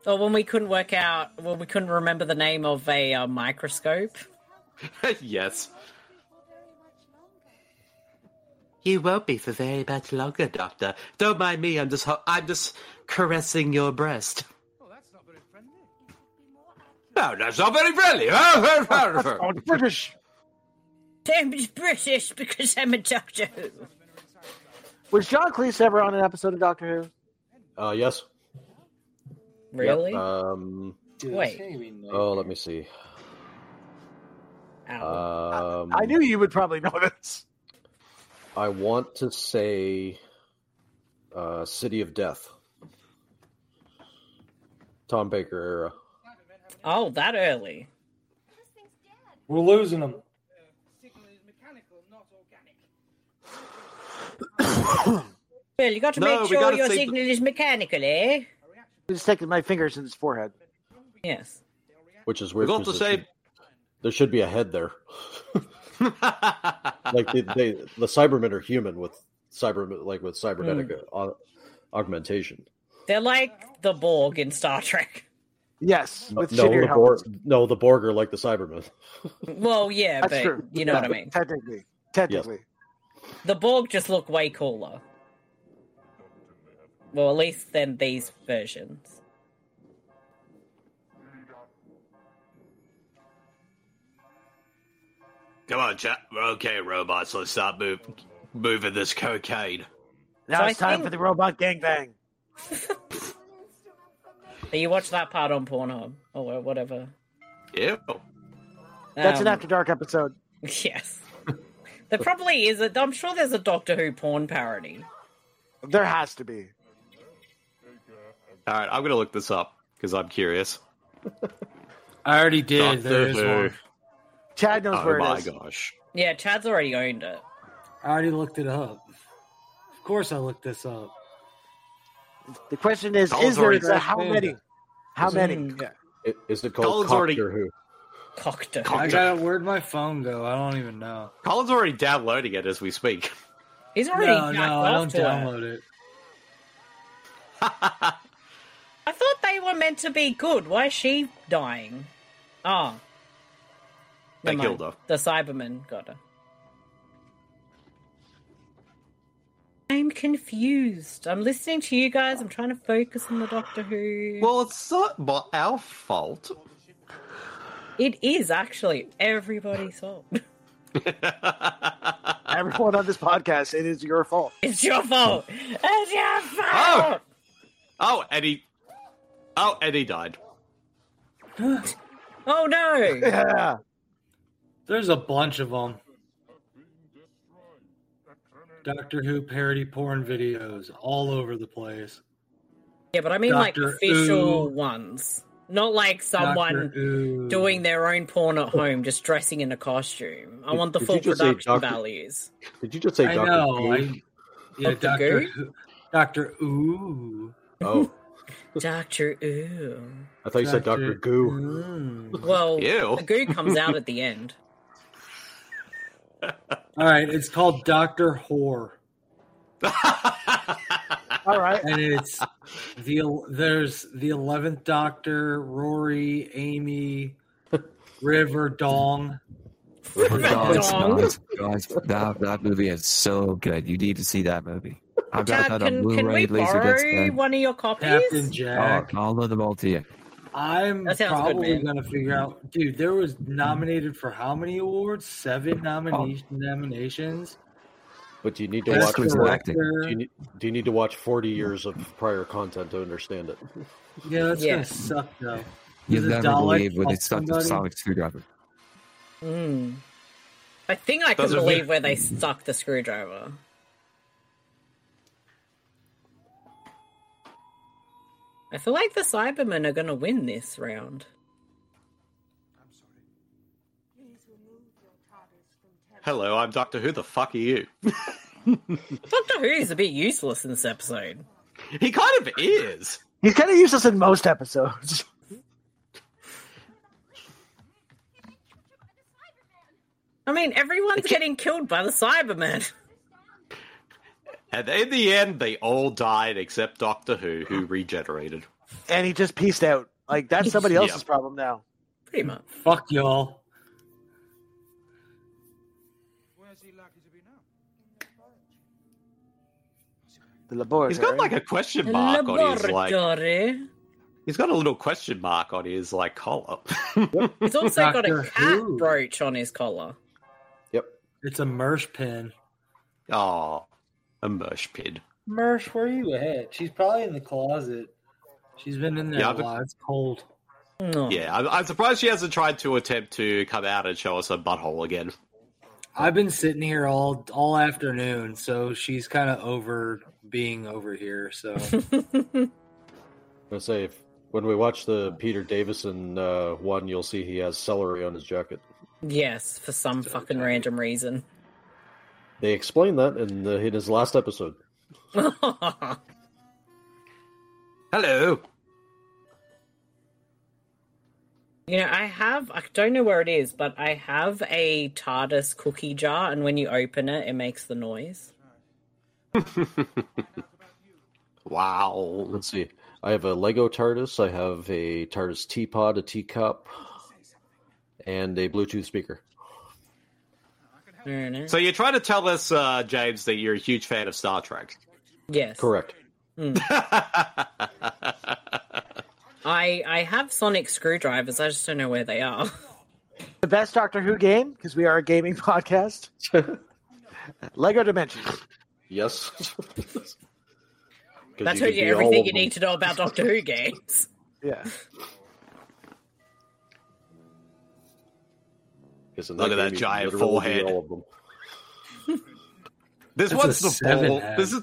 [SPEAKER 5] Or when we couldn't work out, when we couldn't remember the name of a uh, microscope.
[SPEAKER 6] yes.
[SPEAKER 9] You won't be for very much longer, Doctor.
[SPEAKER 6] Don't mind me. I'm just ho- I'm just caressing your breast. No, that's not very friendly.
[SPEAKER 7] British.
[SPEAKER 5] Damn, it's British because I'm a doctor.
[SPEAKER 7] Was John Cleese ever on an episode of Doctor Who?
[SPEAKER 11] Uh, yes. Yep,
[SPEAKER 5] Really?
[SPEAKER 11] Um,
[SPEAKER 5] Wait.
[SPEAKER 11] oh, let me see. Um,
[SPEAKER 7] I knew you would probably know this.
[SPEAKER 11] I want to say uh, City of Death. Tom Baker era.
[SPEAKER 5] Oh, that early.
[SPEAKER 8] We're losing him.
[SPEAKER 5] Well, you got to
[SPEAKER 7] No,
[SPEAKER 5] make
[SPEAKER 7] we
[SPEAKER 5] sure
[SPEAKER 7] gotta
[SPEAKER 5] your
[SPEAKER 7] save the-
[SPEAKER 5] signal is mechanical, eh?
[SPEAKER 7] He was taking my fingers in his forehead.
[SPEAKER 5] Yes.
[SPEAKER 11] Which is weird.
[SPEAKER 6] We've got
[SPEAKER 11] 'cause
[SPEAKER 6] to
[SPEAKER 11] there
[SPEAKER 6] say-
[SPEAKER 11] should- there should be a head there. like they, they, the Cybermen are human with cyber, like with cybernetic
[SPEAKER 7] Hmm.
[SPEAKER 11] au- augmentation.
[SPEAKER 5] They're like the Borg in Star Trek.
[SPEAKER 7] Yes,
[SPEAKER 11] No,
[SPEAKER 7] with
[SPEAKER 11] no,
[SPEAKER 7] shittier
[SPEAKER 11] the Borg,
[SPEAKER 7] helmets.
[SPEAKER 11] no, the Borg are like the Cybermen.
[SPEAKER 5] Well, yeah,
[SPEAKER 7] That's
[SPEAKER 5] but
[SPEAKER 7] true.
[SPEAKER 5] you know
[SPEAKER 7] Yeah,
[SPEAKER 5] what I mean.
[SPEAKER 7] Technically, technically,
[SPEAKER 5] The Borg just look way cooler. Well, at least than these versions.
[SPEAKER 6] Come on, chat. Okay, robots, let's start move, moving this cocaine.
[SPEAKER 7] now
[SPEAKER 5] So I
[SPEAKER 7] it's time
[SPEAKER 5] think-
[SPEAKER 7] for the robot gangbang.
[SPEAKER 5] But you watch that part on Pornhub or whatever.
[SPEAKER 6] Ew.
[SPEAKER 7] That's an
[SPEAKER 5] Um,
[SPEAKER 7] after dark episode.
[SPEAKER 5] Yes. There probably is a. I'm sure there's a Doctor Who porn parody.
[SPEAKER 7] There has to be.
[SPEAKER 6] All right, I'm going to look this up because I'm curious.
[SPEAKER 8] I already did.
[SPEAKER 6] Doctor
[SPEAKER 8] There is
[SPEAKER 6] Who.
[SPEAKER 8] one.
[SPEAKER 7] Chad knows
[SPEAKER 6] Oh
[SPEAKER 7] where it
[SPEAKER 6] my
[SPEAKER 7] is.
[SPEAKER 6] gosh.
[SPEAKER 5] Yeah, Chad's already owned it.
[SPEAKER 8] I already looked it up. Of course, I looked this up.
[SPEAKER 7] The question is:
[SPEAKER 8] Colin's
[SPEAKER 7] Is there?
[SPEAKER 8] already
[SPEAKER 7] is there- how
[SPEAKER 8] said
[SPEAKER 7] many?
[SPEAKER 8] that.
[SPEAKER 7] How
[SPEAKER 8] Is it-
[SPEAKER 7] many?
[SPEAKER 11] I- Is it called
[SPEAKER 6] Colin's already-
[SPEAKER 11] Doctor Who?
[SPEAKER 5] Doctor.
[SPEAKER 8] I
[SPEAKER 6] Cocktail.
[SPEAKER 8] got where'd my phone go? I don't even know.
[SPEAKER 6] Colin's already downloading it as we speak.
[SPEAKER 5] He's already.
[SPEAKER 8] No,
[SPEAKER 5] jacked
[SPEAKER 8] no, I
[SPEAKER 5] off
[SPEAKER 8] don't
[SPEAKER 5] to it.
[SPEAKER 8] download it.
[SPEAKER 5] I thought they were meant to be good. Why is she dying? Oh.
[SPEAKER 6] They
[SPEAKER 5] Never
[SPEAKER 6] killed
[SPEAKER 5] mind.
[SPEAKER 6] her.
[SPEAKER 5] The Cyberman got her. I'm confused. I'm listening to you guys. I'm trying to focus on the Doctor Who.
[SPEAKER 6] Well, it's not my, our fault.
[SPEAKER 5] It is actually everybody's fault.
[SPEAKER 7] Everyone on this podcast, it is your fault.
[SPEAKER 5] It's your fault. It's your
[SPEAKER 6] Oh,
[SPEAKER 5] fault.
[SPEAKER 6] oh, Eddie. Oh, Eddie died.
[SPEAKER 5] Oh, no.
[SPEAKER 6] Yeah.
[SPEAKER 8] There's a bunch of them. Doctor Who parody porn videos all over the place.
[SPEAKER 5] Yeah, but I mean
[SPEAKER 8] Dr.
[SPEAKER 5] like official
[SPEAKER 8] Who.
[SPEAKER 5] ones. Not like someone
[SPEAKER 8] Who.
[SPEAKER 5] doing their own porn at home, just dressing in a costume. I
[SPEAKER 11] Did-
[SPEAKER 5] want the
[SPEAKER 11] did
[SPEAKER 5] full
[SPEAKER 11] you just say
[SPEAKER 5] production
[SPEAKER 11] Dr.
[SPEAKER 5] values.
[SPEAKER 11] Did you just say
[SPEAKER 8] I
[SPEAKER 11] Doctor
[SPEAKER 8] know,
[SPEAKER 11] Who?
[SPEAKER 8] I- Yeah,
[SPEAKER 5] Doctor
[SPEAKER 8] Doctor
[SPEAKER 5] Goo?
[SPEAKER 8] Who. Doctor Ooh.
[SPEAKER 11] Oh,
[SPEAKER 5] Doctor Ooh.
[SPEAKER 11] I thought you said Doctor Goo.
[SPEAKER 5] Well,
[SPEAKER 11] Ew.
[SPEAKER 5] the goo comes out at the end.
[SPEAKER 8] All right, it's called Doctor Whore.
[SPEAKER 7] All right,
[SPEAKER 8] and it's the there's the eleventh Doctor, Rory, Amy, River Dong.
[SPEAKER 15] Guys, guys, guys, that, that movie is so good. You need to see that movie. I've
[SPEAKER 5] Jack,
[SPEAKER 15] got that on
[SPEAKER 5] can, can we
[SPEAKER 15] Blu-ray,
[SPEAKER 5] borrow
[SPEAKER 15] Laserdisc,
[SPEAKER 5] one of your copies?
[SPEAKER 8] Captain
[SPEAKER 15] and...
[SPEAKER 8] Jack.
[SPEAKER 15] Oh, I'll load them all to you.
[SPEAKER 8] I'm
[SPEAKER 5] That sounds good,
[SPEAKER 8] probably
[SPEAKER 5] man.
[SPEAKER 8] gonna figure out, dude. There was nominated for how many awards? Seven nomination nominations.
[SPEAKER 11] But do you need to
[SPEAKER 8] That's
[SPEAKER 11] watch?
[SPEAKER 8] who's
[SPEAKER 11] four-
[SPEAKER 8] acting.
[SPEAKER 11] Do you, need, do you need to watch forty years of prior content to understand it?
[SPEAKER 8] Yeah, that's
[SPEAKER 5] Yeah.
[SPEAKER 8] gonna suck though.
[SPEAKER 15] You'll
[SPEAKER 8] Does a
[SPEAKER 15] never
[SPEAKER 8] Dalek
[SPEAKER 15] believe when
[SPEAKER 8] help
[SPEAKER 15] they stuck the
[SPEAKER 8] somebody?
[SPEAKER 15] sonic screwdriver.
[SPEAKER 5] Mm. I think I can
[SPEAKER 15] Those are
[SPEAKER 5] believe
[SPEAKER 15] ve-
[SPEAKER 5] where they stuck the screwdriver. I feel like the Cybermen are going to win this round.
[SPEAKER 6] Hello, I'm Doctor Who. The fuck are you?
[SPEAKER 5] Doctor Who is a bit useless in this episode.
[SPEAKER 6] He kind of is.
[SPEAKER 7] he's kind of useless in most episodes.
[SPEAKER 5] I mean, everyone's getting killed by the Cybermen.
[SPEAKER 6] And in the end, they all died except Doctor Who, who regenerated.
[SPEAKER 7] and he just pieced out. Like that's somebody
[SPEAKER 6] Yeah.
[SPEAKER 7] else's problem now.
[SPEAKER 5] Pretty much.
[SPEAKER 8] Fuck y'all.
[SPEAKER 7] The laboratory.
[SPEAKER 6] He's got like a question mark on his like.
[SPEAKER 5] Laboratory.
[SPEAKER 6] He's got a little question mark on his like collar.
[SPEAKER 5] He's also got
[SPEAKER 8] Doctor
[SPEAKER 5] a cat
[SPEAKER 8] Who.
[SPEAKER 5] brooch on his collar.
[SPEAKER 8] It's a mersh pin.
[SPEAKER 6] Oh, a mersh pin.
[SPEAKER 8] Mersh, where are you at? She's probably in the closet. She's been in there
[SPEAKER 6] Yeah,
[SPEAKER 8] a
[SPEAKER 6] but-
[SPEAKER 8] lot. It's cold. Hmm.
[SPEAKER 6] Yeah, I'm, I'm surprised she hasn't tried to attempt to come out and show us her butthole again.
[SPEAKER 8] I've been sitting here all all afternoon, so she's kind of over being over here. So
[SPEAKER 11] I say if when we watch the Peter Davison uh, one, you'll see he has celery on his jacket.
[SPEAKER 5] Yes, for some fucking random reason.
[SPEAKER 11] They explained that in, the, in his last episode.
[SPEAKER 6] Hello.
[SPEAKER 5] You know, I have, I don't know where it is, but I have a TARDIS cookie jar, and when you open it, it makes the noise.
[SPEAKER 6] Wow.
[SPEAKER 11] Let's see. I have a Lego TARDIS. I have a TARDIS teapot, a teacup, and a Bluetooth speaker.
[SPEAKER 5] Very nice.
[SPEAKER 6] So you're trying to tell us, uh, James, that you're a huge fan of Star Trek.
[SPEAKER 5] Yes.
[SPEAKER 11] Correct.
[SPEAKER 5] Mm. I I have sonic screwdrivers, I just don't know where they are.
[SPEAKER 7] the best Doctor Who game because we are a gaming podcast. Lego Dimensions.
[SPEAKER 11] Yes. 'Cause
[SPEAKER 5] That's
[SPEAKER 11] you
[SPEAKER 5] what
[SPEAKER 11] can
[SPEAKER 5] you,
[SPEAKER 11] do all
[SPEAKER 5] everything
[SPEAKER 11] of
[SPEAKER 5] you need to know about Doctor Who games.
[SPEAKER 7] Yeah.
[SPEAKER 11] them. 'Cause in
[SPEAKER 6] Look at that
[SPEAKER 11] game, you can
[SPEAKER 6] giant
[SPEAKER 11] literally do
[SPEAKER 6] forehead.
[SPEAKER 11] all of them.
[SPEAKER 6] This
[SPEAKER 8] That's a
[SPEAKER 6] one's the
[SPEAKER 8] seven
[SPEAKER 6] bald.
[SPEAKER 8] head.
[SPEAKER 6] This is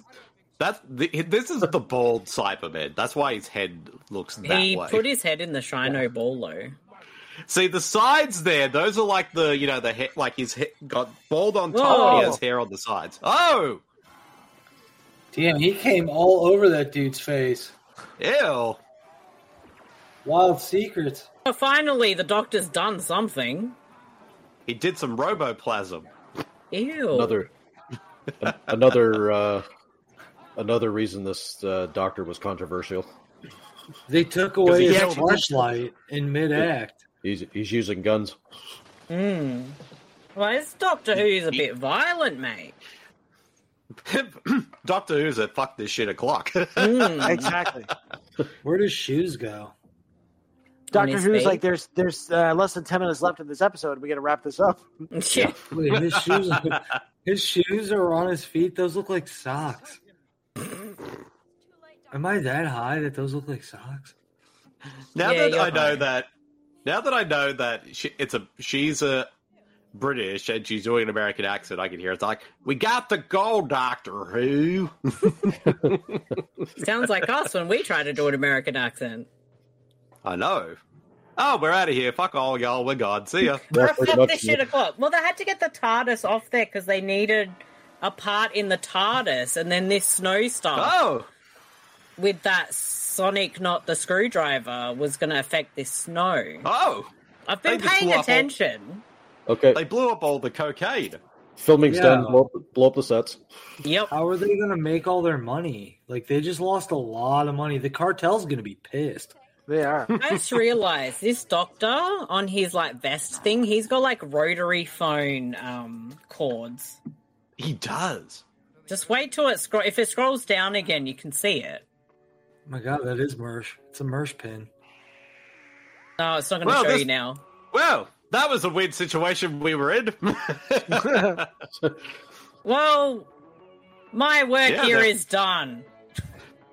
[SPEAKER 6] that's the, this is the bald Cyberman. That's why his head looks that
[SPEAKER 5] he
[SPEAKER 6] way.
[SPEAKER 5] put his head in the Shino Bolo.
[SPEAKER 6] See the sides there; those are like the you know the he- like his he- got bald on top. and He
[SPEAKER 8] Whoa.
[SPEAKER 6] has hair on the sides. Oh,
[SPEAKER 8] damn, he came all over that dude's face.
[SPEAKER 6] ew!
[SPEAKER 8] Wild secrets.
[SPEAKER 5] Well, finally, the doctor's done something.
[SPEAKER 6] He did some roboplasm.
[SPEAKER 5] Ew.
[SPEAKER 11] Another, an- another, uh, another reason this uh, doctor was controversial.
[SPEAKER 8] They took
[SPEAKER 11] 'Cause
[SPEAKER 8] away
[SPEAKER 11] he
[SPEAKER 8] his
[SPEAKER 11] killed-
[SPEAKER 8] flashlight in mid-act.
[SPEAKER 11] He's he's using guns.
[SPEAKER 5] Hmm. Mm. Well, this Doctor Who's a bit violent, mate.
[SPEAKER 6] Doctor Who's at fuck this shit o'clock.
[SPEAKER 5] Hmm.
[SPEAKER 7] Mm, exactly.
[SPEAKER 8] Where do shoes go?
[SPEAKER 7] Doctor Who's like there's there's uh, less than ten minutes left in this episode. We got to wrap this up.
[SPEAKER 5] Yeah.
[SPEAKER 8] Wait, his shoes. His shoes are on his feet. Those look like socks. Am I that high that those look like socks?
[SPEAKER 6] Now
[SPEAKER 5] Yeah,
[SPEAKER 6] that
[SPEAKER 5] you're
[SPEAKER 6] I know
[SPEAKER 5] fine.
[SPEAKER 6] that, now that I know that she, it's a she's a British and she's doing an American accent, I can hear it's like we got the gold, Doctor Who.
[SPEAKER 5] Sounds like us when we try to do an American accent.
[SPEAKER 6] I know. Oh, we're out of here. Fuck all y'all. We're gone. See ya.
[SPEAKER 5] Or fuck this shit o'clock. Well, they had to get the TARDIS off there because they needed a part in the TARDIS, and then this snow stuff.
[SPEAKER 6] Oh,
[SPEAKER 5] with that Sonic, not the screwdriver, was going to affect this snow.
[SPEAKER 6] Oh,
[SPEAKER 5] I've been
[SPEAKER 6] They just
[SPEAKER 5] paying
[SPEAKER 6] blew up all-
[SPEAKER 5] attention.
[SPEAKER 11] Okay.
[SPEAKER 6] They blew up all the cocaine.
[SPEAKER 11] Filming's
[SPEAKER 8] Yeah.
[SPEAKER 11] done. Blow, up- blow up the sets.
[SPEAKER 5] Yep.
[SPEAKER 8] How are they going to make all their money? Like they just lost a lot of money. The cartel's going to be pissed.
[SPEAKER 7] They are.
[SPEAKER 5] I just realized this doctor on his like vest thing, he's got like rotary phone um cords.
[SPEAKER 6] He does.
[SPEAKER 5] Just wait till it scroll. If it scrolls down again, you can see it.
[SPEAKER 8] Oh my god, that is Mersh. It's a Mersh pin.
[SPEAKER 5] No, it's not going to
[SPEAKER 6] Well,
[SPEAKER 5] show
[SPEAKER 6] this-
[SPEAKER 5] you now.
[SPEAKER 6] Well, that was a weird situation we were in.
[SPEAKER 5] Well, my work
[SPEAKER 6] Yeah,
[SPEAKER 5] here is
[SPEAKER 6] that-
[SPEAKER 5] done,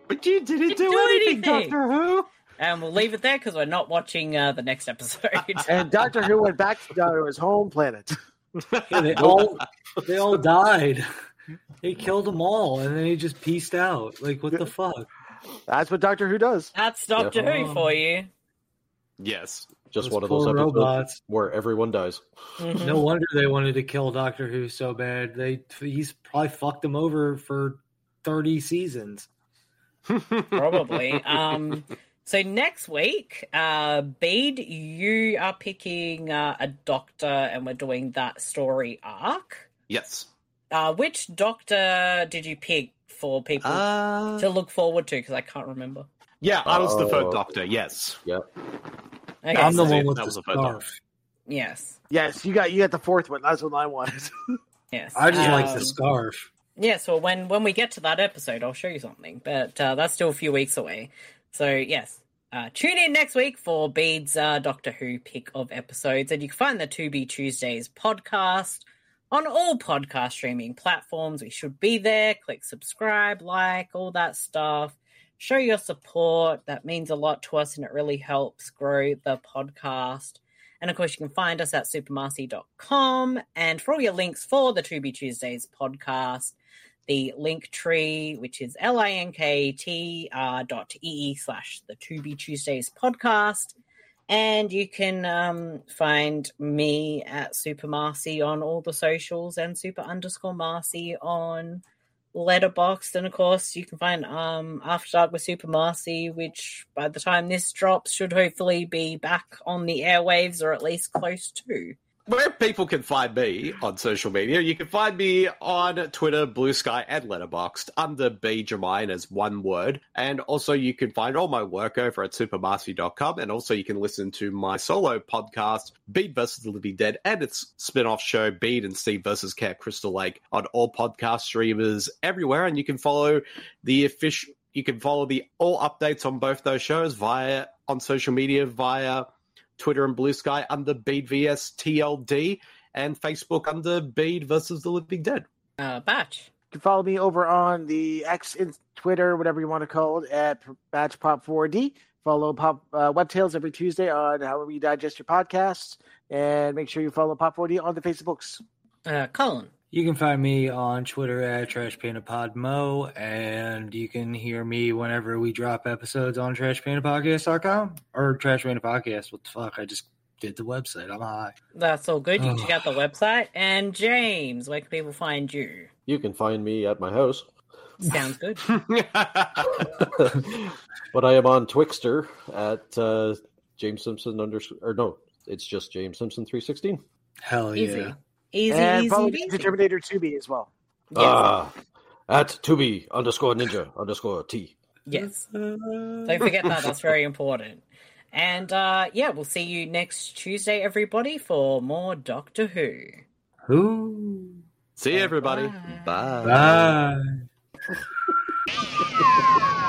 [SPEAKER 6] but you didn't do, anything, Doctor Who.
[SPEAKER 5] and we'll leave it there because we're not watching uh, the next episode.
[SPEAKER 7] And Doctor Who went back to his home planet.
[SPEAKER 8] Yeah, they all they all died. He killed them all, and then he just pieced out. Like what the fuck?
[SPEAKER 7] That's what Doctor Who does.
[SPEAKER 5] That's Doctor Who
[SPEAKER 8] Oh.
[SPEAKER 5] for you.
[SPEAKER 6] Yes.
[SPEAKER 11] Just
[SPEAKER 8] Those
[SPEAKER 11] one of those
[SPEAKER 8] poor
[SPEAKER 11] episodes
[SPEAKER 8] robots.
[SPEAKER 11] where everyone dies.
[SPEAKER 8] No wonder they wanted to kill Doctor Who so bad. They he's probably fucked them over for thirty seasons.
[SPEAKER 5] probably. Um, so next week, uh, Bede, you are picking uh, a doctor, and we're doing that story arc.
[SPEAKER 6] Yes.
[SPEAKER 5] Uh, which doctor did you pick for people
[SPEAKER 6] Uh,
[SPEAKER 5] to look forward to? Because I can't remember.
[SPEAKER 6] Yeah, I was the
[SPEAKER 11] Oh.
[SPEAKER 6] third Doctor. Yes.
[SPEAKER 11] Yep.
[SPEAKER 5] Okay,
[SPEAKER 8] I'm the
[SPEAKER 5] so-
[SPEAKER 8] one
[SPEAKER 6] it.
[SPEAKER 8] with
[SPEAKER 6] That
[SPEAKER 8] the
[SPEAKER 6] was a bad dog.
[SPEAKER 8] scarf.
[SPEAKER 5] Yes,
[SPEAKER 7] Yes, you got you got the fourth one. That's what I wanted.
[SPEAKER 5] yes.
[SPEAKER 8] I just like the
[SPEAKER 5] Um,
[SPEAKER 8] scarf.
[SPEAKER 5] Yes, well, when when we get to that episode, I'll show you something, but uh, that's still a few weeks away. So yes, uh, tune in next week for Bede's uh, Doctor Who pick of episodes, and you can find the To Be Tuesdays podcast on all podcast streaming platforms. We should be there. Click subscribe, like all that stuff. Show your support. That means a lot to us, and it really helps grow the podcast. And of course, you can find us at supermarcy.com. And for all your links for the To Be Tuesdays podcast, the link tree, which is linktr dot ee slash the To Be Tuesdays podcast. And you can um, find me at Super Marcy on all the socials and super underscore Marcy on Letterboxd. And of course, you can find um, After Dark with Super Marcy, which by the time this drops should hopefully be back on the airwaves or at least close to.
[SPEAKER 6] Where people can find me on social media, you can find me on Twitter, Blue Sky, and Letterboxd under B Jermaine as one word. And also, you can find all my work over at supermastery.com. And also, you can listen to my solo podcast, Bead vs. the Living Dead, and its spin off show, Bead and Steve vs. Camp Crystal Lake, on all podcast streamers everywhere. And you can follow the official. You can follow the all updates on both those shows via on social media via Twitter and Blue Sky under Bead vs TLD, and Facebook under Bead versus the Living Dead.
[SPEAKER 5] Uh, Batch.
[SPEAKER 7] You can follow me over on the X in Twitter, whatever you want to call it, at Batch Pop 4D. Follow Pop uh, Web Tales every Tuesday on How We Digest Your Podcasts, and make sure you follow Pop 4D on the Facebooks.
[SPEAKER 5] Uh, Colin.
[SPEAKER 8] You can find me on Twitter at TrashPandaPodMo, and you can hear me whenever we drop episodes on TrashPandaPodcast.com or TrashPandaPodcast. What the fuck? I just did the website. I'm high.
[SPEAKER 5] That's all good. You can
[SPEAKER 8] Oh.
[SPEAKER 5] check out the website. And James, where can people find you?
[SPEAKER 11] You can find me at my house,
[SPEAKER 5] Sounds good.
[SPEAKER 11] but I am on Twixter at uh, James Simpson under or no, it's just James Simpson three sixteen.
[SPEAKER 8] Hell
[SPEAKER 5] Easy.
[SPEAKER 8] yeah.
[SPEAKER 5] Easy,
[SPEAKER 7] and
[SPEAKER 5] easy,
[SPEAKER 7] follow
[SPEAKER 5] peasy.
[SPEAKER 7] Determinator 2B as well.
[SPEAKER 5] Yes.
[SPEAKER 11] Ah, at tubi underscore ninja underscore t.
[SPEAKER 5] yes. Don't forget that. That's very important. And uh, yeah, we'll see you next Tuesday, everybody, for more Doctor Who.
[SPEAKER 8] Who?
[SPEAKER 6] See you, everybody. Bye.
[SPEAKER 8] Bye.